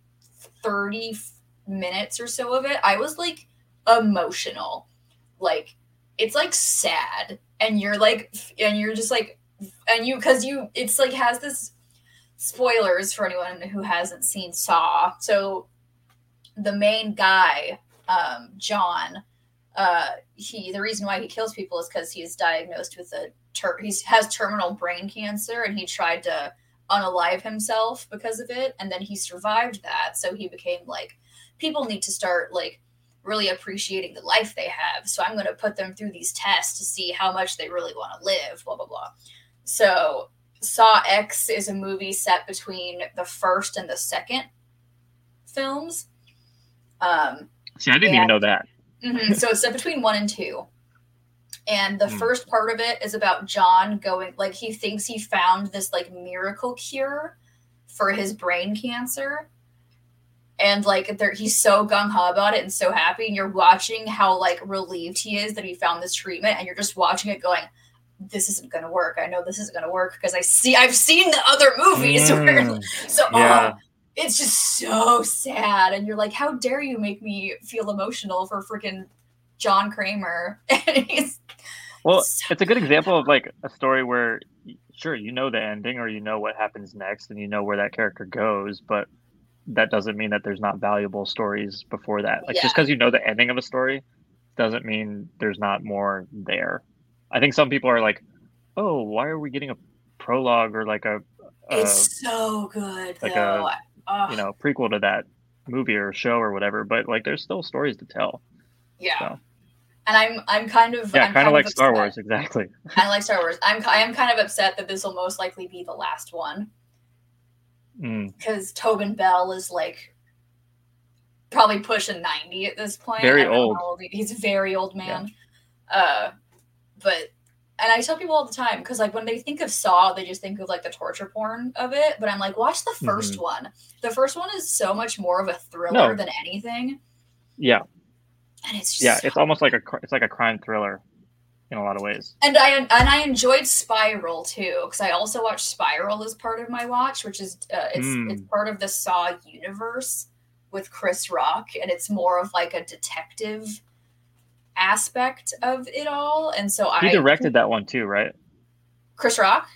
[SPEAKER 8] 30 f- minutes or so of it, I was like emotional. Like it's like sad and you're like f- and you're just like and you cuz you it's like has this spoilers for anyone who hasn't seen Saw. So the main guy um John uh he the reason why he kills people is because he's diagnosed with a ter- he has terminal brain cancer and he tried to unalive himself because of it and then he survived that so he became like people need to start like really appreciating the life they have so i'm going to put them through these tests to see how much they really want to live blah blah blah so saw x is a movie set between the first and the second films um
[SPEAKER 7] see, I didn't
[SPEAKER 8] Yeah.
[SPEAKER 7] even know that.
[SPEAKER 8] Mhm, So it's set between one and two. And the
[SPEAKER 7] Hmm.
[SPEAKER 8] first part of it is about John going, like, he thinks he found this, like, miracle cure for his brain cancer. And, like, there, he's so gung ho about it and so happy. And you're watching how, like, relieved he is that he found this treatment. And you're just watching it going, this isn't going to work. I know this isn't going to work because I see, I've seen the other movies. where-
[SPEAKER 7] Mm,
[SPEAKER 8] so,
[SPEAKER 7] yeah.
[SPEAKER 8] oh, it's just so sad and you're like how dare you make me feel emotional for freaking john kramer and he's
[SPEAKER 7] Well, it's a good example of like a story where y- sure you know the ending or you know what happens next and you know where that character goes, but that doesn't mean that there's not valuable stories before that. Like just
[SPEAKER 8] Yeah.
[SPEAKER 7] because you know the ending of a story doesn't mean there's not more there. I think some people are like, oh, why are we getting a prologue or like a, a
[SPEAKER 8] it's so good
[SPEAKER 7] Uh, like
[SPEAKER 8] though. Uh,
[SPEAKER 7] a
[SPEAKER 8] Ugh.
[SPEAKER 7] you know prequel to that movie or show or whatever? But like, there's still stories to tell.
[SPEAKER 8] yeah.
[SPEAKER 7] So.
[SPEAKER 8] And I'm I'm kind of
[SPEAKER 7] Yeah,
[SPEAKER 8] I'm
[SPEAKER 7] kind of like Star
[SPEAKER 8] upset.
[SPEAKER 7] Wars, exactly.
[SPEAKER 8] I like Star Wars. I'm I am kind of upset that this will most likely be the last one
[SPEAKER 7] Mm.
[SPEAKER 8] because Tobin Bell is like probably pushing ninety at this point.
[SPEAKER 7] Very
[SPEAKER 8] I don't know
[SPEAKER 7] old.
[SPEAKER 8] how he- He's a very old man. Uh, but and I tell people all the time because like when they think of Saw, they just think of like the torture porn of it. But I'm like, watch the 1st
[SPEAKER 7] Mhm.
[SPEAKER 8] one. The first one is so much more of a thriller
[SPEAKER 7] No.
[SPEAKER 8] than anything,
[SPEAKER 7] Yeah,
[SPEAKER 8] and it's just
[SPEAKER 7] yeah. It's almost like a cr- it's like a crime thriller, in a lot of ways.
[SPEAKER 8] And I and I enjoyed Spiral too because I also watched Spiral as part of my watch, which is uh, it's
[SPEAKER 7] Mm.
[SPEAKER 8] it's part of the Saw universe with Chris Rock, and it's more of like a detective aspect of it all. And so
[SPEAKER 7] He
[SPEAKER 8] I
[SPEAKER 7] directed that one too, right?
[SPEAKER 8] Chris Rock.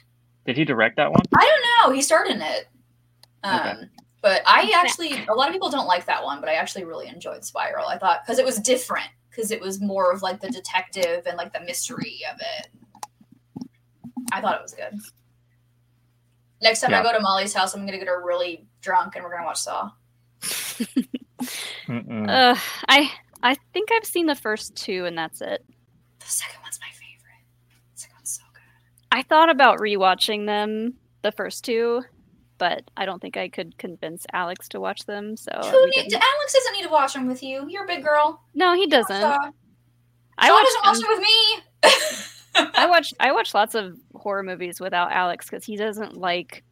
[SPEAKER 7] Did he direct that one?
[SPEAKER 8] I don't know. He starred in it, um,
[SPEAKER 7] Okay.
[SPEAKER 8] but I actually a lot of people don't like that one, but I actually really enjoyed Spiral. I thought because it was different because it was more of like the detective and like the mystery of it. I thought it was good. Next time I
[SPEAKER 2] Yeah.
[SPEAKER 8] go to Molly's house, I'm gonna get her really drunk and we're gonna watch Saw.
[SPEAKER 7] Hmm.
[SPEAKER 8] Uh,
[SPEAKER 2] Ugh, I I think I've seen the first two and that's it.
[SPEAKER 8] The second one's my favorite. The second one's so good.
[SPEAKER 2] I thought about rewatching them, the first two, but I don't think I could convince Alex to watch them. So
[SPEAKER 8] Who
[SPEAKER 2] we
[SPEAKER 8] need,
[SPEAKER 2] didn't.
[SPEAKER 8] Alex doesn't need to watch them with you. You're a big girl.
[SPEAKER 2] no, he doesn't.
[SPEAKER 8] Saw.
[SPEAKER 2] I
[SPEAKER 8] Saw
[SPEAKER 2] watched
[SPEAKER 8] doesn't watch
[SPEAKER 2] them-
[SPEAKER 8] it with me.
[SPEAKER 2] I watch I watch lots of horror movies without Alex because he doesn't like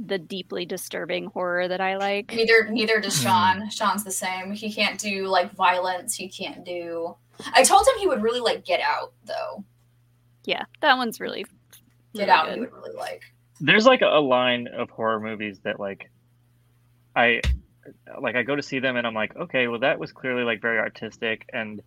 [SPEAKER 2] the deeply disturbing horror that I like.
[SPEAKER 8] Neither neither
[SPEAKER 7] Hmm.
[SPEAKER 8] does Sean. Sean's the same. He can't do like violence. He can't do. I told him he would really like Get Out though.
[SPEAKER 2] Yeah, that one's really
[SPEAKER 8] Get
[SPEAKER 2] really
[SPEAKER 8] Out
[SPEAKER 2] good.
[SPEAKER 8] he would really like.
[SPEAKER 7] there's like a line of horror movies that like i like i go to see them and i'm like okay well that was clearly like very artistic and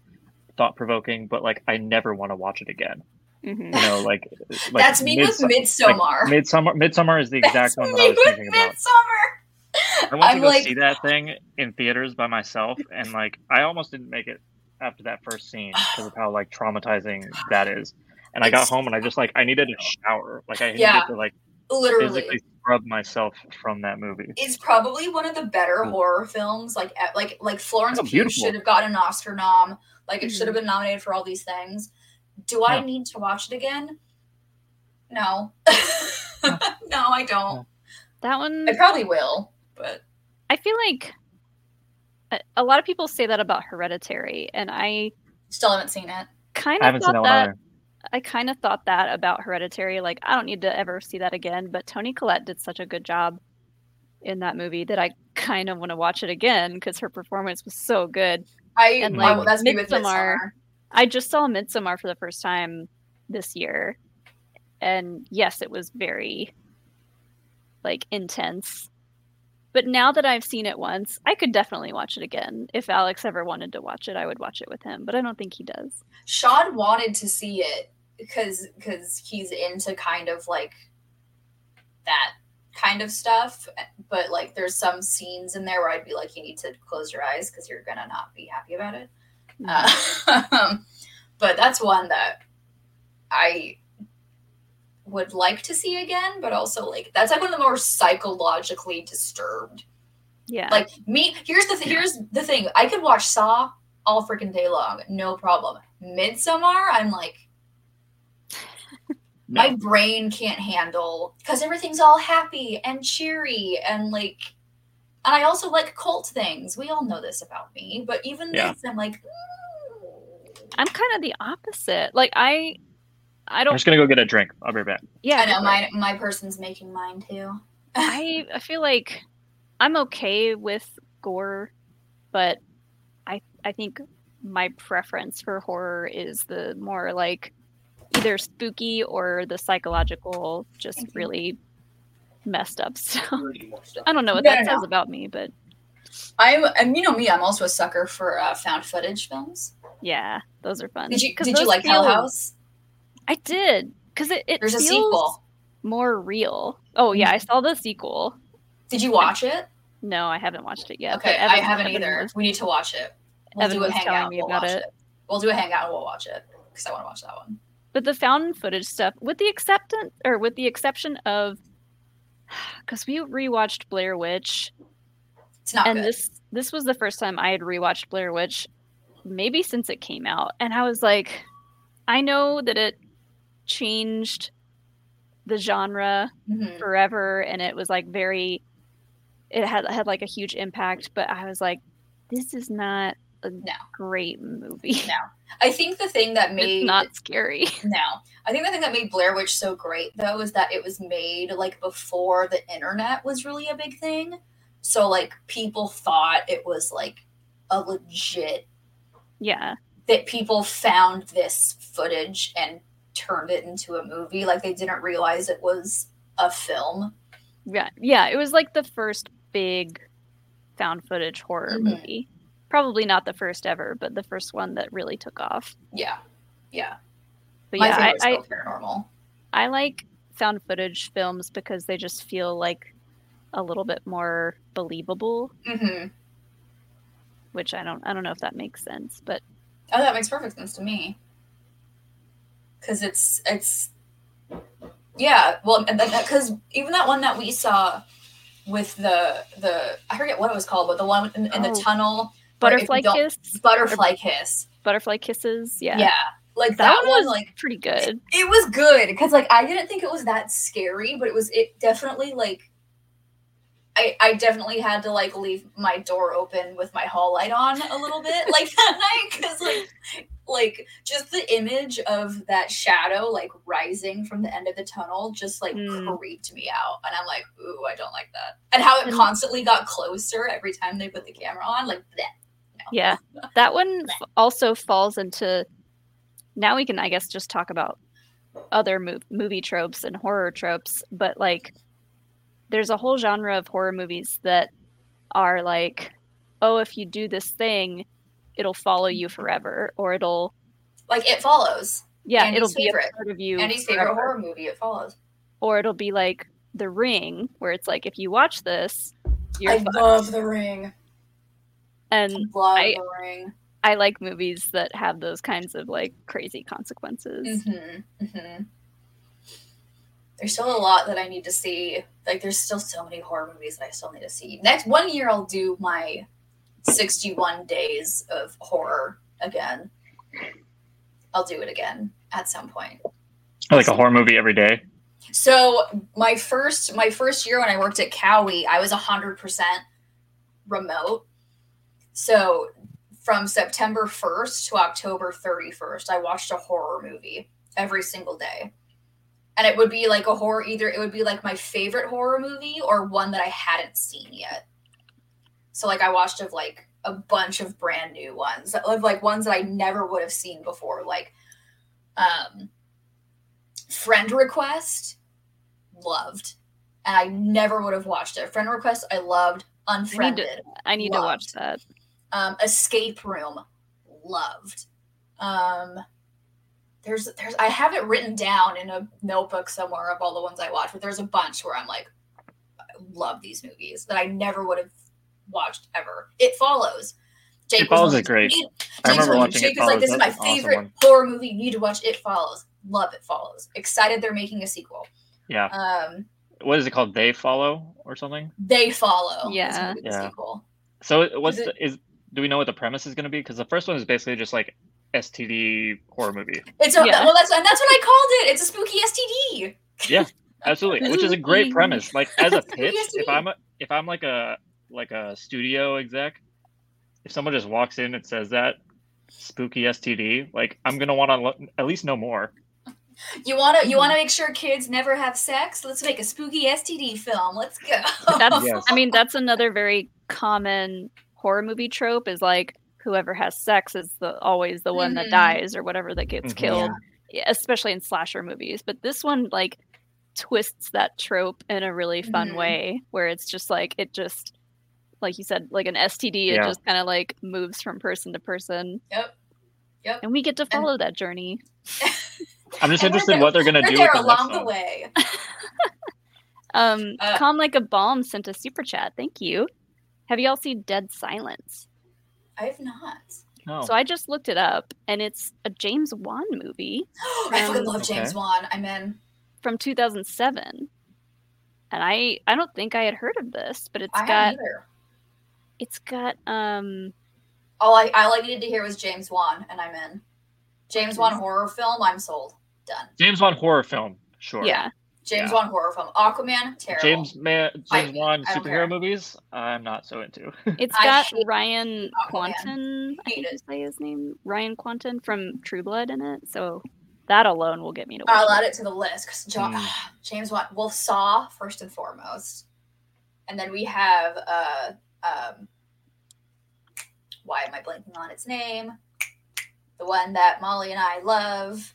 [SPEAKER 7] thought-provoking but like i never want to watch it again
[SPEAKER 2] mm-hmm.
[SPEAKER 7] you know like, like
[SPEAKER 8] That's me with Midsommar.
[SPEAKER 7] like, midsummer midsummer is the exact one that i was thinking about
[SPEAKER 8] Midsummer.
[SPEAKER 7] i went to
[SPEAKER 8] I'm
[SPEAKER 7] go
[SPEAKER 8] like-
[SPEAKER 7] see that thing in theaters by myself and like i almost didn't make it after that first scene because of how like traumatizing that is and i got
[SPEAKER 8] It's-
[SPEAKER 7] home and i just like i needed a shower like i needed
[SPEAKER 8] Yeah,
[SPEAKER 7] to like
[SPEAKER 8] literally.
[SPEAKER 7] physically scrub myself from that movie
[SPEAKER 8] It's probably one of the better horror films. Like e- like like Florence
[SPEAKER 7] Hmm. Oh,
[SPEAKER 8] Pugh
[SPEAKER 7] beautiful.
[SPEAKER 8] should have gotten an Oscar nom. Like it should
[SPEAKER 2] Hmm.
[SPEAKER 8] have been nominated for all these things. Do I
[SPEAKER 7] Yeah.
[SPEAKER 8] need to watch it again? No. no, I don't.
[SPEAKER 2] That one
[SPEAKER 8] I probably will, but
[SPEAKER 2] I feel like a, a lot of people say that about Hereditary, and I
[SPEAKER 8] still haven't seen it.
[SPEAKER 2] Kind
[SPEAKER 7] I
[SPEAKER 2] of
[SPEAKER 7] haven't seen
[SPEAKER 2] thought
[SPEAKER 7] that
[SPEAKER 2] that.
[SPEAKER 7] one either.
[SPEAKER 2] I kind of thought that about Hereditary. Like I don't need to ever see that again. But Tony Collette did such a good job in that movie that I kind of want to watch it again because her performance was so good.
[SPEAKER 8] I
[SPEAKER 2] and
[SPEAKER 8] I-
[SPEAKER 2] like
[SPEAKER 8] that's me with
[SPEAKER 2] Midsommar.
[SPEAKER 8] Midsommar.
[SPEAKER 2] I just saw Midsommar for the first time this year, and yes, it was very like intense. But now that I've seen it once, I could definitely watch it again. If Alex ever wanted to watch it, I would watch it with him, but I don't think he does.
[SPEAKER 8] Sean wanted to see it because because he's into kind of like that kind of stuff. But like, there's some scenes in there where I'd be like, you need to close your eyes because you're gonna not be happy about it.
[SPEAKER 2] Mm-hmm.
[SPEAKER 8] Uh, but that's one that I would like to see again. But also, like, that's like one of the more psychologically disturbed
[SPEAKER 2] Yeah.
[SPEAKER 8] Like me, here's the th- here's the thing. I could watch Saw all freaking day long, no problem. Midsummer, I'm like, my brain can't handle because everything's all happy and cheery and like. And I also like cult things. We all know this about me, but even
[SPEAKER 2] Yeah.
[SPEAKER 8] this, I'm like,
[SPEAKER 2] I'm kind of the opposite. Like I I don't
[SPEAKER 7] I'm just gonna go get a drink. I'll be back.
[SPEAKER 2] Yeah,
[SPEAKER 8] I know my my person's making mine too.
[SPEAKER 2] I I feel like I'm okay with gore, but I I think my preference for horror is the more like either spooky or the psychological, just really messed up stuff. I don't know what
[SPEAKER 8] No,
[SPEAKER 2] that
[SPEAKER 8] no, no.
[SPEAKER 2] says about me, but
[SPEAKER 8] I'm, and you know me, I'm also a sucker for uh, found footage films.
[SPEAKER 2] yeah, those are fun.
[SPEAKER 8] Did you
[SPEAKER 2] 'Cause
[SPEAKER 8] did you
[SPEAKER 2] those
[SPEAKER 8] like Hell
[SPEAKER 2] feel-
[SPEAKER 8] House?
[SPEAKER 2] I did because it, it
[SPEAKER 8] There's a
[SPEAKER 2] feels
[SPEAKER 8] sequel. Mm-hmm.
[SPEAKER 2] more real. Oh yeah, I saw the sequel.
[SPEAKER 8] Did you watch it?
[SPEAKER 2] No, I haven't watched it yet.
[SPEAKER 8] Okay,
[SPEAKER 2] but
[SPEAKER 8] I
[SPEAKER 2] Evan-
[SPEAKER 8] haven't
[SPEAKER 2] Evan
[SPEAKER 8] either.
[SPEAKER 2] was-
[SPEAKER 8] We need to watch it. We'll
[SPEAKER 2] Evan
[SPEAKER 8] do a
[SPEAKER 2] was
[SPEAKER 8] hangout.
[SPEAKER 2] telling me
[SPEAKER 8] we'll
[SPEAKER 2] about
[SPEAKER 8] watch
[SPEAKER 2] it.
[SPEAKER 8] We'll do a hangout and we'll watch it because I want to watch that one.
[SPEAKER 2] But the found footage stuff, with the acceptance or with the exception of, because we rewatched Blair Witch,
[SPEAKER 8] it's not
[SPEAKER 2] and
[SPEAKER 8] good.
[SPEAKER 2] this this was the first time I had rewatched Blair Witch, maybe since it came out, and I was like, I know that it changed the genre
[SPEAKER 8] Mhm.
[SPEAKER 2] forever, and it was like very, it had had like a huge impact, but I was like, this is not a great movie.
[SPEAKER 8] No. I think the thing that made
[SPEAKER 2] not scary.
[SPEAKER 8] No, I think the thing that made Blair Witch so great though is that it was made like before the internet was really a big thing. So like people thought it was like a legit
[SPEAKER 2] Yeah.
[SPEAKER 8] that people found this footage and turned it into a movie. Like they didn't realize it was a film.
[SPEAKER 2] Yeah, yeah, it was like the first big found footage horror
[SPEAKER 8] Mhm.
[SPEAKER 2] movie. Probably not the first ever, but the first one that really took off.
[SPEAKER 8] Yeah, yeah.
[SPEAKER 2] But
[SPEAKER 8] My
[SPEAKER 2] yeah,
[SPEAKER 8] favorite's
[SPEAKER 2] I,
[SPEAKER 8] still paranormal.
[SPEAKER 2] I I like found footage films because they just feel like a little bit more believable.
[SPEAKER 8] Mm-hmm.
[SPEAKER 2] Which I don't I don't know if that makes sense, but
[SPEAKER 8] Oh, that makes perfect sense to me. Cause it's it's yeah. Well, and then because even that one that we saw with the the I forget what it was called, but the one in, in the
[SPEAKER 2] Oh.
[SPEAKER 8] tunnel where if you
[SPEAKER 2] Butterfly
[SPEAKER 8] don't-
[SPEAKER 2] Kiss,
[SPEAKER 8] butterfly kiss,
[SPEAKER 2] Butterfly Kisses, yeah,
[SPEAKER 8] yeah. Like that,
[SPEAKER 2] That
[SPEAKER 8] one,
[SPEAKER 2] was
[SPEAKER 8] like
[SPEAKER 2] pretty good.
[SPEAKER 8] It was good because like I didn't think it was that scary, but it was it definitely like I I definitely had to like leave my door open with my hall light on a little bit like that night because like like just the image of that shadow like rising from the end of the tunnel just like
[SPEAKER 2] Mm.
[SPEAKER 8] creeped me out and i'm like ooh i don't like that and how it constantly got closer every time they put the camera on like bleh.
[SPEAKER 2] yeah that one f- also falls into now we can i guess just talk about other mov- movie tropes and horror tropes but like there's a whole genre of horror movies that are like oh if you do this thing it'll follow you forever or it'll
[SPEAKER 8] like it follows
[SPEAKER 2] yeah
[SPEAKER 8] Andy's
[SPEAKER 2] it'll be a
[SPEAKER 8] favorite.
[SPEAKER 2] part of you
[SPEAKER 8] andy's favorite
[SPEAKER 2] forever
[SPEAKER 8] horror movie it follows
[SPEAKER 2] or it'll be like the ring where it's like if you watch this you're
[SPEAKER 8] i
[SPEAKER 2] fucked.
[SPEAKER 8] love the ring
[SPEAKER 2] and
[SPEAKER 8] love
[SPEAKER 2] I,
[SPEAKER 8] the ring
[SPEAKER 2] I like movies that have those kinds of like crazy consequences
[SPEAKER 8] hmm hmm There's still a lot that I need to see. Like, there's still so many horror movies that I still need to see. Next one year, I'll do my 61 days of horror again. I'll do it again at some point.
[SPEAKER 7] Like a horror movie every day.
[SPEAKER 8] So my first my first year when I worked at Cowie, I was hundred percent remote. So from September first to October thirty first, I watched a horror movie every single day. And it would be like a horror either it would be like my favorite horror movie or one that I hadn't seen yet. So like I watched of like a bunch of brand new ones. Of like ones that I never would have seen before. Like um Friend Request, loved. And I never would have watched it. Friend Request, I loved.
[SPEAKER 2] I need, to,
[SPEAKER 8] Unfriended.
[SPEAKER 2] I need to watch that.
[SPEAKER 8] Um, Escape Room, loved. Um, there's there's I have it written down in a notebook somewhere of all the ones I watched, but there's a bunch where I'm like, I love these movies that I never would have watched ever. It follows.
[SPEAKER 7] it
[SPEAKER 8] was
[SPEAKER 7] follows
[SPEAKER 8] like,
[SPEAKER 7] it great.
[SPEAKER 8] "You need-
[SPEAKER 7] I
[SPEAKER 8] James
[SPEAKER 7] remember
[SPEAKER 8] was-
[SPEAKER 7] watching
[SPEAKER 8] Jake
[SPEAKER 7] it
[SPEAKER 8] was
[SPEAKER 7] follows.
[SPEAKER 8] like, "This is
[SPEAKER 7] That's
[SPEAKER 8] my
[SPEAKER 7] an awesome
[SPEAKER 8] favorite
[SPEAKER 7] one.
[SPEAKER 8] horror movie. You need to watch It Follows. Love It Follows. Excited they're making a sequel.
[SPEAKER 7] Yeah.
[SPEAKER 8] Um,
[SPEAKER 7] what is it called? They follow or something?
[SPEAKER 8] They Follow. is
[SPEAKER 2] Yeah.
[SPEAKER 8] gonna be the
[SPEAKER 7] Yeah.
[SPEAKER 8] Sequel.
[SPEAKER 7] So it- what's
[SPEAKER 8] Is it-
[SPEAKER 7] the, is do we know what the premise is going to be? Because the first one is basically just like STD horror movie.
[SPEAKER 8] It's a well, that's and that's what I called it. It's a spooky STD.
[SPEAKER 7] yeah, absolutely. Which is a great
[SPEAKER 8] Spooky.
[SPEAKER 7] premise. Like as a pitch,
[SPEAKER 8] STD.
[SPEAKER 7] if I'm a, if I'm like a like a studio exec, if someone just walks in and says that spooky STD, like I'm gonna want to lo- at least know more.
[SPEAKER 8] You wanna
[SPEAKER 2] Mm-hmm.
[SPEAKER 8] you wanna make sure kids never have sex. Let's make a spooky STD film. Let's go.
[SPEAKER 2] That's
[SPEAKER 7] Yes.
[SPEAKER 2] I mean that's another very common horror movie trope is like whoever has sex is the always the one that
[SPEAKER 8] Mhm.
[SPEAKER 2] dies or whatever that gets
[SPEAKER 7] Mhm.
[SPEAKER 2] killed, yeah, especially in slasher movies. But this one like twists that trope in a really fun
[SPEAKER 8] Mhm.
[SPEAKER 2] way where it's just like it just like you said like an STD
[SPEAKER 7] Yeah.
[SPEAKER 2] it just kind of like moves from person to person.
[SPEAKER 8] Yep. Yep.
[SPEAKER 2] And we get to follow that journey.
[SPEAKER 7] I'm just
[SPEAKER 2] And we're
[SPEAKER 7] interested
[SPEAKER 2] there-
[SPEAKER 7] what they're gonna
[SPEAKER 2] we're
[SPEAKER 7] do
[SPEAKER 2] there
[SPEAKER 7] with the
[SPEAKER 2] along
[SPEAKER 7] next
[SPEAKER 2] the
[SPEAKER 7] one.
[SPEAKER 2] way.
[SPEAKER 8] Way.
[SPEAKER 2] Um, Calm Like a Bomb sent a super chat. Thank you. Have you all seen Dead Silence?
[SPEAKER 8] I have not.
[SPEAKER 7] Oh.
[SPEAKER 2] So I just looked it up, and it's a James Wan movie.
[SPEAKER 8] I fucking
[SPEAKER 2] from-
[SPEAKER 8] love James Wan. I'm in.
[SPEAKER 2] from 2007 and i i don't think i had heard of this but it's
[SPEAKER 8] I
[SPEAKER 2] got
[SPEAKER 8] haven't either.
[SPEAKER 2] it's got um
[SPEAKER 8] All I, all I needed to hear was James Wan, and I'm in. James Wan
[SPEAKER 7] Mm-hmm.
[SPEAKER 8] horror film. I'm sold. Done.
[SPEAKER 7] James Wan horror film, sure.
[SPEAKER 8] James
[SPEAKER 7] Yeah.
[SPEAKER 8] Wan horror film. Aquaman. Terrible.
[SPEAKER 7] James Man,
[SPEAKER 8] I-
[SPEAKER 7] James Wan
[SPEAKER 8] I don't
[SPEAKER 7] superhero
[SPEAKER 8] care.
[SPEAKER 7] movies, I'm not so into.
[SPEAKER 2] it's
[SPEAKER 8] I
[SPEAKER 2] got
[SPEAKER 8] hate
[SPEAKER 2] ryan
[SPEAKER 8] Aquaman.
[SPEAKER 2] quanten i think is say his name ryan quanten from true blood in it so that alone will get me to watch
[SPEAKER 8] I'll add
[SPEAKER 2] it.
[SPEAKER 8] it to the list because
[SPEAKER 2] Mm.
[SPEAKER 8] James Wan. Well, Saw first and foremost, and then we have uh um. Why am I blanking on its name? The one that Molly and I love.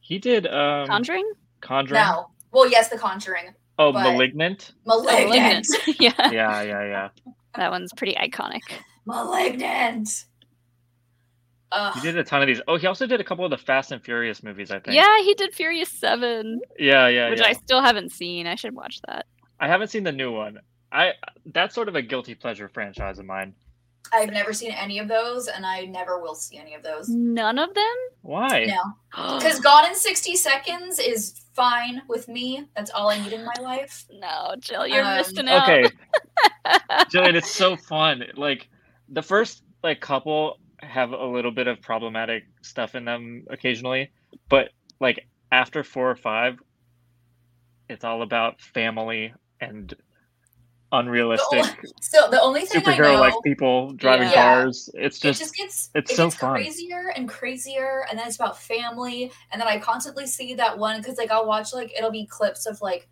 [SPEAKER 7] he did um,
[SPEAKER 2] Conjuring.
[SPEAKER 7] Conjuring.
[SPEAKER 8] No. Well, yes, The Conjuring.
[SPEAKER 7] oh,
[SPEAKER 8] but-
[SPEAKER 7] malignant.
[SPEAKER 2] Oh,
[SPEAKER 8] Malignant.
[SPEAKER 2] yeah
[SPEAKER 7] yeah, yeah, yeah.
[SPEAKER 2] that one's pretty iconic
[SPEAKER 8] Malignant. Ugh.
[SPEAKER 7] He did a ton of these. Oh, he also did a couple of the Fast and Furious movies, I think.
[SPEAKER 2] yeah he did furious seven
[SPEAKER 7] yeah, yeah.
[SPEAKER 2] which
[SPEAKER 7] yeah.
[SPEAKER 2] i still haven't seen i should watch that
[SPEAKER 7] I haven't seen the new one. I that's sort of a guilty pleasure franchise of mine.
[SPEAKER 8] I've never seen any of those, and I never will see any of those.
[SPEAKER 2] none of them
[SPEAKER 7] Why?
[SPEAKER 8] No, because Gone in sixty seconds is fine with me. That's all I need in my life.
[SPEAKER 2] No, Jill, you're
[SPEAKER 8] Um,
[SPEAKER 2] missing out.
[SPEAKER 7] Okay. Jillian, it's so fun. Like the first like couple have a little bit of problematic stuff in them occasionally, but like after four or five, it's all about family and unrealistic
[SPEAKER 8] So the only thing I
[SPEAKER 7] superhero
[SPEAKER 8] know,
[SPEAKER 7] like people driving
[SPEAKER 8] Yeah.
[SPEAKER 7] cars. It's just,
[SPEAKER 8] it just gets
[SPEAKER 7] it's
[SPEAKER 8] it
[SPEAKER 7] so
[SPEAKER 8] gets
[SPEAKER 7] fun.
[SPEAKER 8] crazier and crazier, and then it's about family, and then I constantly see that one because like I'll watch like it'll be clips of like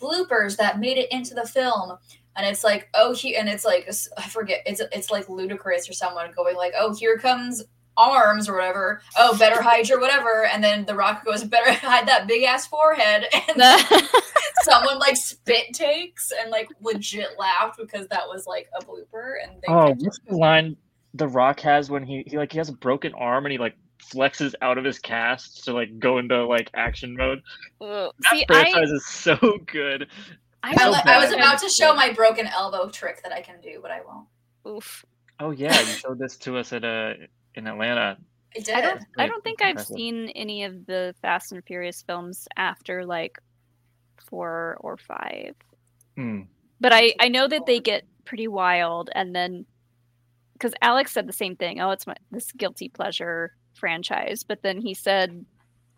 [SPEAKER 8] bloopers that made it into the film. And it's like, oh, he, and it's like, s- I forget, it's it's like ludicrous or someone going like, oh, here comes arms or whatever. Oh, better hide your whatever. And then The Rock goes, better hide that big ass forehead. And someone like spit takes and like legit laughed because that was like a blooper. And they
[SPEAKER 7] Oh, what's the line The Rock has when he, he like he has a broken arm and he like flexes out of his cast to like go into like action mode.
[SPEAKER 2] Well,
[SPEAKER 7] That
[SPEAKER 2] see, I,
[SPEAKER 7] franchise is so good.
[SPEAKER 2] I,
[SPEAKER 8] I,
[SPEAKER 7] So
[SPEAKER 8] li- I was
[SPEAKER 7] bad.
[SPEAKER 8] about to show my broken elbow trick that I can do, but I won't.
[SPEAKER 2] Oof.
[SPEAKER 7] Oh yeah, you showed this to us at uh in Atlanta.
[SPEAKER 8] I did.
[SPEAKER 2] I don't. I
[SPEAKER 7] Great.
[SPEAKER 2] don't think I've
[SPEAKER 7] Impressive.
[SPEAKER 2] seen any of the Fast and Furious films after like four or five.
[SPEAKER 7] Hmm.
[SPEAKER 2] But I I know that they get pretty wild, and then because Alex said the same thing. Oh, it's my this guilty pleasure franchise, but then he said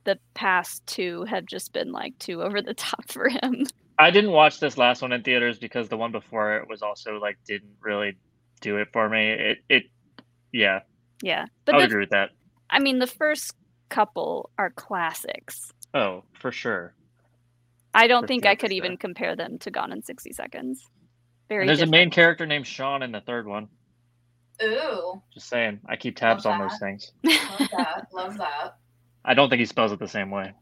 [SPEAKER 2] the past two have just been like too over the top for him.
[SPEAKER 7] I didn't watch this last one in theaters because the one before it was also like didn't really do it for me. It it yeah.
[SPEAKER 2] Yeah,
[SPEAKER 7] I
[SPEAKER 2] but
[SPEAKER 7] would
[SPEAKER 2] the,
[SPEAKER 7] agree with that.
[SPEAKER 2] I mean the first couple are classics.
[SPEAKER 7] Oh, for sure.
[SPEAKER 2] I
[SPEAKER 7] For
[SPEAKER 2] don't think I
[SPEAKER 7] sure, for
[SPEAKER 2] could even compare them to Gone in 60 Seconds. Very
[SPEAKER 7] And there's
[SPEAKER 2] different.
[SPEAKER 7] a main character named Sean in the third one.
[SPEAKER 8] Ooh,
[SPEAKER 7] Just saying. I keep tabs on those things.
[SPEAKER 8] love that. love that.
[SPEAKER 7] I don't think he spells it the same way.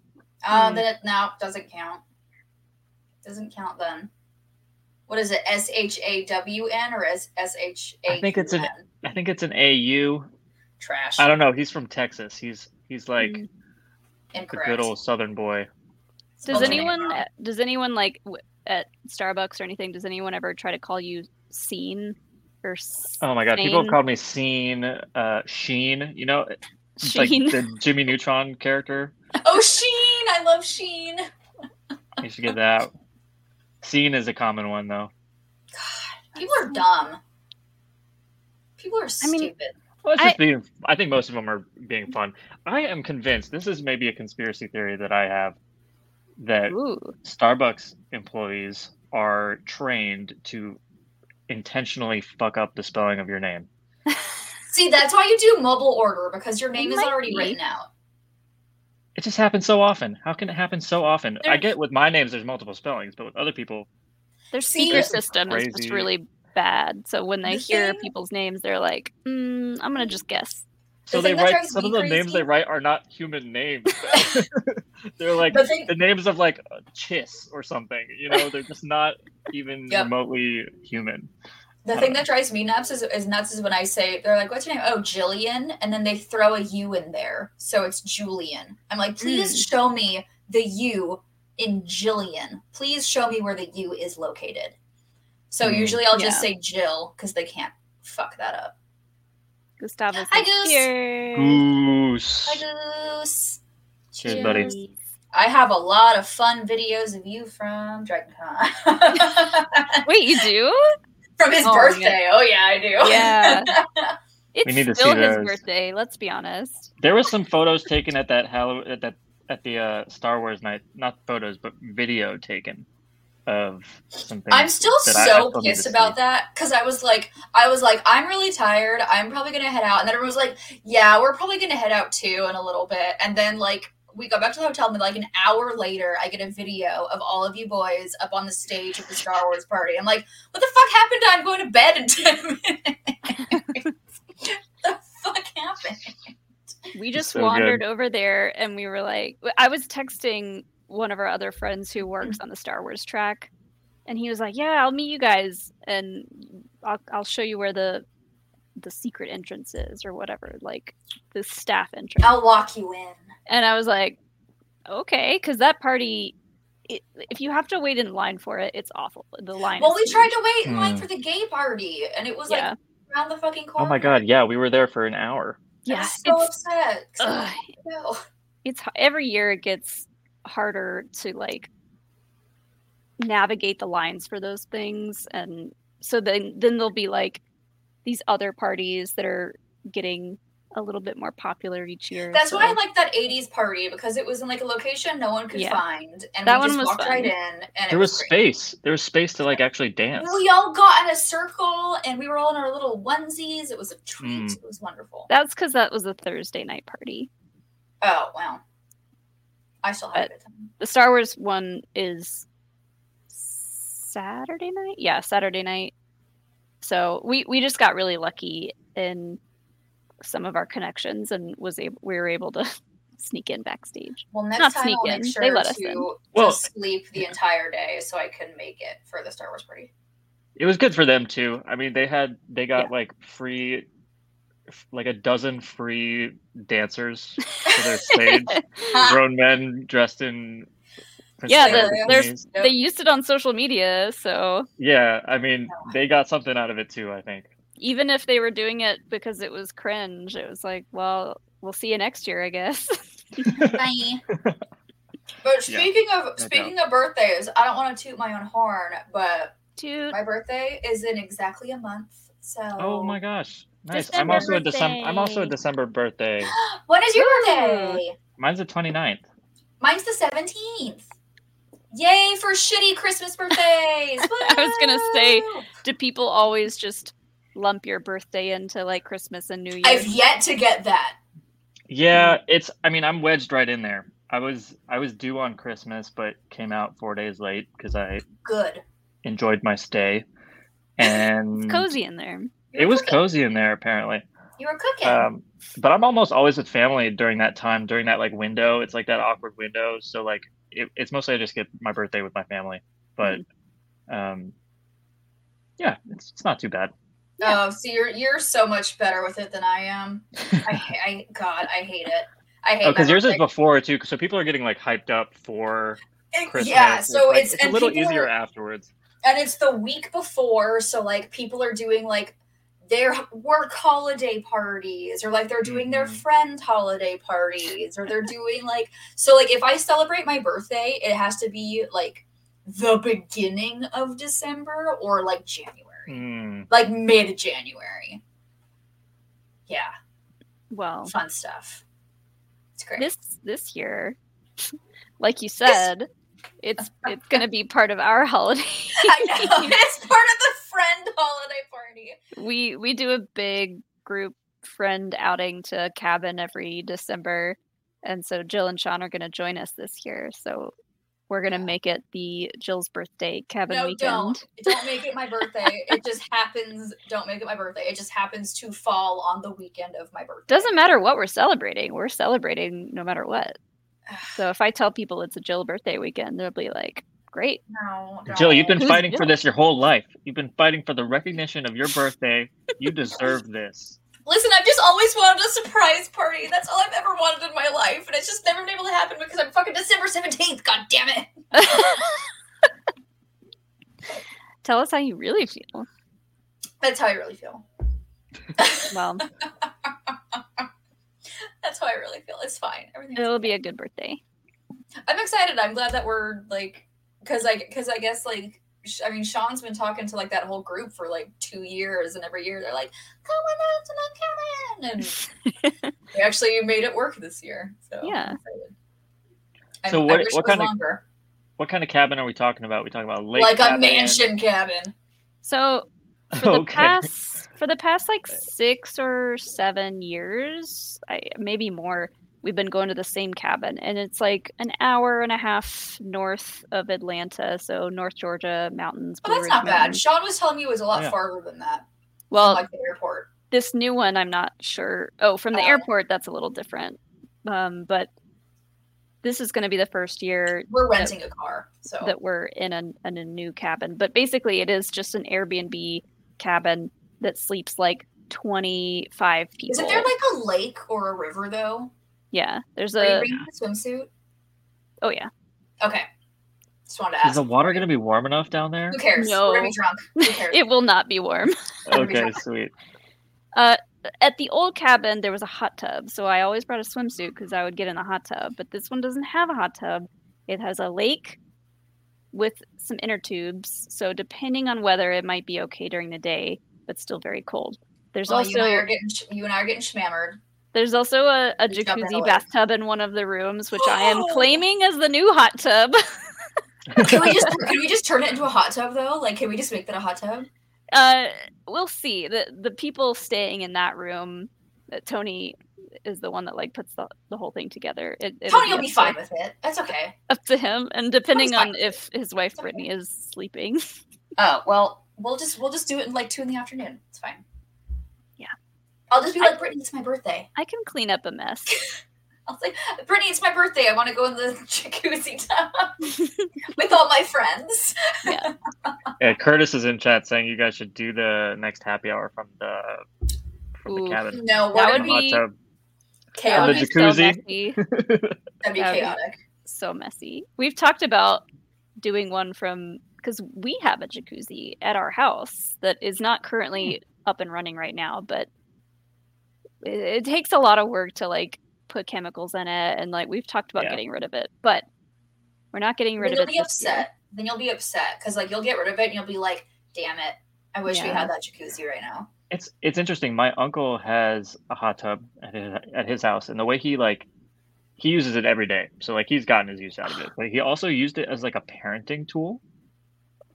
[SPEAKER 8] Uh,
[SPEAKER 2] Um,
[SPEAKER 8] Then it no doesn't count. Doesn't count then. What is it? S H A W N or S S H A?
[SPEAKER 7] I think it's an I think it's an AU.
[SPEAKER 8] trash.
[SPEAKER 7] I don't know. He's from Texas. He's he's like the
[SPEAKER 8] Incorrect.
[SPEAKER 7] good old Southern boy.
[SPEAKER 2] Does
[SPEAKER 7] Um,
[SPEAKER 2] anyone does anyone like w- at Starbucks or anything? Does anyone ever try to call you scene or?
[SPEAKER 7] Oh my god, people have
[SPEAKER 2] sane?
[SPEAKER 7] called me Scene, uh, Sheen. You know, it's like
[SPEAKER 2] Sheen.
[SPEAKER 7] the Jimmy Neutron character.
[SPEAKER 8] Oh, Sheen! I love Sheen.
[SPEAKER 7] I used to get that. Scene is a common one though.
[SPEAKER 8] People are dumb. People are stupid.
[SPEAKER 7] Well, it's just being. I think most of them are being fun. I am convinced this is maybe a conspiracy theory that I have that Starbucks employees are trained to intentionally fuck up the spelling of your name.
[SPEAKER 8] See, that's why you do mobile order because your name is
[SPEAKER 2] might
[SPEAKER 8] already
[SPEAKER 2] be.
[SPEAKER 8] written out.
[SPEAKER 7] It just happens so often. How can it happen so often? I
[SPEAKER 8] There's-
[SPEAKER 7] get with my names, there's multiple spellings, but with other people,
[SPEAKER 2] Their
[SPEAKER 8] See,
[SPEAKER 2] speaker
[SPEAKER 8] This is
[SPEAKER 2] system is just
[SPEAKER 7] crazy.
[SPEAKER 2] really bad. So when they
[SPEAKER 8] The
[SPEAKER 2] hear
[SPEAKER 8] thing-
[SPEAKER 2] people's names, they're like, mm, "I'm gonna just guess."
[SPEAKER 7] so they write some of the names they write are not human names. they're like
[SPEAKER 2] The
[SPEAKER 7] the,
[SPEAKER 2] thing-
[SPEAKER 7] names of like a Chiss or something. You know, they're just not even
[SPEAKER 8] Yep.
[SPEAKER 7] remotely human.
[SPEAKER 8] The thing that drives me nuts is, is nuts is when I say they're like, "What's your name?" Oh, Jillian, and then they throw a U in there, so it's Julian. I'm like,
[SPEAKER 2] Hmm.
[SPEAKER 8] please show me the U in Jillian. Please show me where the U is located. So
[SPEAKER 7] Mm.
[SPEAKER 8] usually I'll just
[SPEAKER 2] Hmm. Yeah.
[SPEAKER 8] say Jill because they can't fuck that up.
[SPEAKER 2] Gustavo's
[SPEAKER 8] Hi,
[SPEAKER 2] like,
[SPEAKER 8] Goose.
[SPEAKER 2] "Cheers."
[SPEAKER 7] Goose.
[SPEAKER 8] Hi, Goose.
[SPEAKER 7] Cheers, buddy.
[SPEAKER 8] I have a lot of fun videos of you from Dragon Con.
[SPEAKER 2] Wait, you do?
[SPEAKER 8] From his
[SPEAKER 2] Oh,
[SPEAKER 8] birthday. Oh, yeah, I do.
[SPEAKER 2] Yeah. It's
[SPEAKER 7] We need to see
[SPEAKER 2] still his
[SPEAKER 7] those.
[SPEAKER 2] birthday, let's be honest.
[SPEAKER 7] There was some photos taken at that Hall- at that at the uh, Star Wars night. Not photos, but video taken of something.
[SPEAKER 8] I'm still
[SPEAKER 7] that I- I
[SPEAKER 8] so
[SPEAKER 7] still need to
[SPEAKER 8] pissed
[SPEAKER 7] see.
[SPEAKER 8] about that because I was like, I was like, I'm really tired. I'm probably gonna head out, and then everyone was like, Yeah, we're probably gonna head out too in a little bit, and then like we go back to the hotel, and then, like an hour later, I get a video of all of you boys up on the stage at the Star Wars party. I'm like, What the fuck happened? I'm going to bed in ten minutes. the fuck happened?
[SPEAKER 2] We just
[SPEAKER 8] so good.
[SPEAKER 2] wandered over there and we were like, I was texting one of our other friends who works on the Star Wars track, and he was like, "Yeah, I'll meet you guys, and I'll I'll show you where the the secret entrance is, or whatever, like the staff entrance."
[SPEAKER 8] I'll walk you in.
[SPEAKER 2] And I was like, "Okay," because that party, it, if you have to wait in line for it, it's awful. The line.
[SPEAKER 8] Well,
[SPEAKER 2] is
[SPEAKER 8] we
[SPEAKER 2] huge.
[SPEAKER 8] tried to wait in line
[SPEAKER 7] Hmm.
[SPEAKER 8] for the gay party, and it was
[SPEAKER 2] Yeah.
[SPEAKER 8] like around the fucking corner.
[SPEAKER 7] Oh my god! Yeah, we were there for an hour.
[SPEAKER 2] Yeah,
[SPEAKER 8] so
[SPEAKER 2] it's-
[SPEAKER 8] upset. 'cause I'm
[SPEAKER 2] Ugh.
[SPEAKER 8] like, "No."
[SPEAKER 2] it's h- every year it gets harder to like navigate the lines for those things and so then then there'll be like these other parties that are getting a little bit more popular each year
[SPEAKER 8] That's
[SPEAKER 2] so-
[SPEAKER 8] why I like that '80s party because it was in like a location no one could
[SPEAKER 2] Yeah.
[SPEAKER 8] find, and
[SPEAKER 2] That
[SPEAKER 8] we
[SPEAKER 2] one
[SPEAKER 8] just
[SPEAKER 2] was
[SPEAKER 8] walked
[SPEAKER 2] fun.
[SPEAKER 8] right in. And it
[SPEAKER 7] There
[SPEAKER 8] was,
[SPEAKER 7] was space. There was space to like actually dance.
[SPEAKER 8] we all got in a circle, and we were all in our little onesies. It was a treat.
[SPEAKER 7] Mm.
[SPEAKER 8] It was wonderful.
[SPEAKER 2] that's because that was a thursday night party
[SPEAKER 8] Oh wow! I still have
[SPEAKER 2] but
[SPEAKER 8] it.
[SPEAKER 2] the star wars one is saturday night yeah saturday night so we we just got really lucky in some of our connections and was able we were able to sneak in backstage
[SPEAKER 8] Well, next
[SPEAKER 2] Not
[SPEAKER 8] time
[SPEAKER 2] sneak
[SPEAKER 8] I'll
[SPEAKER 2] in,
[SPEAKER 8] make
[SPEAKER 2] they
[SPEAKER 8] sure
[SPEAKER 2] let us
[SPEAKER 8] to
[SPEAKER 2] in.
[SPEAKER 8] just
[SPEAKER 7] Well-
[SPEAKER 8] sleep the entire day so I can make it for the Star Wars party.
[SPEAKER 7] It was good for them too. I mean, they had they got like free, f- like a dozen free dancers for their stage. Grown men dressed in. Princess
[SPEAKER 2] yeah
[SPEAKER 7] Leia
[SPEAKER 2] the, there's
[SPEAKER 7] bikinis.
[SPEAKER 2] they used it on social media so
[SPEAKER 7] Yeah, I mean, they got something out of it too. I think.
[SPEAKER 2] even if they were doing it because it was cringe it was like well we'll see you next year i guess
[SPEAKER 8] Bye. But
[SPEAKER 2] Yeah,
[SPEAKER 8] speaking of
[SPEAKER 2] doubt.
[SPEAKER 8] speaking of birthdays, I don't want to toot my own horn, but
[SPEAKER 2] Toot.
[SPEAKER 8] my birthday is in exactly a month. So
[SPEAKER 7] Oh my gosh! Nice. I'm
[SPEAKER 8] December
[SPEAKER 7] also a December. I'm also a
[SPEAKER 8] birthday.
[SPEAKER 7] December birthday.
[SPEAKER 8] When is your
[SPEAKER 2] Ooh.
[SPEAKER 8] birthday?
[SPEAKER 7] Mine's the 29th.
[SPEAKER 8] Mine's the seventeenth. Yay for shitty Christmas birthdays!
[SPEAKER 2] i was gonna say do people always just lump your birthday into like christmas and new year
[SPEAKER 8] I've yet to get that.
[SPEAKER 7] Yeah, it's. I mean, I'm wedged right in there. I was I was due on Christmas, but came out four days late because I
[SPEAKER 8] Good.
[SPEAKER 7] enjoyed my stay, and
[SPEAKER 2] cozy in there
[SPEAKER 7] it was cozy in there apparently.
[SPEAKER 8] You were cooking.
[SPEAKER 7] Um, but I'm almost always with family during that time, during that like window. It's like that awkward window. So like, it, it's mostly I just get my birthday with my family. But, um, yeah, it's, it's not too bad.
[SPEAKER 8] Oh, so you're you're so much better with it than I am. I, ha- I God, I hate it. I hate.
[SPEAKER 7] Oh, because
[SPEAKER 8] my
[SPEAKER 7] yours is
[SPEAKER 8] birthday.
[SPEAKER 7] before too. So people are getting like hyped up for
[SPEAKER 8] Eh,
[SPEAKER 7] Christmas.
[SPEAKER 8] yeah, so
[SPEAKER 7] like,
[SPEAKER 8] it's-
[SPEAKER 7] a
[SPEAKER 8] and
[SPEAKER 7] little
[SPEAKER 8] people
[SPEAKER 7] easier
[SPEAKER 8] are-
[SPEAKER 7] afterwards.
[SPEAKER 8] and it's the week before so like people are doing like their work holiday parties or like they're doing their friend holiday parties or they're doing like so like if i celebrate my birthday it has to be like the beginning of december or like january
[SPEAKER 7] Hmm.
[SPEAKER 8] like mid january yeah
[SPEAKER 2] well
[SPEAKER 8] fun stuff it's great
[SPEAKER 2] Oh. this this year like you said it's it's going to be part of our holiday
[SPEAKER 8] i know it's part of the friend holiday party
[SPEAKER 2] we we do a big group friend outing to a cabin every december and so jill and sean are going to join us this year so we're going to make it the jill's birthday cabin
[SPEAKER 8] no,
[SPEAKER 2] weekend
[SPEAKER 8] don't. Don't make it my birthday. it just happens. Don't make it my birthday. It just happens to fall on the weekend of my birthday.
[SPEAKER 2] doesn't matter what we're celebrating we're celebrating no matter what so if i tell people it's a jill birthday weekend they'll be like great
[SPEAKER 8] No.
[SPEAKER 7] Jill, you've been
[SPEAKER 2] Who's
[SPEAKER 7] fighting for
[SPEAKER 2] Jill?
[SPEAKER 7] this your whole life. You've been fighting for the recognition of your birthday. You deserve this.
[SPEAKER 8] Listen, I've just always wanted a surprise party. That's all I've ever wanted in my life, and it's just never been able to happen because I'm fucking December seventeenth. God damn it!
[SPEAKER 2] tell us how you really feel
[SPEAKER 8] That's how I really feel.
[SPEAKER 2] well
[SPEAKER 8] That's how I really feel. It's fine. Everything's
[SPEAKER 2] It'll be a good birthday.
[SPEAKER 8] I'm excited. I'm glad that we're like, because I because I guess like sh- I mean Sean's been talking to like that whole group for like two years, and every year they're like, "Come on out and I'm coming," and we actually made it work this year. So
[SPEAKER 2] Yeah.
[SPEAKER 8] I'm excited. I-
[SPEAKER 7] So
[SPEAKER 8] I
[SPEAKER 7] what,
[SPEAKER 8] wish it
[SPEAKER 7] what
[SPEAKER 8] was
[SPEAKER 7] kind of
[SPEAKER 8] longer.
[SPEAKER 7] what kind of cabin are we talking about? we talking about a lake
[SPEAKER 8] like a
[SPEAKER 7] cabin?
[SPEAKER 8] mansion cabin?
[SPEAKER 2] So for the
[SPEAKER 7] Okay.
[SPEAKER 2] past for the past like six or seven years, I, maybe more, we've been going to the same cabin, and it's like an hour and a half north of Atlanta, so North Georgia mountains.
[SPEAKER 8] Well,
[SPEAKER 2] Blue
[SPEAKER 8] Oh, that's
[SPEAKER 2] Ridge
[SPEAKER 8] not bad.
[SPEAKER 2] Mountains.
[SPEAKER 8] Sean was telling me it was a lot
[SPEAKER 2] Yeah.
[SPEAKER 8] farther than that.
[SPEAKER 2] Well,
[SPEAKER 8] like the airport.
[SPEAKER 2] this new one, I'm not sure. Oh, from the
[SPEAKER 8] Uh-huh.
[SPEAKER 2] airport, that's a little different. Um, but this is going to be the first year
[SPEAKER 8] We're
[SPEAKER 2] that-
[SPEAKER 8] renting a car, so
[SPEAKER 2] that we're in a, in a new cabin. But basically, it is just an Airbnb cabin that sleeps like 25 people.
[SPEAKER 8] Isn't there like a lake or a river though?
[SPEAKER 2] yeah, there's
[SPEAKER 8] Are you
[SPEAKER 2] a.
[SPEAKER 8] bringing a swimsuit?
[SPEAKER 2] Oh, yeah.
[SPEAKER 8] Okay. Just wanted to
[SPEAKER 7] Is
[SPEAKER 8] ask.
[SPEAKER 7] the water going to be warm enough down there?
[SPEAKER 8] Who cares? We're gonna be drunk. Who cares?
[SPEAKER 2] It will not be warm.
[SPEAKER 7] Okay, sweet.
[SPEAKER 2] Uh, at the old cabin, there was a hot tub, so I always brought a swimsuit because I would get in the hot tub. But this one doesn't have a hot tub; it has a lake with some inner tubes. So depending on weather, it might be okay during the day, but still very cold. There's
[SPEAKER 8] Well, you and I
[SPEAKER 2] also
[SPEAKER 8] are getting sh- you and I are getting shmammered.
[SPEAKER 2] there's also a, a
[SPEAKER 8] jump in the
[SPEAKER 2] jacuzzi
[SPEAKER 8] lake.
[SPEAKER 2] bathtub in one of the rooms, which I am claiming as the new hot tub.
[SPEAKER 8] Can we just can we just turn it into a hot tub though? Like, can we just make that a hot tub?
[SPEAKER 2] uh we'll see the the people staying in that room uh, tony is the one that like puts the, the whole thing together it, it'll
[SPEAKER 8] Tony will
[SPEAKER 2] up
[SPEAKER 8] be
[SPEAKER 2] to-
[SPEAKER 8] fine with it. That's okay.
[SPEAKER 2] up to him and depending
[SPEAKER 8] Tony's fine
[SPEAKER 2] on if his wife brittany is sleeping
[SPEAKER 8] Oh well, we'll just we'll just do it in like two in the afternoon. It's fine.
[SPEAKER 2] Yeah.
[SPEAKER 8] I'll just be like Brittany. It's my birthday.
[SPEAKER 2] i can clean up a mess
[SPEAKER 8] I'll say Brittany, it's my birthday. I want to go in the jacuzzi tub with all my friends.
[SPEAKER 2] Yeah.
[SPEAKER 7] Yeah, Curtis is in chat saying you guys should do the next happy hour from the from
[SPEAKER 2] Ooh.
[SPEAKER 7] the cabin.
[SPEAKER 8] No, we're
[SPEAKER 7] From
[SPEAKER 8] gonna
[SPEAKER 7] the
[SPEAKER 8] be-
[SPEAKER 7] hot tub.
[SPEAKER 2] That would
[SPEAKER 7] And the
[SPEAKER 2] be so
[SPEAKER 7] jacuzzi.
[SPEAKER 2] messy.
[SPEAKER 8] That'd be
[SPEAKER 2] That would
[SPEAKER 8] chaotic.
[SPEAKER 2] so messy we've talked about doing one from because we have a jacuzzi at our house that is not currently up and running right now but it, it takes a lot of work to like put chemicals in it and like we've talked about getting rid of it but we're not getting
[SPEAKER 8] Then
[SPEAKER 2] rid of
[SPEAKER 8] you'll be
[SPEAKER 2] it this year.
[SPEAKER 8] upset. Then you'll be upset because like you'll get rid of it and you'll be like, "Damn it! I wish we
[SPEAKER 7] Yeah.
[SPEAKER 8] had that jacuzzi right now."
[SPEAKER 7] It's it's interesting. My uncle has a hot tub at his, at his house, and the way he like he uses it every day. So like he's gotten his use out of it. But he also used it as like a parenting tool.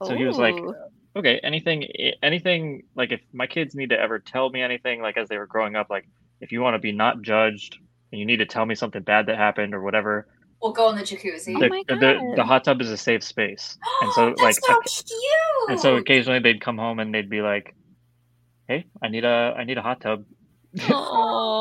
[SPEAKER 7] So he was like,
[SPEAKER 2] Ooh.
[SPEAKER 7] okay, anything, i- anything, like if my kids need to ever tell me anything, like as they were growing up, like if you want to be not judged and you need to tell me something bad that happened or whatever,
[SPEAKER 8] We'll go in the jacuzzi.
[SPEAKER 7] the, the, the hot tub is a safe space. And so, like,
[SPEAKER 8] Oh That's so
[SPEAKER 7] oc-
[SPEAKER 8] cute.
[SPEAKER 7] and so occasionally they'd come home and they'd be like, hey, I need a, I need a hot tub.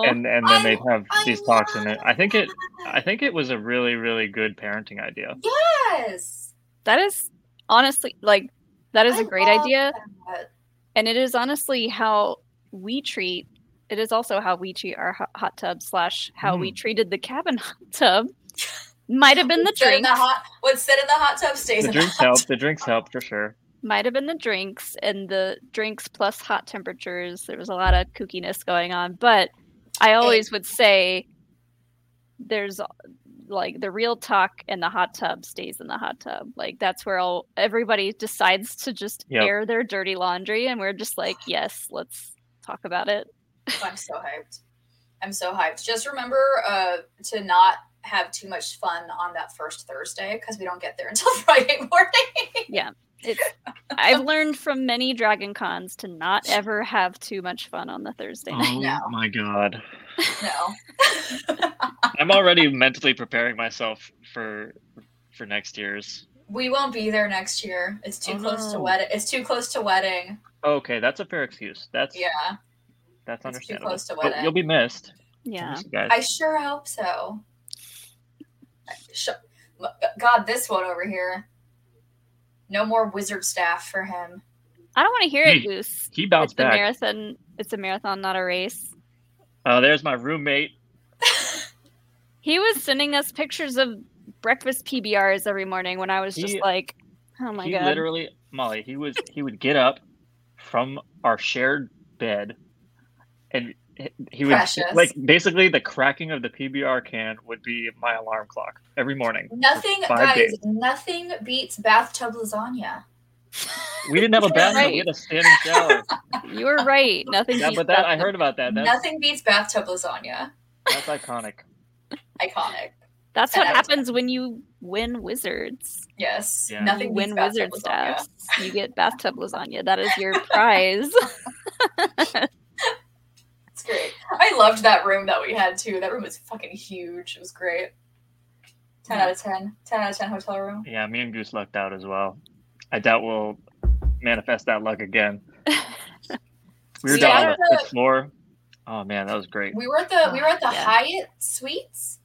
[SPEAKER 7] and and then they'd have these talks and it, I think it I think it was a really really good parenting idea.
[SPEAKER 8] yes
[SPEAKER 2] that is honestly like that is
[SPEAKER 8] I
[SPEAKER 2] a great
[SPEAKER 8] love
[SPEAKER 2] idea
[SPEAKER 8] that.
[SPEAKER 2] and it is honestly how we treat it is also how we treat our ho- hot tub slash how we
[SPEAKER 8] Mm.
[SPEAKER 2] treated the cabin hot tub might have been the
[SPEAKER 8] Sit in
[SPEAKER 2] drink
[SPEAKER 8] the hot. What's said in the hot tub stays in
[SPEAKER 7] The
[SPEAKER 8] the
[SPEAKER 7] drinks
[SPEAKER 8] hot
[SPEAKER 7] help. The drinks help for sure.
[SPEAKER 2] might have been the drinks and the drinks plus hot temperatures. There was a lot of kookiness going on, but I always would say there's like the real talk and the hot tub stays in the hot tub. Like that's where all everybody decides to just
[SPEAKER 7] Yep.
[SPEAKER 2] air their dirty laundry, and we're just like, yes, let's talk about it.
[SPEAKER 8] I'm so hyped. I'm so hyped. Just remember uh, to not have too much fun on that first Thursday because we don't get there until Friday morning.
[SPEAKER 2] Yeah. It's I've learned from many Dragon Cons to not ever have too much fun on the Thursday night.
[SPEAKER 7] Oh my god.
[SPEAKER 8] No.
[SPEAKER 7] I'm already mentally preparing myself for for next year's.
[SPEAKER 8] we won't be there next year. It's too
[SPEAKER 7] Oh,
[SPEAKER 8] close to
[SPEAKER 7] no.
[SPEAKER 8] wedding. It's too close to wedding.
[SPEAKER 7] Okay, that's a fair excuse. That's
[SPEAKER 8] Yeah.
[SPEAKER 7] that's
[SPEAKER 8] it's too
[SPEAKER 7] understandable.
[SPEAKER 8] close to
[SPEAKER 7] but
[SPEAKER 8] wedding.
[SPEAKER 7] you'll be missed.
[SPEAKER 2] Yeah.
[SPEAKER 7] Miss you guys.
[SPEAKER 8] I sure hope so. I sh- God, this one over here. No more wizard staff for him.
[SPEAKER 2] I don't want to hear it,
[SPEAKER 7] Hey,
[SPEAKER 2] Goose.
[SPEAKER 7] he bounced
[SPEAKER 2] it's A
[SPEAKER 7] back.
[SPEAKER 2] marathon. It's a marathon, not a race.
[SPEAKER 7] Uh, there's my roommate.
[SPEAKER 2] He was sending us pictures of breakfast PBRs every morning when I was just
[SPEAKER 7] He-
[SPEAKER 2] like, "Oh my
[SPEAKER 7] he
[SPEAKER 2] god!"
[SPEAKER 7] literally Molly, he was he would get up from our shared bed and he would
[SPEAKER 8] Precious.
[SPEAKER 7] like basically the cracking of the PBR can would be my alarm clock every morning. for
[SPEAKER 8] Nothing,
[SPEAKER 7] five
[SPEAKER 8] guys.
[SPEAKER 7] days.
[SPEAKER 8] Nothing beats bathtub lasagna.
[SPEAKER 7] We didn't have a
[SPEAKER 8] You're
[SPEAKER 7] bathroom.
[SPEAKER 8] right.
[SPEAKER 7] We had a standing shower.
[SPEAKER 2] You were right. Nothing.
[SPEAKER 7] yeah,
[SPEAKER 2] beats
[SPEAKER 7] but that I
[SPEAKER 2] bathtub-
[SPEAKER 7] heard about that. That's,
[SPEAKER 8] Nothing beats bathtub lasagna.
[SPEAKER 7] that's iconic.
[SPEAKER 8] Iconic.
[SPEAKER 2] That's
[SPEAKER 8] And
[SPEAKER 2] what
[SPEAKER 8] I-
[SPEAKER 2] happens when you win wizards.
[SPEAKER 8] Yes.
[SPEAKER 7] Yeah.
[SPEAKER 2] you
[SPEAKER 8] Nothing
[SPEAKER 2] win
[SPEAKER 8] beats bathtub
[SPEAKER 2] wizard
[SPEAKER 8] lasagna.
[SPEAKER 2] staffs. You get bathtub lasagna. That is your prize.
[SPEAKER 8] It's great. I loved that room that we had too. That room was fucking huge. It was great. Ten out of ten. Ten out of ten hotel room.
[SPEAKER 7] Yeah, me and Goose lucked out as well. I doubt we'll manifest that luck again. We were
[SPEAKER 8] See,
[SPEAKER 7] down
[SPEAKER 8] I
[SPEAKER 7] on
[SPEAKER 8] don't
[SPEAKER 7] the
[SPEAKER 8] know.
[SPEAKER 7] fifth floor. Oh man, that was great.
[SPEAKER 8] We were at the we were at the Hyatt Suites.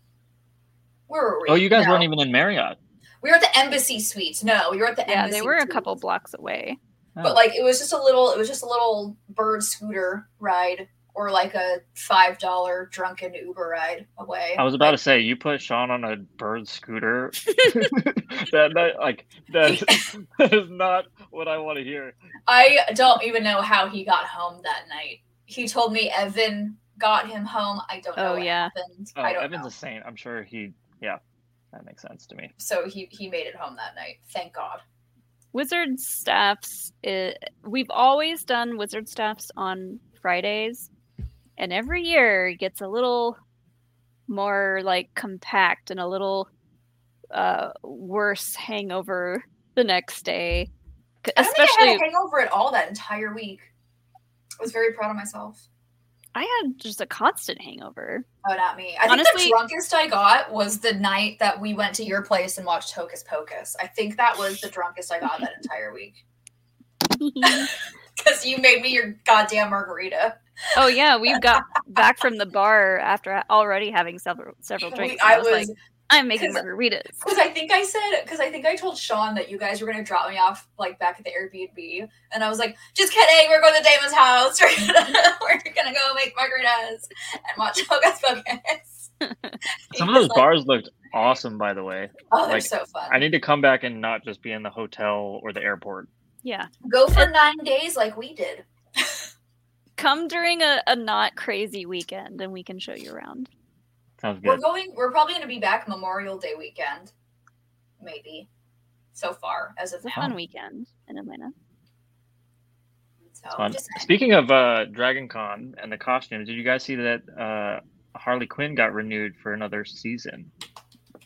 [SPEAKER 8] Where were we?
[SPEAKER 7] Oh, you guys
[SPEAKER 8] No.
[SPEAKER 7] weren't even in Marriott.
[SPEAKER 8] We were at the Embassy Suites. No, we were at the
[SPEAKER 2] yeah,
[SPEAKER 8] Embassy.
[SPEAKER 2] they were a
[SPEAKER 8] Suites.
[SPEAKER 2] couple blocks away.
[SPEAKER 8] But like, it was just a little. It was just a little bird scooter ride, or like a five dollar drunken Uber ride away.
[SPEAKER 7] I was about to say you put Sean on a bird scooter. that, that like that, that is not what I want to hear.
[SPEAKER 8] I don't even know how he got home that night. He told me Evan got him home. I don't know.
[SPEAKER 2] Oh,
[SPEAKER 8] what
[SPEAKER 2] yeah.
[SPEAKER 8] Happened.
[SPEAKER 7] Oh,
[SPEAKER 8] I don't
[SPEAKER 7] Evan's
[SPEAKER 8] know.
[SPEAKER 7] a saint. I'm sure he. Yeah, that makes sense to me.
[SPEAKER 8] So he he made it home that night. Thank God.
[SPEAKER 2] Wizard staffs. i we've always done wizard staffs on Fridays, and every year it gets a little more like compact and a little uh, worse hangover the next day. C-
[SPEAKER 8] I don't think I
[SPEAKER 2] Especially,
[SPEAKER 8] had a hangover at all that entire week. I was very proud of myself.
[SPEAKER 2] I had just a constant hangover.
[SPEAKER 8] Oh, not me. I
[SPEAKER 2] Honestly-
[SPEAKER 8] think the drunkest I got was the night that we went to your place and watched Hocus Pocus. I think that was the drunkest I got that entire week. Because you made me your goddamn margarita.
[SPEAKER 2] Oh yeah, we got back from the bar after ha- already having several several
[SPEAKER 8] We-
[SPEAKER 2] drinks.
[SPEAKER 8] I
[SPEAKER 2] I, was,
[SPEAKER 8] was-
[SPEAKER 2] like, I'm making
[SPEAKER 8] 'cause-
[SPEAKER 2] margaritas.
[SPEAKER 8] Because I think I said, because I think I told Sean that you guys were going to drop me off like back at the Airbnb. And I was like, just kidding. We're going to Damon's house. We're going to go make margaritas and watch Hocus Pocus.
[SPEAKER 7] Some of those
[SPEAKER 8] Like-
[SPEAKER 7] bars looked awesome, by the way.
[SPEAKER 8] Oh, they're so fun.
[SPEAKER 7] I need to come back and not just be in the hotel or the airport.
[SPEAKER 2] Yeah.
[SPEAKER 8] Go for nine days like we did.
[SPEAKER 2] Come during a, a not crazy weekend and we can show you around.
[SPEAKER 7] Sounds
[SPEAKER 8] We're
[SPEAKER 7] good.
[SPEAKER 8] going. We're probably going to be back Memorial Day weekend, maybe. So far, as of
[SPEAKER 2] It's a
[SPEAKER 8] now.
[SPEAKER 2] fun weekend in Atlanta.
[SPEAKER 8] So,
[SPEAKER 7] Fun.
[SPEAKER 8] just-
[SPEAKER 7] Speaking of uh, Dragon Con and the costumes, did you guys see that uh, Harley Quinn got renewed for another season?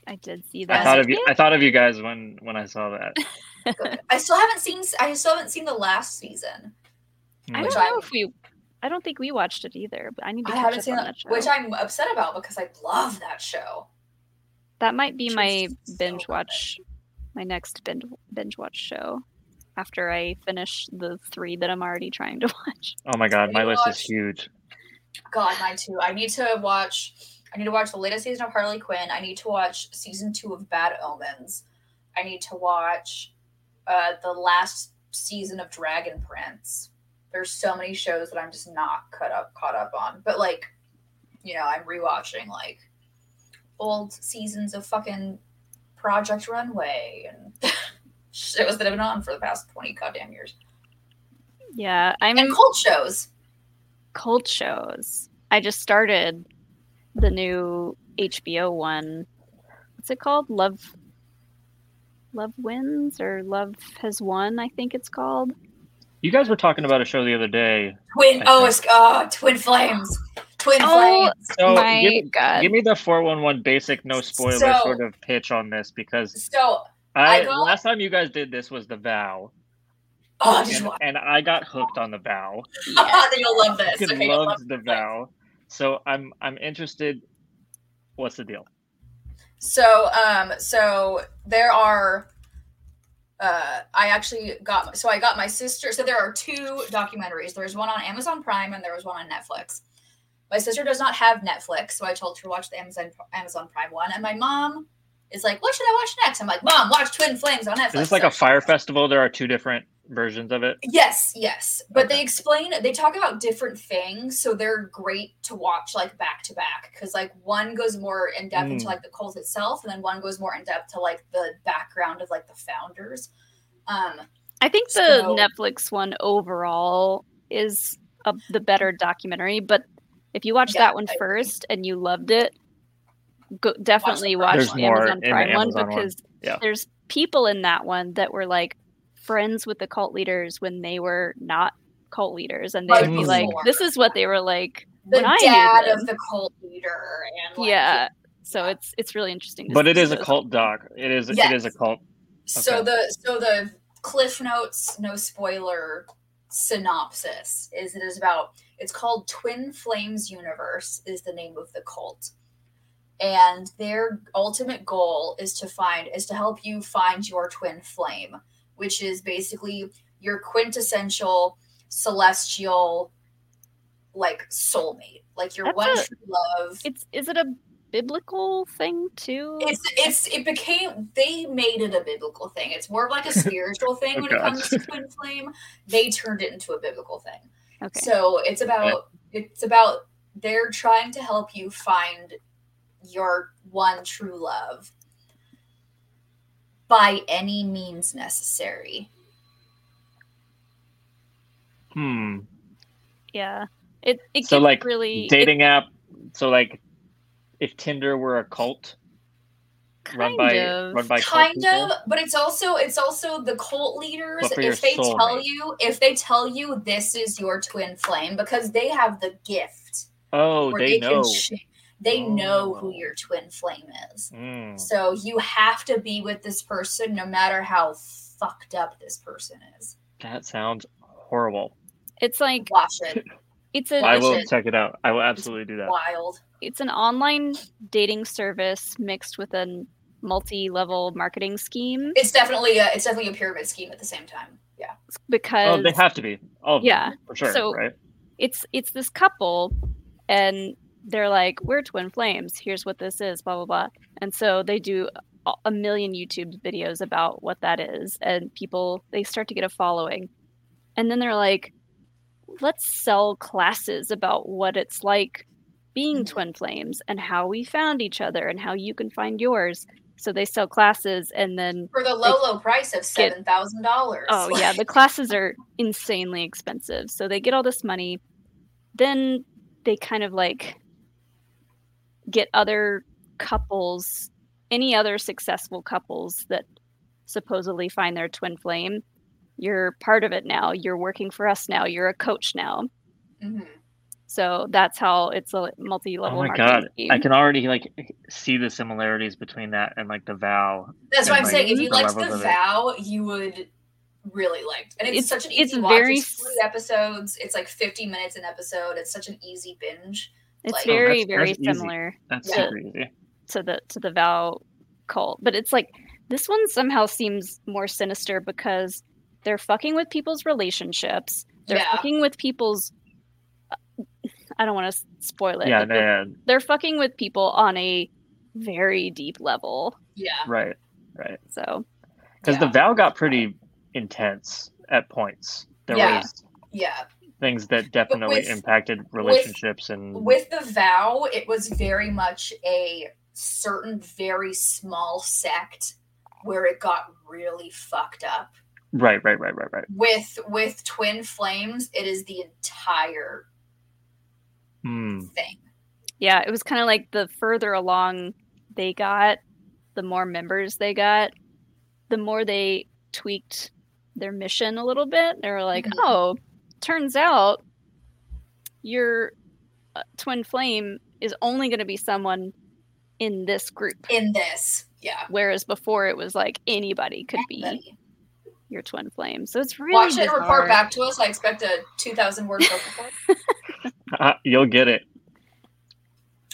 [SPEAKER 2] I did see that.
[SPEAKER 7] I thought of you. I thought of you guys when when I saw that.
[SPEAKER 8] I still haven't seen. I still haven't seen the last season.
[SPEAKER 2] I
[SPEAKER 8] Which
[SPEAKER 2] don't
[SPEAKER 8] I-
[SPEAKER 2] know if we I don't think we watched it either, but I need to
[SPEAKER 8] I
[SPEAKER 2] catch
[SPEAKER 8] haven't
[SPEAKER 2] up
[SPEAKER 8] seen
[SPEAKER 2] on
[SPEAKER 8] that,
[SPEAKER 2] that, show.
[SPEAKER 8] which I'm upset about because I love that show.
[SPEAKER 2] that might be my binge watch my next binge binge watch show after I finish the three that I'm already trying to watch.
[SPEAKER 7] Oh my god, my list is
[SPEAKER 8] Rewatched.
[SPEAKER 7] huge.
[SPEAKER 8] God, mine too. I need to watch. I need to watch the latest season of Harley Quinn. I need to watch season two of Bad Omens. I need to watch uh, the last season of Dragon Prince. There's so many shows that I'm just not caught up caught up on. But like, you know, I'm rewatching like old seasons of fucking Project Runway and shit was that have been on for the past twenty goddamn years.
[SPEAKER 2] Yeah, I'm
[SPEAKER 8] And cult shows.
[SPEAKER 2] cult shows. I just started the new HBO one. What's it called? Love Love Wins or Love Has Won, I think it's called.
[SPEAKER 7] You guys were talking about a show the other day.
[SPEAKER 8] Twin
[SPEAKER 7] I
[SPEAKER 8] oh,
[SPEAKER 7] think.
[SPEAKER 8] it's, oh, Twin Flames. Twin
[SPEAKER 2] Oh,
[SPEAKER 8] Flames.
[SPEAKER 7] So
[SPEAKER 2] My
[SPEAKER 7] give, me-
[SPEAKER 2] God.
[SPEAKER 7] give me the four one one basic no spoiler
[SPEAKER 8] So-
[SPEAKER 7] sort of pitch on this because
[SPEAKER 8] So
[SPEAKER 7] I,
[SPEAKER 8] I got-
[SPEAKER 7] last time you guys did this was the vow.
[SPEAKER 8] Oh, I just
[SPEAKER 7] and,
[SPEAKER 8] want.
[SPEAKER 7] and I got hooked on the vow.
[SPEAKER 8] then you'll love this.
[SPEAKER 7] Fucking
[SPEAKER 8] Okay, you'll love
[SPEAKER 7] loved the vow. So I'm I'm interested. What's the deal?
[SPEAKER 8] So, um, so there are. Uh, I actually got so I got my sister. So there are two documentaries. There's one on Amazon Prime and there was one on Netflix. My sister does not have Netflix, so I told her to watch the Amazon Amazon Prime one. And my mom is like, "What should I watch next?" I'm like, "Mom, watch Twin Flames on Netflix."
[SPEAKER 7] Is this like a fire festival? There are two different versions of it.
[SPEAKER 8] Yes, yes. But they explain, they talk about different things. So they're great to watch like back to back because like one goes more in depth into
[SPEAKER 9] Mm.
[SPEAKER 8] like the cult itself and then one goes more in depth to like the background of like the founders. Um,
[SPEAKER 2] I think the
[SPEAKER 8] So-
[SPEAKER 2] Netflix one overall is a, the better documentary, but If you watched that one first and you loved it, go, definitely watch
[SPEAKER 7] There's
[SPEAKER 2] the
[SPEAKER 7] more
[SPEAKER 2] Amazon
[SPEAKER 7] in the
[SPEAKER 2] Prime
[SPEAKER 7] Amazon
[SPEAKER 2] one
[SPEAKER 7] one.
[SPEAKER 2] because
[SPEAKER 7] Yeah.
[SPEAKER 2] there's people in that one that were like friends with the cult leaders when they were not cult leaders, and they
[SPEAKER 8] Right
[SPEAKER 2] would be like,
[SPEAKER 8] before.
[SPEAKER 2] "This is what they were like."
[SPEAKER 8] The
[SPEAKER 2] when I knew
[SPEAKER 8] dad
[SPEAKER 2] them."
[SPEAKER 8] of the cult leader and like,
[SPEAKER 2] yeah. So it's it's really interesting. to
[SPEAKER 7] But it
[SPEAKER 2] see
[SPEAKER 7] is a
[SPEAKER 2] those.
[SPEAKER 7] cult doc. It is it is a
[SPEAKER 8] Yes.
[SPEAKER 7] cult.
[SPEAKER 8] So
[SPEAKER 7] Okay.
[SPEAKER 8] the so the cliff notes, no spoiler synopsis is it is about it's called Twin Flames Universe is the name of the cult. And their ultimate goal is to find is to help you find your twin flame, which is basically your quintessential celestial like soulmate. Like your
[SPEAKER 2] That's
[SPEAKER 8] one
[SPEAKER 2] a-
[SPEAKER 8] true love.
[SPEAKER 2] It's is it a biblical thing too?
[SPEAKER 8] It's it's it became they made it a biblical thing. It's more of
[SPEAKER 7] Oh,
[SPEAKER 8] like a spiritual thing when
[SPEAKER 2] Oh,
[SPEAKER 8] it
[SPEAKER 2] God.
[SPEAKER 8] comes to twin flame. They turned it into a biblical thing.
[SPEAKER 2] Okay.
[SPEAKER 8] So it's about it's about they're trying to help you find your one true love by any means necessary.
[SPEAKER 7] Hmm.
[SPEAKER 2] yeah. It it
[SPEAKER 7] so
[SPEAKER 2] gets
[SPEAKER 7] like
[SPEAKER 2] really it-
[SPEAKER 7] dating app. So like, if Tinder were a cult, run by
[SPEAKER 2] of.
[SPEAKER 7] run by cult
[SPEAKER 8] kind of
[SPEAKER 7] people?
[SPEAKER 8] but it's also it's also the cult leaders
[SPEAKER 7] But for your
[SPEAKER 8] if they tell
[SPEAKER 7] soulmate.
[SPEAKER 8] you if they tell you this is your twin flame because they have the gift
[SPEAKER 7] Oh,
[SPEAKER 8] where
[SPEAKER 7] they, know.
[SPEAKER 8] can sh- they know who your twin flame is
[SPEAKER 7] Mm.
[SPEAKER 8] so you have to be with this person no matter how fucked up this person is
[SPEAKER 7] That sounds horrible.
[SPEAKER 2] It's like
[SPEAKER 8] watch it.
[SPEAKER 2] It's a
[SPEAKER 7] I will check it out. I will absolutely do that.
[SPEAKER 8] wild.
[SPEAKER 2] It's an online dating service mixed with a multi-level marketing scheme
[SPEAKER 8] it's definitely a it's definitely a pyramid scheme at the same time yeah
[SPEAKER 2] because
[SPEAKER 7] Oh, they have to be. All of them,
[SPEAKER 2] yeah
[SPEAKER 7] for sure.
[SPEAKER 2] so
[SPEAKER 7] right.
[SPEAKER 2] it's it's this couple and they're like we're twin flames here's what this is blah blah blah and so they do a- a million youtube videos about what that is and people they start to get a following and then they're like let's sell classes about what it's like being twin flames and how we found each other and how you can find yours so they sell classes and then
[SPEAKER 8] for the
[SPEAKER 2] they-
[SPEAKER 8] low low price of
[SPEAKER 2] get-
[SPEAKER 8] seven thousand dollars
[SPEAKER 2] Oh yeah, the classes are insanely expensive. So they get all this money, then they kind of like get other couples, any other successful couples that supposedly find their twin flame. You're part of it now. You're working for us now. You're a coach now.
[SPEAKER 8] Mm-hmm.
[SPEAKER 2] So that's how it's a multi-level.
[SPEAKER 7] Oh my
[SPEAKER 2] marketing
[SPEAKER 7] god,
[SPEAKER 2] scheme.
[SPEAKER 7] I can already like see the similarities between that and like the vow.
[SPEAKER 8] that's
[SPEAKER 7] and,
[SPEAKER 8] what i'm
[SPEAKER 7] like,
[SPEAKER 8] saying if you liked
[SPEAKER 7] levels
[SPEAKER 8] the
[SPEAKER 7] of it.
[SPEAKER 8] vow you would really like and it's,
[SPEAKER 2] It's-
[SPEAKER 8] such an easy
[SPEAKER 2] it's
[SPEAKER 8] watch
[SPEAKER 2] very
[SPEAKER 8] it's three episodes it's like 50 minutes an episode it's such an easy binge
[SPEAKER 2] It's
[SPEAKER 8] like,
[SPEAKER 2] very,
[SPEAKER 7] that's-
[SPEAKER 2] very
[SPEAKER 7] that's easy.
[SPEAKER 2] similar.
[SPEAKER 7] That's super easy.
[SPEAKER 2] To the to the Vow cult, but it's like this one somehow seems more sinister because they're fucking with people's relationships. They're
[SPEAKER 8] Yeah.
[SPEAKER 2] fucking with people's. uh, I don't want to spoil it.
[SPEAKER 7] Yeah,
[SPEAKER 2] but they're,
[SPEAKER 7] no, yeah.
[SPEAKER 2] they're fucking with people on a very deep level.
[SPEAKER 8] Yeah.
[SPEAKER 7] Right, right.
[SPEAKER 2] So,
[SPEAKER 7] because the vow got pretty intense at points. There
[SPEAKER 8] Yeah.
[SPEAKER 7] was
[SPEAKER 8] yeah
[SPEAKER 7] things that definitely
[SPEAKER 8] with-
[SPEAKER 7] impacted relationships and
[SPEAKER 8] with the vow it was very much a certain very small sect where it got really fucked up
[SPEAKER 7] right, right, right, right, right.
[SPEAKER 8] with with twin flames it is the entire
[SPEAKER 7] Mm.
[SPEAKER 8] thing
[SPEAKER 2] Yeah, it was kind of like the further along they got, the more members they got, the more they tweaked their mission a little bit. They were like,
[SPEAKER 8] Mhm.
[SPEAKER 2] "Oh, turns out your uh, twin flame is only going to be someone in this group."
[SPEAKER 8] In this, yeah.
[SPEAKER 2] Whereas before it was like anybody could be your twin flame. So it's really
[SPEAKER 8] watch it and report
[SPEAKER 2] bizarre.
[SPEAKER 8] back to us i expect a 2000 word book report
[SPEAKER 7] Uh, you'll get it.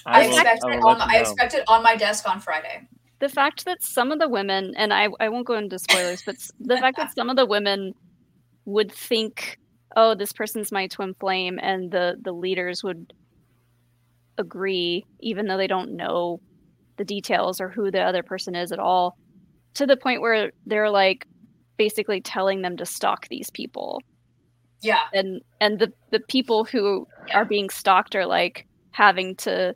[SPEAKER 8] I,
[SPEAKER 7] will-
[SPEAKER 8] expect
[SPEAKER 7] will
[SPEAKER 8] it
[SPEAKER 7] let
[SPEAKER 8] on,
[SPEAKER 7] you
[SPEAKER 8] I
[SPEAKER 7] know.
[SPEAKER 8] expect it on my desk on friday
[SPEAKER 2] the fact that some of the women and I, I won't go into spoilers but s- the fact that some of the women would think oh this person's my twin flame and the the leaders would agree even though they don't know the details or who the other person is at all to the point where they're like basically telling them to stalk these people
[SPEAKER 8] yeah
[SPEAKER 2] and and the the people who are being stalked are like having to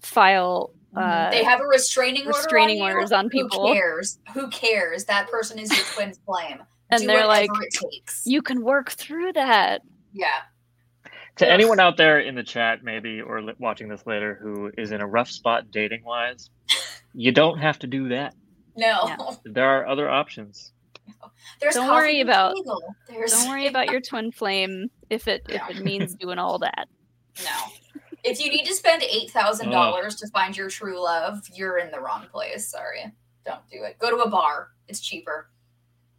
[SPEAKER 2] file uh
[SPEAKER 8] Mm-hmm. they have a restraining order
[SPEAKER 2] restraining
[SPEAKER 8] on you?
[SPEAKER 2] orders on people.
[SPEAKER 8] who cares who cares that person is your twin flame
[SPEAKER 2] and
[SPEAKER 8] Do
[SPEAKER 2] they're like
[SPEAKER 8] whatever it takes.
[SPEAKER 2] you can work through that
[SPEAKER 8] yeah
[SPEAKER 7] to anyone out there in the chat, maybe, or li- watching this later, who is in a rough spot dating wise, you don't have to do that.
[SPEAKER 8] No.
[SPEAKER 7] There are other options.
[SPEAKER 8] There's
[SPEAKER 2] don't
[SPEAKER 8] coffee
[SPEAKER 2] worry
[SPEAKER 8] that's
[SPEAKER 2] about
[SPEAKER 8] legal. There's-
[SPEAKER 2] don't worry about your twin flame if it if it means doing all that.
[SPEAKER 8] If you need to spend eight thousand dollars to find your true love, you're in the wrong place. Sorry, don't do it. Go to a bar; it's cheaper.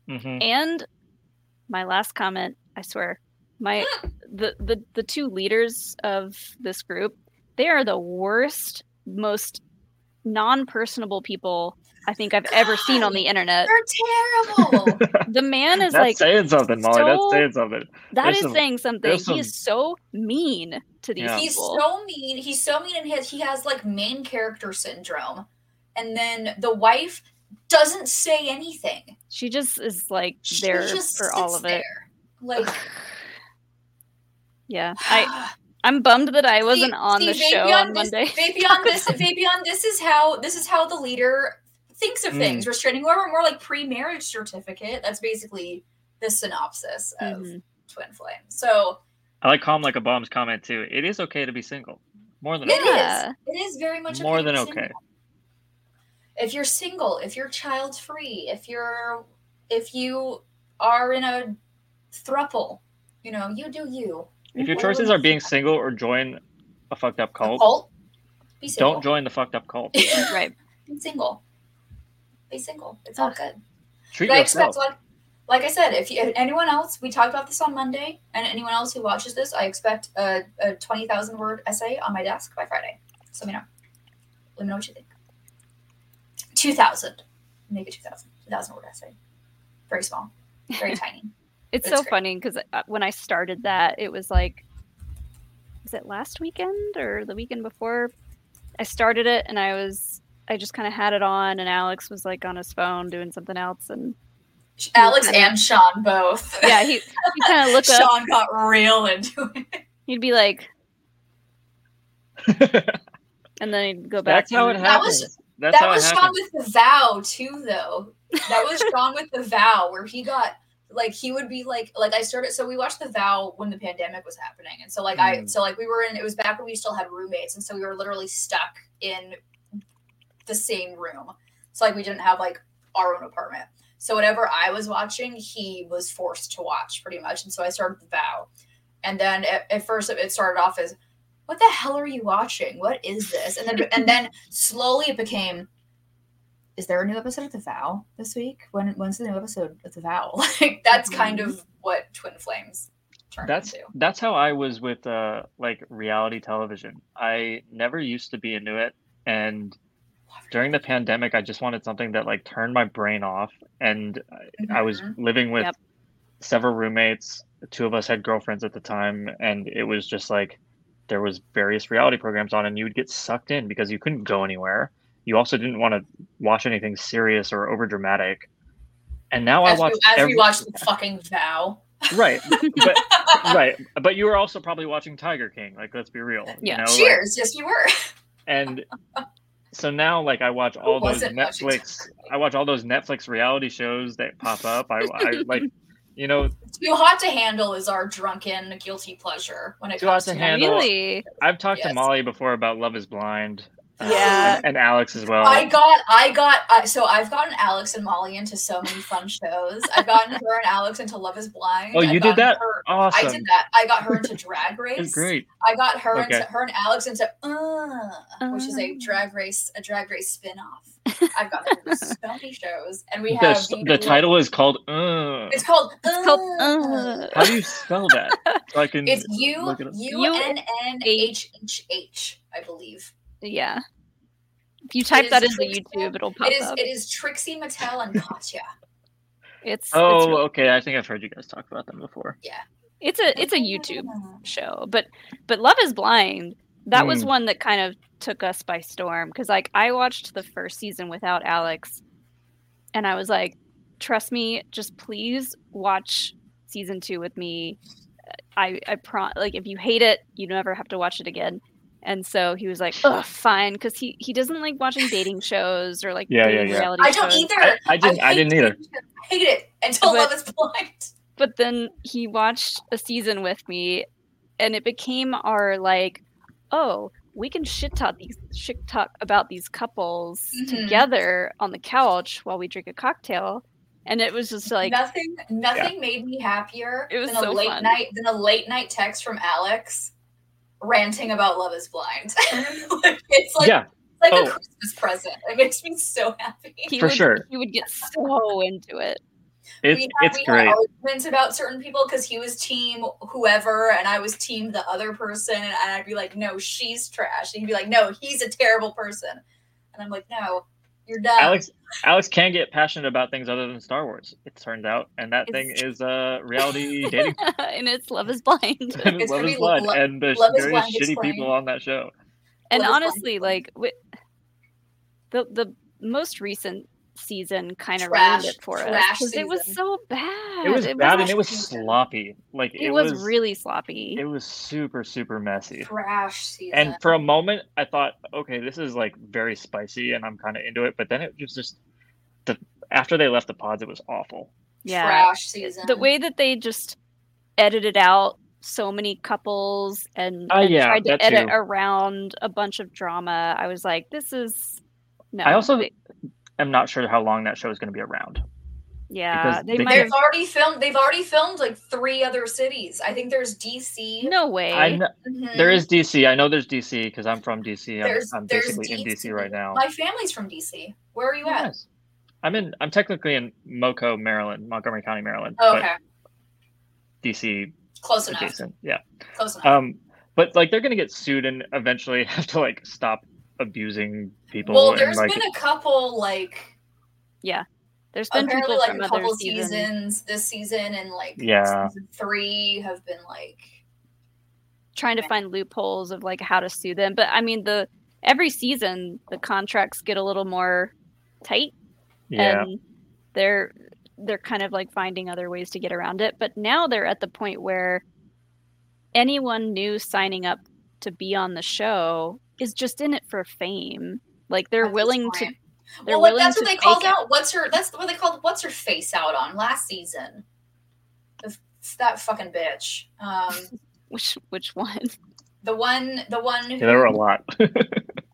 [SPEAKER 2] And my last comment, I swear, my the, the the two leaders of this group, they are the worst, most non-personable people I think I've ever seen on the internet.
[SPEAKER 8] They're terrible.
[SPEAKER 2] the man is
[SPEAKER 7] That's
[SPEAKER 2] like
[SPEAKER 7] saying something, Molly.
[SPEAKER 2] so-
[SPEAKER 7] That's saying something.
[SPEAKER 2] That
[SPEAKER 7] There's
[SPEAKER 2] is
[SPEAKER 7] some-
[SPEAKER 2] saying something.
[SPEAKER 7] there's
[SPEAKER 2] He is so mean to these
[SPEAKER 7] Yeah.
[SPEAKER 8] He's
[SPEAKER 2] people.
[SPEAKER 8] so mean. He's so mean, and he has, he has like main character syndrome. And then the wife doesn't say anything.
[SPEAKER 2] she just is like there
[SPEAKER 8] just
[SPEAKER 2] for all
[SPEAKER 8] sits
[SPEAKER 2] of it.
[SPEAKER 8] Like
[SPEAKER 2] Yeah, I I'm bummed that I wasn't on
[SPEAKER 8] see,
[SPEAKER 2] the
[SPEAKER 8] maybe
[SPEAKER 2] show
[SPEAKER 8] on
[SPEAKER 2] on
[SPEAKER 8] this-
[SPEAKER 2] Monday.
[SPEAKER 8] maybe on this, maybe on this is how this is how the leader thinks of
[SPEAKER 7] Hmm.
[SPEAKER 2] Mm.
[SPEAKER 8] things. Restraining order, more like pre-marriage certificate. That's basically the synopsis of Twin Flame. So
[SPEAKER 7] I like calm like a bomb's comment too. It is okay to be single. More than
[SPEAKER 8] it is.
[SPEAKER 7] okay.
[SPEAKER 8] It is very much
[SPEAKER 7] More than
[SPEAKER 8] to be
[SPEAKER 7] okay.
[SPEAKER 8] single. If you're single, if you're child free, if you're if you are in a thruple, you know, you do you.
[SPEAKER 7] If your
[SPEAKER 8] Whatever
[SPEAKER 7] choices
[SPEAKER 8] makes
[SPEAKER 7] are being single or join a fucked up cult,
[SPEAKER 8] cult? Be single.
[SPEAKER 7] don't join the fucked up cult.
[SPEAKER 2] right.
[SPEAKER 8] Be single. Be single. It's all good.
[SPEAKER 7] Treat
[SPEAKER 8] But I
[SPEAKER 7] yourself.
[SPEAKER 8] expect, like, like I said, if, you, if anyone else, we talked about this on Monday, and anyone else who watches this, I expect a, a 20,000 word essay on my desk by Friday. So let me know. Let me know what you think. 2,000. Make it 2,000. 2,000 word essay. Very small, very tiny.
[SPEAKER 2] It's
[SPEAKER 8] But
[SPEAKER 2] so funny because when I started that, it was like, was it last weekend or the weekend before? I started it and I was, I just kind of had it on, and Alex was like on his phone doing something else, and
[SPEAKER 8] great. Alex and Sean both.
[SPEAKER 2] yeah, he he kind of looked up.
[SPEAKER 8] Sean got real into it.
[SPEAKER 2] He'd be like, and then he'd go back.
[SPEAKER 7] That's how it
[SPEAKER 2] and-
[SPEAKER 8] That was-
[SPEAKER 7] happens. That's
[SPEAKER 8] that
[SPEAKER 7] how it
[SPEAKER 8] was Sean
[SPEAKER 7] happens.
[SPEAKER 8] with the vow too, though. That was Sean with the vow, where he got like he would be like like I started. So we watched the vow when the pandemic was happening, and so like
[SPEAKER 7] Hmm.
[SPEAKER 8] I
[SPEAKER 9] Mm.
[SPEAKER 8] so like we were in. It was back when we still had roommates, and so we were literally stuck in the same room. So like we didn't have like our own apartment. So whatever I was watching, he was forced to watch pretty much, and so I started the vow. And then at, at first, it started off as what the hell are you watching? What is this? And then and then slowly it became is there a new episode of The Vow this week? When when's the new episode of The Vow? Like that's kind of what Twin Flames turned
[SPEAKER 7] Mm-hmm. that's
[SPEAKER 8] into.
[SPEAKER 7] that's how I was with uh like reality television. I never used to be into it, and during the pandemic, I just wanted something that like turned my brain off. And I, I was
[SPEAKER 8] Mm-hmm.
[SPEAKER 13] Mhm.
[SPEAKER 7] living with
[SPEAKER 13] Yep.
[SPEAKER 7] several roommates. Two of us had girlfriends at the time, and it was just like there was various reality programs on, and you would get sucked in because you couldn't go anywhere. You also didn't want to watch anything serious or over dramatic. And now
[SPEAKER 8] as
[SPEAKER 7] I watch
[SPEAKER 8] we, as
[SPEAKER 7] every-
[SPEAKER 8] we watched the fucking Vow.
[SPEAKER 7] right but right but you were also probably watching tiger king like let's be real you know, like-
[SPEAKER 8] Cheers, yes you were.
[SPEAKER 7] and so now like i watch all those
[SPEAKER 8] wasn't watching
[SPEAKER 7] netflix i watch all those netflix reality shows that pop up i, I like you know
[SPEAKER 8] Too hot to handle is our drunken guilty pleasure when it
[SPEAKER 7] too hot
[SPEAKER 8] comes
[SPEAKER 7] to
[SPEAKER 8] to
[SPEAKER 7] handle
[SPEAKER 8] Really?
[SPEAKER 7] i've talked to
[SPEAKER 8] Yes.
[SPEAKER 7] molly before about love is blind uh,
[SPEAKER 8] Yeah.
[SPEAKER 7] and, and alex as well
[SPEAKER 8] I got, I got, I so I've gotten Alex and Molly into so many fun shows. I've gotten her and Alex into Love is Blind.
[SPEAKER 7] Oh, you
[SPEAKER 8] I've
[SPEAKER 7] did
[SPEAKER 8] gotten
[SPEAKER 7] that?
[SPEAKER 8] her- I
[SPEAKER 7] Awesome.
[SPEAKER 8] did that. I got her into Drag Race.
[SPEAKER 7] great.
[SPEAKER 8] I got her
[SPEAKER 7] Okay.
[SPEAKER 8] into her and Alex into uh, which is a
[SPEAKER 2] Oh.
[SPEAKER 8] Drag Race, a Drag Race spin-off. I've gotten her into so many shows, and we
[SPEAKER 7] the,
[SPEAKER 8] have
[SPEAKER 7] s- the title is called uh.
[SPEAKER 8] It's called. It's called. Ah.
[SPEAKER 2] uh,
[SPEAKER 7] how do you spell that so i can
[SPEAKER 8] It's U
[SPEAKER 7] look it up?
[SPEAKER 8] U N N H H H, I believe.
[SPEAKER 2] Yeah. If you
[SPEAKER 8] It
[SPEAKER 2] type
[SPEAKER 8] is
[SPEAKER 2] that into
[SPEAKER 8] Trixie-
[SPEAKER 2] YouTube, it'll pop
[SPEAKER 8] it is,
[SPEAKER 2] up.
[SPEAKER 8] It is Trixie Mattel and Katya.
[SPEAKER 2] It's
[SPEAKER 7] oh
[SPEAKER 2] it's, really-
[SPEAKER 7] okay i think i've heard you guys talk about them before
[SPEAKER 8] yeah
[SPEAKER 2] it's a it's a YouTube show, but but Love Is Blind that was
[SPEAKER 7] Mm.
[SPEAKER 2] one that kind of took us by storm because like I watched the first season without Alex, and I was like, trust me, just please watch season two with me. I I pro like if you hate it, you never have to watch it again. And so he was like, "Ugh, fine," because he he doesn't like watching dating shows or like
[SPEAKER 7] Yeah, yeah,
[SPEAKER 2] dating
[SPEAKER 7] yeah.
[SPEAKER 2] reality
[SPEAKER 8] I don't
[SPEAKER 2] shows.
[SPEAKER 8] either. I- I
[SPEAKER 7] didn't- I I didn't hate either.
[SPEAKER 8] I hate it until
[SPEAKER 2] But-
[SPEAKER 8] Love is Blind.
[SPEAKER 2] But then he watched a season with me, and it became our like, oh, we can shit talk these shit talk about these couples
[SPEAKER 8] Mhm.
[SPEAKER 2] together on the couch while we drink a cocktail, and it was just like
[SPEAKER 8] nothing nothing made me happier
[SPEAKER 2] It was
[SPEAKER 8] than
[SPEAKER 2] so
[SPEAKER 8] a late
[SPEAKER 2] fun.
[SPEAKER 8] night than a late night text from Alex ranting about Love is Blind. Like, it's like
[SPEAKER 7] Yeah.
[SPEAKER 8] it's like
[SPEAKER 7] Oh.
[SPEAKER 8] a Christmas present. It makes me so happy.
[SPEAKER 7] He For would- sure.
[SPEAKER 2] he would get so into it.
[SPEAKER 7] It's- it's
[SPEAKER 8] we
[SPEAKER 7] great.
[SPEAKER 8] had arguments about certain people because he was team whoever and I was team the other person and I'd be like, no, she's trash. And he'd be like, no, he's a terrible person. And I'm like, no, you're dumb.
[SPEAKER 7] Alex Alex can get passionate about things other than Star Wars. It turns out, and that thing
[SPEAKER 2] It's-
[SPEAKER 7] is uh, reality dating.
[SPEAKER 2] and it's Love is Blind.
[SPEAKER 7] and love is blood, and there's
[SPEAKER 2] Love is
[SPEAKER 7] very
[SPEAKER 2] Blind
[SPEAKER 7] shitty
[SPEAKER 2] explained.
[SPEAKER 7] people on that show.
[SPEAKER 2] and
[SPEAKER 7] Love is Blind
[SPEAKER 2] honestly, like wi- the the most recent season kind of
[SPEAKER 8] Trash-
[SPEAKER 2] ruined it for us
[SPEAKER 8] trash
[SPEAKER 2] because it was
[SPEAKER 8] season.
[SPEAKER 2] so bad.
[SPEAKER 7] It was bad and it was
[SPEAKER 2] actually-
[SPEAKER 7] sloppy. Like
[SPEAKER 2] It was really sloppy.
[SPEAKER 7] It was super super messy.
[SPEAKER 8] Trash season.
[SPEAKER 7] And for a moment, I thought, okay, this is like very spicy, and I'm kind of into it. But then it was just the after they left the pods, it was awful.
[SPEAKER 2] yeah.
[SPEAKER 8] trash
[SPEAKER 2] It-
[SPEAKER 8] season.
[SPEAKER 2] The way that they just edited out so many couples and,
[SPEAKER 7] Oh,
[SPEAKER 2] and
[SPEAKER 7] yeah,
[SPEAKER 2] tried
[SPEAKER 7] that
[SPEAKER 2] to edit
[SPEAKER 7] too.
[SPEAKER 2] around a bunch of drama, I was like, this is no.
[SPEAKER 7] I also
[SPEAKER 2] they-
[SPEAKER 7] am not sure how long that show is going to be around.
[SPEAKER 2] yeah,
[SPEAKER 7] because
[SPEAKER 2] they
[SPEAKER 7] they
[SPEAKER 2] might
[SPEAKER 7] can't-
[SPEAKER 2] have
[SPEAKER 8] They've already filmed. They've already filmed like three other cities. I think there's Mm-hmm. DC.
[SPEAKER 2] No way.
[SPEAKER 7] I kn- there is DC. I know there's DC because I'm from DC. I'm,
[SPEAKER 8] There's-
[SPEAKER 7] I'm
[SPEAKER 8] there's
[SPEAKER 7] basically in DC right now.
[SPEAKER 8] My family's from DC. Where are you at?
[SPEAKER 7] I'm in. I'm technically in Moco, Maryland, Montgomery County, Maryland.
[SPEAKER 8] Oh,
[SPEAKER 7] but
[SPEAKER 8] okay,
[SPEAKER 7] DC
[SPEAKER 8] Close enough.
[SPEAKER 7] adjacent. Yeah.
[SPEAKER 8] close enough.
[SPEAKER 7] Um, but like they're gonna get sued and eventually have to like stop abusing people.
[SPEAKER 8] well,
[SPEAKER 7] and,
[SPEAKER 8] there's
[SPEAKER 7] like,
[SPEAKER 8] been a couple like
[SPEAKER 2] yeah. There's been
[SPEAKER 8] apparently
[SPEAKER 2] people
[SPEAKER 8] like
[SPEAKER 2] from
[SPEAKER 8] a
[SPEAKER 2] other
[SPEAKER 8] couple
[SPEAKER 2] seasons.
[SPEAKER 8] seasons this season and like
[SPEAKER 7] Yeah.
[SPEAKER 8] season three have been like
[SPEAKER 2] trying to find loopholes of like how to sue them. But I mean, the every season the contracts get a little more tight,
[SPEAKER 15] Yeah.
[SPEAKER 2] and they're they're kind of like finding other ways to get around it. But now they're at the point where anyone new signing up to be on the show is just in it for fame. Like they're willing to. They're
[SPEAKER 8] well, like
[SPEAKER 2] willing
[SPEAKER 8] that's what
[SPEAKER 2] to
[SPEAKER 8] they called
[SPEAKER 2] fake it.
[SPEAKER 8] out. What's her? That's what they called. What's her face out on last season? The, f- that fucking bitch. Um,
[SPEAKER 2] Which which one?
[SPEAKER 8] the one. The one.
[SPEAKER 7] yeah, there were a lot.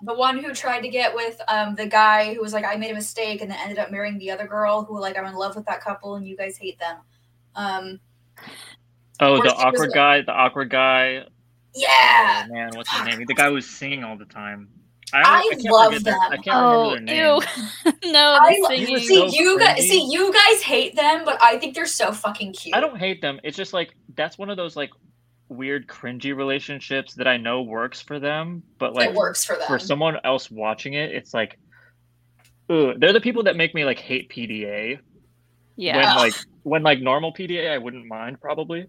[SPEAKER 7] Oh,
[SPEAKER 8] the one who tried to get with um the guy who was like I made a mistake and then ended up marrying the other girl who like I'm in love with that couple and you guys hate them. Um
[SPEAKER 7] Oh,
[SPEAKER 8] Or she
[SPEAKER 7] the
[SPEAKER 8] was
[SPEAKER 7] awkward
[SPEAKER 8] like-
[SPEAKER 7] guy. The awkward guy.
[SPEAKER 8] yeah.
[SPEAKER 7] Oh, man, what's his name? The guy who was singing all the time.
[SPEAKER 8] I
[SPEAKER 7] don't- can't
[SPEAKER 8] love
[SPEAKER 7] forget their- I
[SPEAKER 8] them.
[SPEAKER 7] can't
[SPEAKER 2] Oh,
[SPEAKER 7] remember their name.
[SPEAKER 2] ew. no,
[SPEAKER 8] I,
[SPEAKER 2] the singing.
[SPEAKER 8] see you guys
[SPEAKER 7] cringy.
[SPEAKER 8] see you guys hate them but I think they're so fucking cute.
[SPEAKER 7] I don't hate them. It's just like that's one of those like weird cringy relationships that I know works for them, but
[SPEAKER 8] It
[SPEAKER 7] like
[SPEAKER 8] works for them.
[SPEAKER 7] someone else watching it, it's like ugh. they're the people that make me like hate PDA.
[SPEAKER 8] Yeah.
[SPEAKER 7] When like when like normal PDA I wouldn't mind probably.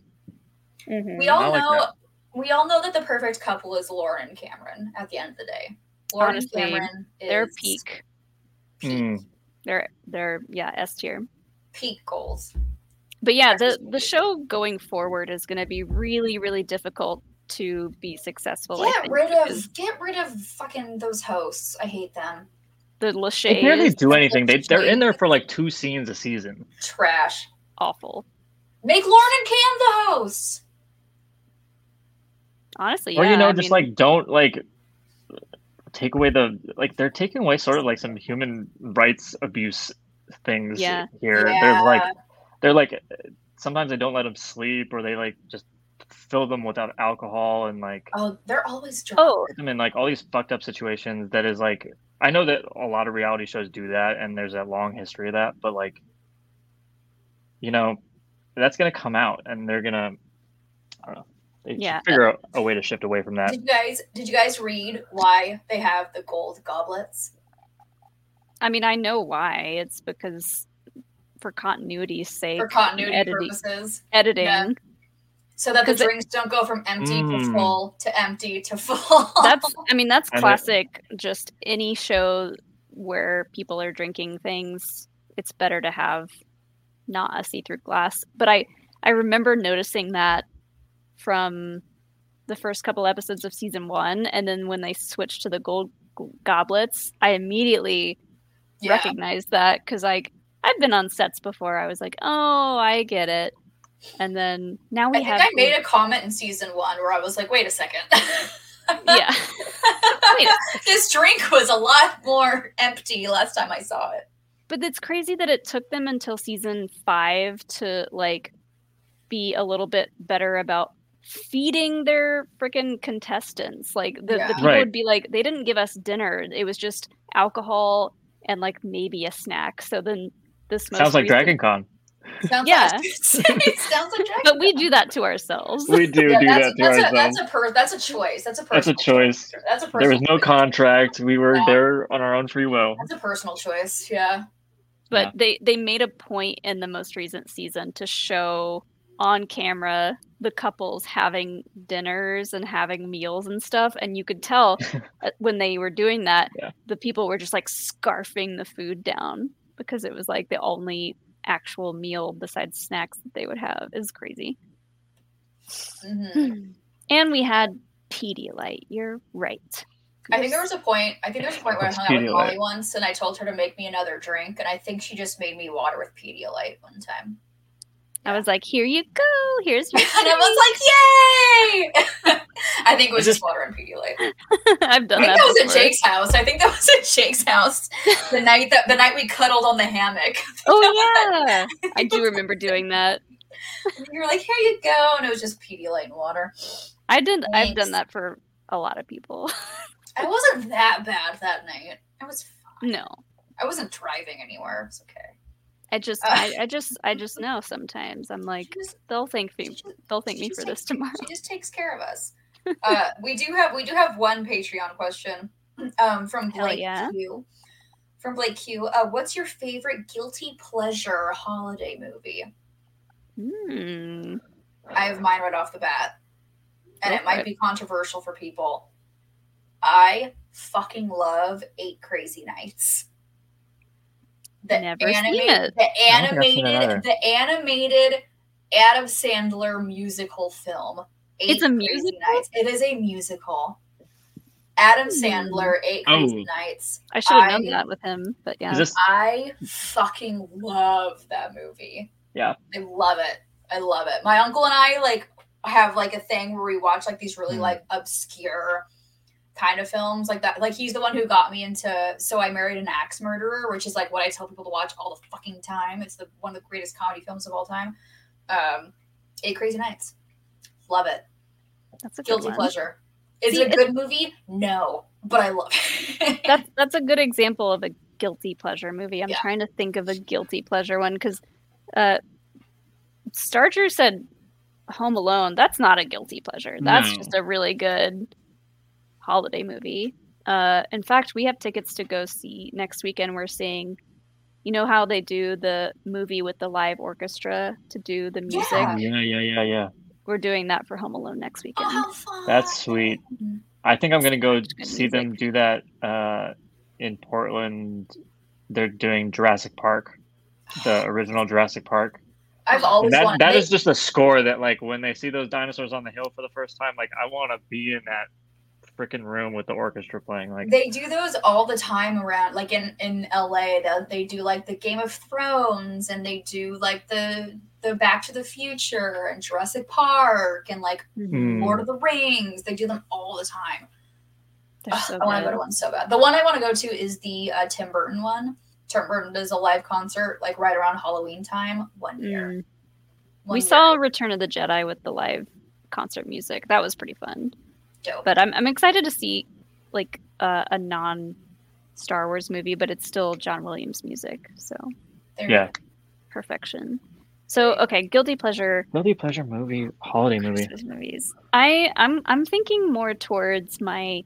[SPEAKER 2] Mm-hmm.
[SPEAKER 8] We all
[SPEAKER 7] I like
[SPEAKER 8] know
[SPEAKER 7] that.
[SPEAKER 8] we all know that the perfect couple is Lauren and Cameron at the end of the day. Lauren
[SPEAKER 2] Honestly,
[SPEAKER 8] and Cameron is
[SPEAKER 2] they're peak.
[SPEAKER 7] Mm.
[SPEAKER 2] They're they're yeah S tier.
[SPEAKER 8] peak goals.
[SPEAKER 2] but yeah the the show going forward is going to be really really difficult to be successful I
[SPEAKER 8] Get
[SPEAKER 2] think,
[SPEAKER 8] rid
[SPEAKER 2] because
[SPEAKER 8] of get rid of fucking those hosts. I hate them.
[SPEAKER 2] the
[SPEAKER 7] They barely
[SPEAKER 2] Lachey's
[SPEAKER 7] do anything. They they're in there for like two scenes a season.
[SPEAKER 8] Trash.
[SPEAKER 2] awful
[SPEAKER 8] Make Lauren and Cam the hosts.
[SPEAKER 2] honestly
[SPEAKER 7] or
[SPEAKER 2] yeah,
[SPEAKER 7] you know
[SPEAKER 2] I
[SPEAKER 7] just
[SPEAKER 2] mean,
[SPEAKER 7] like don't like take away the like they're taking away sort of like some human rights abuse things
[SPEAKER 2] Yeah.
[SPEAKER 7] here they're like
[SPEAKER 2] Yeah.
[SPEAKER 7] they're like sometimes they don't let them sleep or they like just fill them without alcohol and like
[SPEAKER 8] Oh, they're always drunk.
[SPEAKER 2] Oh,
[SPEAKER 7] put them in like all these fucked up situations that is like i know that a lot of reality shows do that and there's a long history of that but like you know that's gonna come out and they're gonna i don't know they should
[SPEAKER 8] Yeah.
[SPEAKER 7] figure out a way to shift away from that
[SPEAKER 8] Did you guys did you guys read why they have the gold goblets?
[SPEAKER 2] i mean i know why it's because for continuity's sake
[SPEAKER 8] For
[SPEAKER 2] and
[SPEAKER 8] continuity
[SPEAKER 2] editing,
[SPEAKER 8] purposes.
[SPEAKER 2] editing
[SPEAKER 8] Yeah. So that the
[SPEAKER 2] 'Cause it-
[SPEAKER 8] drinks don't go from empty to
[SPEAKER 7] Hmm.
[SPEAKER 2] Mm.
[SPEAKER 8] full to empty to full.
[SPEAKER 2] that's i mean that's
[SPEAKER 7] And it-
[SPEAKER 2] classic just any show where people are drinking things it's better to have not a see-through glass but i i remember noticing that from the first couple episodes of season one and then when they switched to the gold g- goblets i immediately
[SPEAKER 8] Yeah.
[SPEAKER 2] recognized that because like i've been on sets before i was like oh i get it and then now
[SPEAKER 8] I
[SPEAKER 2] we
[SPEAKER 8] think
[SPEAKER 2] have
[SPEAKER 8] I made a comment in season one where I was like, wait a second.
[SPEAKER 2] yeah.
[SPEAKER 8] this drink was a lot more empty last time I saw it.
[SPEAKER 2] but it's crazy that it took them until season five to like be a little bit better about feeding their freaking contestants like the,
[SPEAKER 8] Yeah.
[SPEAKER 2] the people
[SPEAKER 15] Right.
[SPEAKER 2] would be like they didn't give us dinner it was just alcohol and like maybe a snack so then this most
[SPEAKER 7] Sounds like
[SPEAKER 2] recent-
[SPEAKER 7] Dragon Con.
[SPEAKER 8] Sounds
[SPEAKER 2] yeah
[SPEAKER 8] it sounds like Dragon
[SPEAKER 2] but we do that to ourselves
[SPEAKER 7] We do do
[SPEAKER 8] that's,
[SPEAKER 7] that to
[SPEAKER 8] that's, a,
[SPEAKER 7] ourselves.
[SPEAKER 8] that's a per- that's a choice. That's a
[SPEAKER 7] That's a
[SPEAKER 8] personal.
[SPEAKER 7] choice.
[SPEAKER 8] That's a
[SPEAKER 7] There was
[SPEAKER 8] personal
[SPEAKER 7] no contract. We were
[SPEAKER 8] Yeah.
[SPEAKER 7] there on our own free will.
[SPEAKER 8] that's a personal choice. Yeah.
[SPEAKER 2] but
[SPEAKER 7] Yeah.
[SPEAKER 2] they they made a point in the most recent season to show on camera the couples having dinners and having meals and stuff and you could tell uh, when they were doing that the people were just like scarfing the food down because it was like the only actual meal besides snacks that they would have is crazy
[SPEAKER 8] Mhm.
[SPEAKER 2] and we had pedialyte you're right
[SPEAKER 8] I think there was a point. I think there was a point where I
[SPEAKER 2] It's
[SPEAKER 8] hung out with Molly
[SPEAKER 2] Pedialyte.
[SPEAKER 8] once, and I told her to make me another drink, and I think she just made me water with Pedialyte one time.
[SPEAKER 2] i was like here you go here's your
[SPEAKER 8] And I was like, "Yay!" I think it was just water and Pedialyte.
[SPEAKER 2] i've done
[SPEAKER 8] I think
[SPEAKER 2] that
[SPEAKER 8] that was at
[SPEAKER 2] before.
[SPEAKER 8] Jake's house. I think that was at Jake's house the night that the night we cuddled on the hammock.
[SPEAKER 2] oh yeah i do remember doing that
[SPEAKER 8] And you were like, "Here you go," and it was just Pedialyte and water.
[SPEAKER 2] I did. I've
[SPEAKER 8] Thanks.
[SPEAKER 2] done that for a lot of people.
[SPEAKER 8] I wasn't that bad that night. I was.
[SPEAKER 2] no,
[SPEAKER 8] I wasn't driving anywhere. It was okay.
[SPEAKER 2] I just, I, I just, I just know. Sometimes I'm like, they'll thank me. They'll thank me for this tomorrow.
[SPEAKER 8] She just takes care of us. Uh, we do have we do have one Patreon question um, from
[SPEAKER 2] Hell
[SPEAKER 8] Blake
[SPEAKER 2] yeah.
[SPEAKER 8] Q. From Blake Q. Uh, what's your favorite guilty pleasure holiday movie?
[SPEAKER 2] Hmm.
[SPEAKER 8] I have mine right off the bat, and
[SPEAKER 2] Go
[SPEAKER 8] it
[SPEAKER 2] for
[SPEAKER 8] might
[SPEAKER 2] it.
[SPEAKER 8] be controversial for people. I fucking love Eight Crazy Nights. The
[SPEAKER 2] Never seen
[SPEAKER 8] animate-
[SPEAKER 2] it.
[SPEAKER 8] The
[SPEAKER 2] I don't think I've seen it
[SPEAKER 8] animated,
[SPEAKER 2] either.
[SPEAKER 8] the animated Adam Sandler musical film.
[SPEAKER 2] It's a
[SPEAKER 8] Crazy Nights. It is a musical. Adam
[SPEAKER 2] Hmm.
[SPEAKER 8] Sandler, Eight Crazy
[SPEAKER 7] Oh.
[SPEAKER 8] Nights.
[SPEAKER 2] I should have known that with him, but yeah.
[SPEAKER 7] Is this-
[SPEAKER 8] I fucking love that movie.
[SPEAKER 7] Yeah.
[SPEAKER 8] I love it. I love it. My uncle and I like have like a thing where we watch like these
[SPEAKER 7] Hmm.
[SPEAKER 8] really like obscure kind of films like that. Like he's the one who got me into So I Married an Axe Murderer, which is like what I tell people to watch all the fucking time. It's the one of the greatest comedy films of all time. Um Eight Crazy Nights. Love it.
[SPEAKER 2] That's a good
[SPEAKER 8] Guilty
[SPEAKER 2] one.
[SPEAKER 8] pleasure. Is
[SPEAKER 2] See,
[SPEAKER 8] it a good movie? No, but I love it.
[SPEAKER 2] that's that's a good example of a guilty pleasure movie. I'm
[SPEAKER 8] Yeah.
[SPEAKER 2] trying to think of a guilty pleasure one because uh, Starger said Home Alone. That's not a guilty pleasure. That's
[SPEAKER 15] No.
[SPEAKER 2] just a really good holiday movie. Uh, in fact, we have tickets to go see next weekend. We're seeing, you know how they do the movie with the live orchestra to do the music.
[SPEAKER 7] Yeah, yeah, yeah, yeah.
[SPEAKER 2] We're doing that for Home Alone next
[SPEAKER 8] Oh,
[SPEAKER 2] weekend.
[SPEAKER 7] That's sweet. I think I'm gonna go see them do that uh, in Portland. They're doing Jurassic Park, the original Jurassic Park.
[SPEAKER 8] I've always
[SPEAKER 7] And that
[SPEAKER 8] wanted
[SPEAKER 7] that
[SPEAKER 8] they-
[SPEAKER 7] is just a score that like when they see those dinosaurs on the hill for the first time, like I want to be in that freaking room with the orchestra playing. Like
[SPEAKER 8] they do those all the time around like in in LA they, they do like the Game of Thrones and they do like the the Back to the Future and Jurassic Park and like
[SPEAKER 7] Hmm.
[SPEAKER 15] Mhm.
[SPEAKER 8] Lord of the Rings they do them all the time
[SPEAKER 2] They're
[SPEAKER 8] Ugh,
[SPEAKER 2] so
[SPEAKER 8] Oh, I want to
[SPEAKER 2] good.
[SPEAKER 8] go to one so bad the one I want to go to is the uh, Tim Burton one Tim Burton does a live concert like right around Halloween time one year
[SPEAKER 2] Mm.
[SPEAKER 8] One
[SPEAKER 2] We saw Return of the Jedi with the live concert music. That was pretty fun.
[SPEAKER 8] Dope.
[SPEAKER 2] But I'm I'm excited to see like uh, a non Star Wars movie, but it's still John Williams music. So
[SPEAKER 8] There
[SPEAKER 7] yeah,
[SPEAKER 2] perfection. So okay, guilty pleasure
[SPEAKER 7] guilty pleasure movie, holiday movie.
[SPEAKER 2] Christmas movies. I I'm I'm thinking more towards my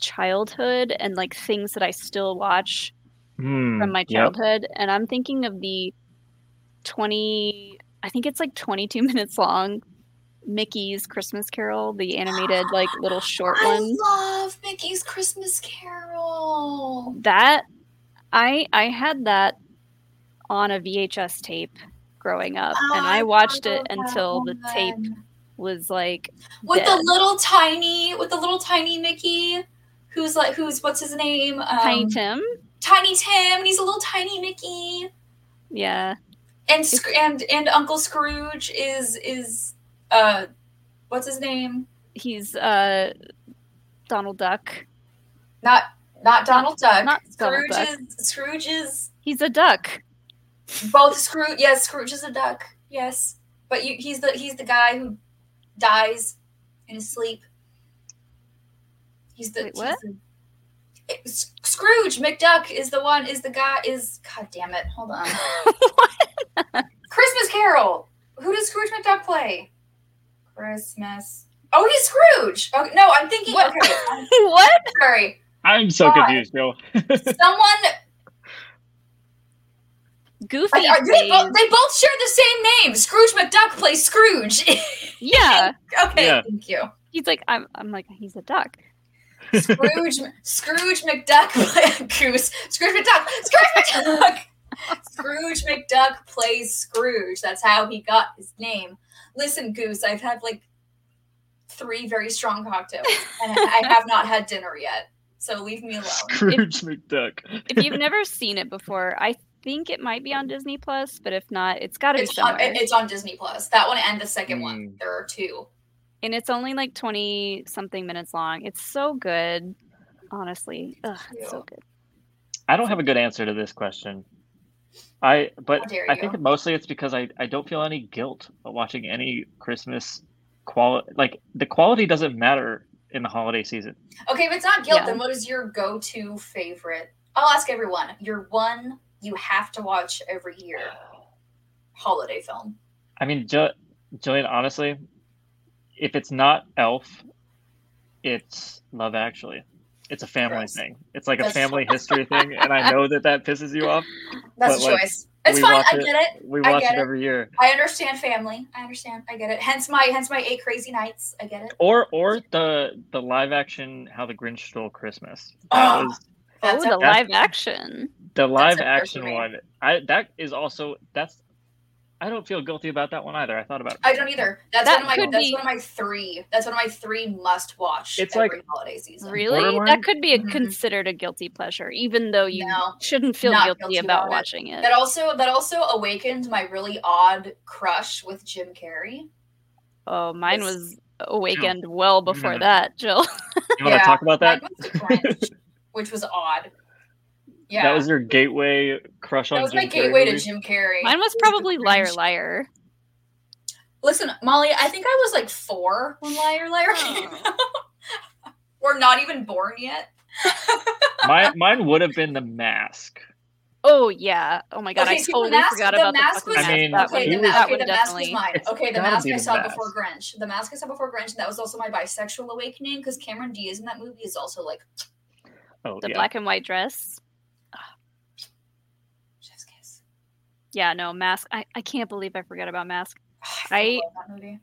[SPEAKER 2] childhood and like things that I still watch
[SPEAKER 7] Hmm,
[SPEAKER 8] Mm,
[SPEAKER 2] from my
[SPEAKER 7] yep.
[SPEAKER 2] childhood and i'm thinking of the 20 i think it's like 22 minutes long mickey's christmas carol the animated like little short
[SPEAKER 8] I
[SPEAKER 2] one
[SPEAKER 8] love Mickey's Christmas Carol
[SPEAKER 2] that i i had that on a vhs tape growing up and
[SPEAKER 8] Oh,
[SPEAKER 2] i
[SPEAKER 8] I
[SPEAKER 2] watched it
[SPEAKER 8] love that
[SPEAKER 2] until the tape
[SPEAKER 8] one.
[SPEAKER 2] was like
[SPEAKER 8] with
[SPEAKER 2] dead.
[SPEAKER 8] the little tiny with the little tiny Mickey, who's like who's what's his name? Um,
[SPEAKER 2] tiny tim
[SPEAKER 8] Tiny Tim, and he's a little tiny Mickey.
[SPEAKER 2] yeah
[SPEAKER 8] And Sc- and and Uncle Scrooge is is uh what's his name?
[SPEAKER 2] He's uh Donald Duck.
[SPEAKER 8] Not not Donald Duck.
[SPEAKER 2] Not Donald
[SPEAKER 8] Scrooge
[SPEAKER 2] Duck.
[SPEAKER 8] is Scrooge is
[SPEAKER 2] He's a duck.
[SPEAKER 8] both Scrooge yes, Scrooge is a duck. Yes. But you, he's the he's the guy who dies in his sleep. He's the
[SPEAKER 2] Wait,
[SPEAKER 8] he's
[SPEAKER 2] what?
[SPEAKER 8] the- it's- Scrooge McDuck is the one is the guy is god damn it. Hold on. Christmas Carol. Who does Scrooge McDuck play? Christmas. Oh, he's Scrooge. Oh no, I'm thinking. Okay, I'm-
[SPEAKER 2] what?
[SPEAKER 8] Sorry,
[SPEAKER 7] I'm so
[SPEAKER 8] God.
[SPEAKER 7] confused, Joe.
[SPEAKER 8] someone.
[SPEAKER 2] Goofy.
[SPEAKER 8] Like, are- they,
[SPEAKER 2] plays-
[SPEAKER 8] both, they both share the same name. Scrooge McDuck plays Scrooge.
[SPEAKER 2] yeah.
[SPEAKER 8] okay,
[SPEAKER 2] Yeah.
[SPEAKER 8] thank you.
[SPEAKER 2] He's like I'm. I'm like he's a duck.
[SPEAKER 8] Scrooge, Scrooge McDuck, play, Goose, Scrooge McDuck, Scrooge McDuck, Scrooge McDuck plays Scrooge. That's how he got his name. Listen, Goose, I've had like three very strong cocktails, and I I have not had dinner yet. So leave me alone.
[SPEAKER 7] Scrooge McDuck.
[SPEAKER 2] If you've never seen it before, I think it might be on Disney Plus, but if not, it's got to be
[SPEAKER 8] It's on,
[SPEAKER 2] somewhere.
[SPEAKER 8] it's on Disney Plus. That one and the second one. There are two.
[SPEAKER 2] and it's only like twenty something minutes long. It's so good. Honestly, Ugh, it's so good.
[SPEAKER 7] I don't have a good answer to this question. I
[SPEAKER 2] How
[SPEAKER 7] but
[SPEAKER 2] dare
[SPEAKER 7] I
[SPEAKER 2] you.
[SPEAKER 7] think mostly it's because I, I don't feel any guilt about watching any Christmas quality like the quality doesn't matter in the holiday season.
[SPEAKER 8] Okay, if it's not guilt,
[SPEAKER 7] Yeah.
[SPEAKER 8] then what is your go-to favorite? I'll ask everyone. Your one you have to watch every year holiday film.
[SPEAKER 7] I mean, jo- Jillian, honestly, if it's not Elf, it's Love Actually. It's a family thing. It's like a
[SPEAKER 8] That's-
[SPEAKER 7] family history thing, and I know that that pisses you off.
[SPEAKER 8] That's
[SPEAKER 7] but,
[SPEAKER 8] a
[SPEAKER 7] like,
[SPEAKER 8] choice. It's
[SPEAKER 7] we
[SPEAKER 8] fine.
[SPEAKER 7] watch
[SPEAKER 8] I get it.
[SPEAKER 7] We
[SPEAKER 8] I
[SPEAKER 7] watch
[SPEAKER 8] get
[SPEAKER 7] it
[SPEAKER 8] it.
[SPEAKER 7] every year.
[SPEAKER 8] I understand family. I understand. I get it. Hence my hence my eight crazy nights. I get it.
[SPEAKER 7] Or or the the live action How the Grinch Stole Christmas. That
[SPEAKER 8] Oh,
[SPEAKER 7] was
[SPEAKER 2] Oh,
[SPEAKER 8] That's a-
[SPEAKER 2] the live action.
[SPEAKER 7] the live
[SPEAKER 2] a first for
[SPEAKER 7] action
[SPEAKER 2] me.
[SPEAKER 7] one. I that is also that's. I don't feel guilty about that one either. I thought about it.
[SPEAKER 8] I don't either. That's one
[SPEAKER 2] That
[SPEAKER 8] of my
[SPEAKER 2] could
[SPEAKER 8] that's
[SPEAKER 2] be-
[SPEAKER 8] one of my three. That's one of my three must watch
[SPEAKER 7] It's
[SPEAKER 8] every
[SPEAKER 7] like-
[SPEAKER 8] holiday season.
[SPEAKER 2] Really, that could be a,
[SPEAKER 8] Mm-hmm.
[SPEAKER 2] considered a guilty pleasure, even though you shouldn't feel
[SPEAKER 8] not
[SPEAKER 2] guilty,
[SPEAKER 8] guilty
[SPEAKER 2] about
[SPEAKER 8] about it.
[SPEAKER 2] watching it.
[SPEAKER 8] That also that also awakened my really odd crush with Jim Carrey.
[SPEAKER 2] oh, mine was awakened well before that, Jill.
[SPEAKER 7] You want to talk about that?
[SPEAKER 8] which was odd. Yeah,
[SPEAKER 7] That was your gateway crush on
[SPEAKER 8] That was
[SPEAKER 7] Jim
[SPEAKER 8] my
[SPEAKER 7] Carrey
[SPEAKER 8] gateway to
[SPEAKER 7] movie?
[SPEAKER 8] Jim Carrey.
[SPEAKER 2] Mine was
[SPEAKER 8] It the
[SPEAKER 2] probably Liar
[SPEAKER 8] cringe.
[SPEAKER 2] Liar.
[SPEAKER 8] Listen, Molly, I think I was like four when Liar Liar
[SPEAKER 2] Oh.
[SPEAKER 8] came out. We're not even born yet.
[SPEAKER 2] Oh
[SPEAKER 7] My, mine would have been The Mask.
[SPEAKER 2] Oh yeah. Oh my god,
[SPEAKER 8] Okay,
[SPEAKER 2] I
[SPEAKER 8] see, The
[SPEAKER 2] totally
[SPEAKER 8] Mask-
[SPEAKER 2] forgot
[SPEAKER 8] The
[SPEAKER 2] about
[SPEAKER 8] Mask
[SPEAKER 2] the
[SPEAKER 8] was-
[SPEAKER 2] fucking
[SPEAKER 7] I mean,
[SPEAKER 2] mask.
[SPEAKER 7] okay,
[SPEAKER 2] that
[SPEAKER 7] The
[SPEAKER 2] would,
[SPEAKER 7] Mask-
[SPEAKER 2] that
[SPEAKER 7] okay,
[SPEAKER 2] would
[SPEAKER 8] The mask was
[SPEAKER 2] definitely.
[SPEAKER 8] mine. Okay, the
[SPEAKER 7] gotta
[SPEAKER 8] mask
[SPEAKER 7] be
[SPEAKER 8] I
[SPEAKER 7] The
[SPEAKER 8] saw
[SPEAKER 7] Mask.
[SPEAKER 8] before Grinch. The mask I saw before Grinch. That was also my bisexual awakening because Cameron Diaz in that movie is also like
[SPEAKER 7] Oh,
[SPEAKER 2] the
[SPEAKER 7] yeah.
[SPEAKER 2] black and white dress. Ah. Yeah, no mask. I, I can't believe I forgot about mask. I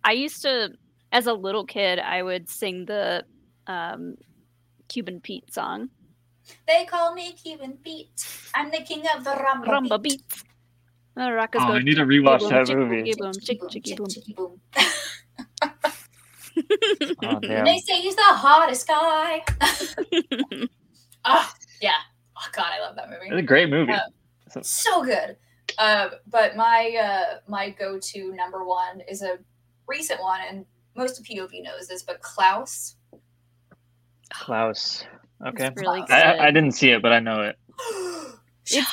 [SPEAKER 2] I used to, as a little kid, I would sing the um, Cuban Pete song.
[SPEAKER 8] they call me Cuban Pete. I'm the king of the rumba,
[SPEAKER 2] Rumba beats. The rock is
[SPEAKER 7] Oh, I
[SPEAKER 2] going
[SPEAKER 7] need to
[SPEAKER 2] chicky
[SPEAKER 7] rewatch
[SPEAKER 2] boom,
[SPEAKER 7] that
[SPEAKER 2] chicky
[SPEAKER 7] movie.
[SPEAKER 2] boom, chicky chicky boom.
[SPEAKER 7] Oh,
[SPEAKER 8] And they
[SPEAKER 7] damn.
[SPEAKER 8] say he's the hottest guy. oh, yeah. Oh God, I love that movie.
[SPEAKER 7] It's a great movie.
[SPEAKER 8] Uh,
[SPEAKER 7] So-
[SPEAKER 8] so good. Uh, but my uh, my go to number one is a recent one, and most of POV knows this, but Klaus.
[SPEAKER 7] Klaus. Okay.
[SPEAKER 8] really
[SPEAKER 7] I,
[SPEAKER 8] good.
[SPEAKER 7] I didn't see it, but I know it.
[SPEAKER 2] It's,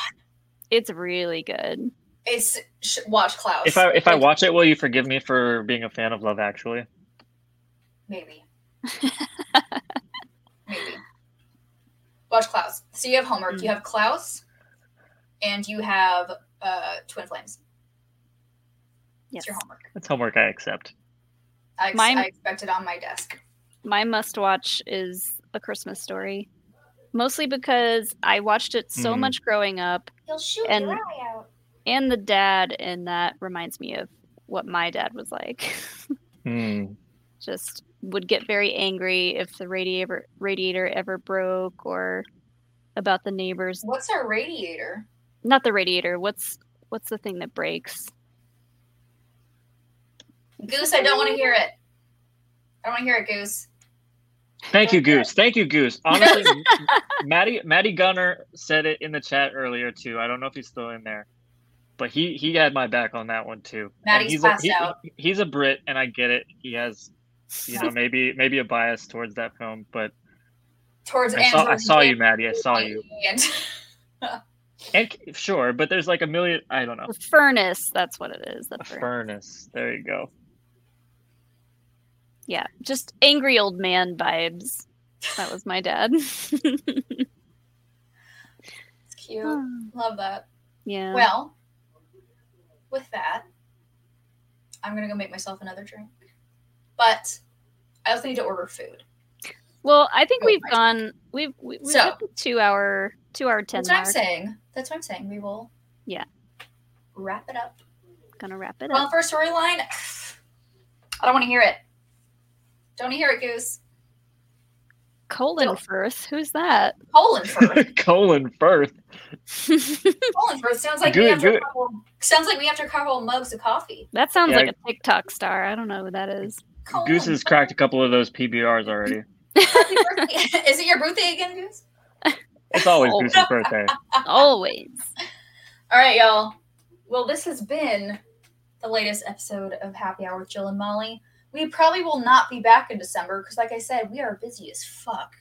[SPEAKER 2] it's really good.
[SPEAKER 8] It's sh- watch Klaus.
[SPEAKER 7] If I if I
[SPEAKER 8] Like,
[SPEAKER 7] watch it, will you forgive me for being a fan of Love Actually?
[SPEAKER 8] maybe maybe watch Klaus. So you have homework.
[SPEAKER 7] Mm.
[SPEAKER 8] You have Klaus, and you have uh, Twin Flames. Yes. It's your homework.
[SPEAKER 7] That's homework I accept.
[SPEAKER 8] I, ex-
[SPEAKER 2] Mine-
[SPEAKER 8] I expect it on my desk.
[SPEAKER 2] My must watch is A Christmas Story, mostly because I watched it so
[SPEAKER 7] Mm-hmm.
[SPEAKER 8] Mhm.
[SPEAKER 2] much growing up,
[SPEAKER 8] He'll shoot
[SPEAKER 2] And-
[SPEAKER 8] your eye out.
[SPEAKER 2] and the dad in that reminds me of what my dad was like.
[SPEAKER 8] Hmm.
[SPEAKER 2] Just would get very angry if the radiator radiator ever broke or about the neighbors.
[SPEAKER 8] What's our radiator?
[SPEAKER 2] Not the radiator. What's what's the thing that breaks?
[SPEAKER 8] Goose, I don't want to hear it. I don't want to hear it, Goose.
[SPEAKER 7] Thank you, Goose. Thank you, Goose. Honestly, Maddie Maddie Gunner said it in the chat earlier too. I don't know if he's still in there. But he he had my back on that one too. And
[SPEAKER 8] Maddie's
[SPEAKER 7] he's a-
[SPEAKER 8] passed
[SPEAKER 7] he-
[SPEAKER 8] out.
[SPEAKER 7] He's a Brit, and I get it. He has, you know, maybe maybe a bias towards that film, but
[SPEAKER 8] Towards
[SPEAKER 7] I saw, I
[SPEAKER 8] Angela's
[SPEAKER 7] saw you,
[SPEAKER 8] Baby
[SPEAKER 7] Maddie. I saw you.
[SPEAKER 8] And
[SPEAKER 7] And sure, but there's like a million. I don't know.
[SPEAKER 2] The furnace. That's what it is. The furnace.
[SPEAKER 7] Furnace. There you go.
[SPEAKER 2] yeah, just angry old man vibes. That was my dad.
[SPEAKER 8] cute. Love that.
[SPEAKER 2] yeah.
[SPEAKER 8] Well, with that, I'm gonna go make myself another drink. But I also need to order food.
[SPEAKER 2] well, I think we've gone. We've we- we've
[SPEAKER 8] So-
[SPEAKER 2] hit the two hour two hour ten.
[SPEAKER 8] That's what I'm
[SPEAKER 2] mark.
[SPEAKER 8] saying. That's what I'm saying. We will
[SPEAKER 2] Yeah,
[SPEAKER 8] wrap it up.
[SPEAKER 2] gonna wrap it
[SPEAKER 8] Well,
[SPEAKER 2] up.
[SPEAKER 8] for a storyline, I don't want to hear it. Don't wanna hear it, Goose.
[SPEAKER 2] Colin Firth. Who's that?
[SPEAKER 8] Colin Firth.
[SPEAKER 7] Colin Firth.
[SPEAKER 8] Colin Firth sounds like we
[SPEAKER 7] Good,
[SPEAKER 8] have to
[SPEAKER 7] good.
[SPEAKER 8] couple, sounds like we have to couple mugs of coffee.
[SPEAKER 2] That sounds
[SPEAKER 7] Yeah.
[SPEAKER 2] like a TikTok star. I don't know who that is.
[SPEAKER 7] Goose has cracked a couple of those PBRs already.
[SPEAKER 8] Is it your birthday again, Goose?
[SPEAKER 7] It's always
[SPEAKER 8] Oh.
[SPEAKER 7] Goose's birthday.
[SPEAKER 2] Always.
[SPEAKER 8] All right, y'all. Well, this has been the latest episode of Happy Hour with Jill and Molly. We probably will not be back in December because, like I said, we are busy as fuck.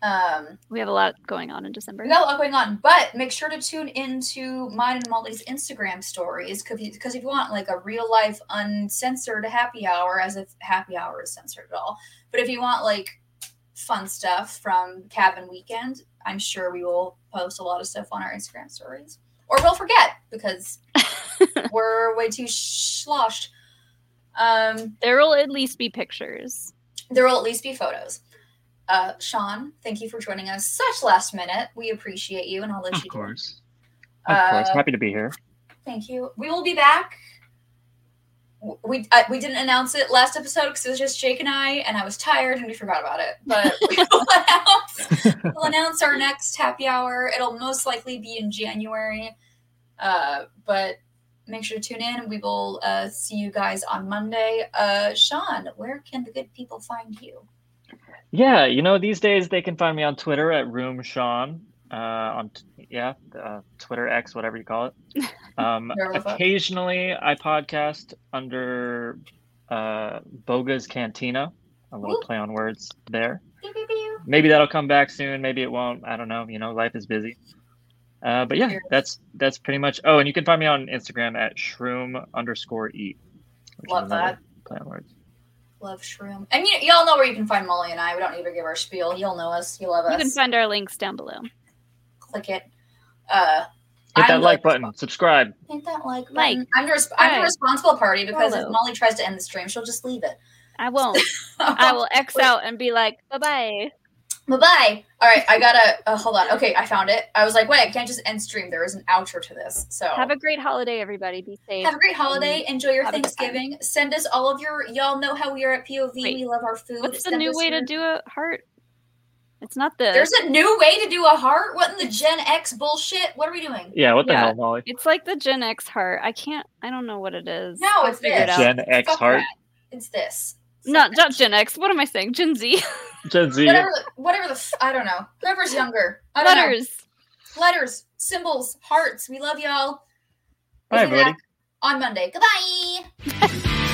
[SPEAKER 8] Um,
[SPEAKER 2] We have a lot going on in December.
[SPEAKER 8] we got a lot going on, but make sure to tune into mine and Molly's Instagram stories because if you want like a real life uncensored happy hour, as if happy hour is censored at all, but if you want like fun stuff from cabin weekend, I'm sure we will post a lot of stuff on our Instagram stories, or we'll forget because we're way too sloshed. Um,
[SPEAKER 2] there will at least be pictures.
[SPEAKER 8] There will at least be photos. Uh, Sean, thank you for joining us such last minute. We appreciate you, and I'll let you
[SPEAKER 7] Of course.
[SPEAKER 8] do.
[SPEAKER 7] Of course.
[SPEAKER 8] Uh,
[SPEAKER 7] Happy to be here.
[SPEAKER 8] Thank you. We will be back. W- We I, we didn't announce it last episode because it was just Jake and I, and I was tired and we forgot about it. But we will announce we'll announce our next happy hour. It'll most likely be in January, uh, but make sure to tune in. We will uh, see you guys on Monday. Uh, Sean, where can the good people find you?
[SPEAKER 7] Yeah, you know, these days they can find me on Twitter at Room Sean. Uh, on t- yeah, uh, Twitter X, whatever you call it. Um,
[SPEAKER 6] There we go.
[SPEAKER 7] occasionally, I podcast under uh, Boga's Cantina. A little play on words there. Maybe that'll come back soon. Maybe it won't. I don't know. You know, life is busy. Uh, but yeah,
[SPEAKER 8] Cheers.
[SPEAKER 7] that's that's pretty much. Oh, and you can find me on Instagram at shroom underscore eat. which is
[SPEAKER 8] Love
[SPEAKER 7] another
[SPEAKER 8] that.
[SPEAKER 7] Play on words.
[SPEAKER 8] Love Shroom. And you, y'all know where you can find Molly and I. We don't need to give our spiel. You'll know us. You love us.
[SPEAKER 2] You can find our links down below.
[SPEAKER 8] Click it. Uh,
[SPEAKER 7] Hit
[SPEAKER 8] I'm
[SPEAKER 7] that like button. Subscribe.
[SPEAKER 8] Hit that like button.
[SPEAKER 2] Like,
[SPEAKER 8] I'm, the res- I'm the
[SPEAKER 2] subscribe,
[SPEAKER 8] responsible party because if
[SPEAKER 2] follow.
[SPEAKER 8] Molly tries to end the stream, she'll just leave it.
[SPEAKER 2] I won't. I will X out and be like, bye bye.
[SPEAKER 8] Bye bye. All right, I gotta uh, hold on. Okay, I found it. I was like, wait, I can't just end stream. There is an outro to this. So
[SPEAKER 2] Have a great holiday, everybody. Be safe.
[SPEAKER 8] Oh. Have a great holiday.
[SPEAKER 2] And
[SPEAKER 8] Enjoy your
[SPEAKER 2] have a good time.
[SPEAKER 8] Thanksgiving. Send us all of your. Y'all know how we are at POV. We love our food.
[SPEAKER 2] What's the
[SPEAKER 8] Send
[SPEAKER 2] new
[SPEAKER 8] us
[SPEAKER 2] way
[SPEAKER 8] your-
[SPEAKER 2] to do a heart? It's not the.
[SPEAKER 8] There's a new way to do a heart. What in the Gen X bullshit? What are we doing?
[SPEAKER 7] Yeah, what the hell, Molly?
[SPEAKER 2] It's like the Gen X heart. I can't. I don't know what it is.
[SPEAKER 8] No,
[SPEAKER 2] I'll
[SPEAKER 8] it's
[SPEAKER 2] figure it
[SPEAKER 8] this.
[SPEAKER 2] out.
[SPEAKER 7] Gen X
[SPEAKER 8] Fuck
[SPEAKER 7] heart.
[SPEAKER 8] that. It's this.
[SPEAKER 2] Not not Gen X. What am I saying? Gen Z.
[SPEAKER 7] Gen Z.
[SPEAKER 8] Whatever. the- Whatever the. F- I don't know. Whoever's younger. I don't know.
[SPEAKER 2] Letters.
[SPEAKER 8] Letters. Symbols. Hearts. We love y'all.
[SPEAKER 7] Bye,
[SPEAKER 8] We'll be
[SPEAKER 7] everybody.
[SPEAKER 8] back On Monday. Goodbye.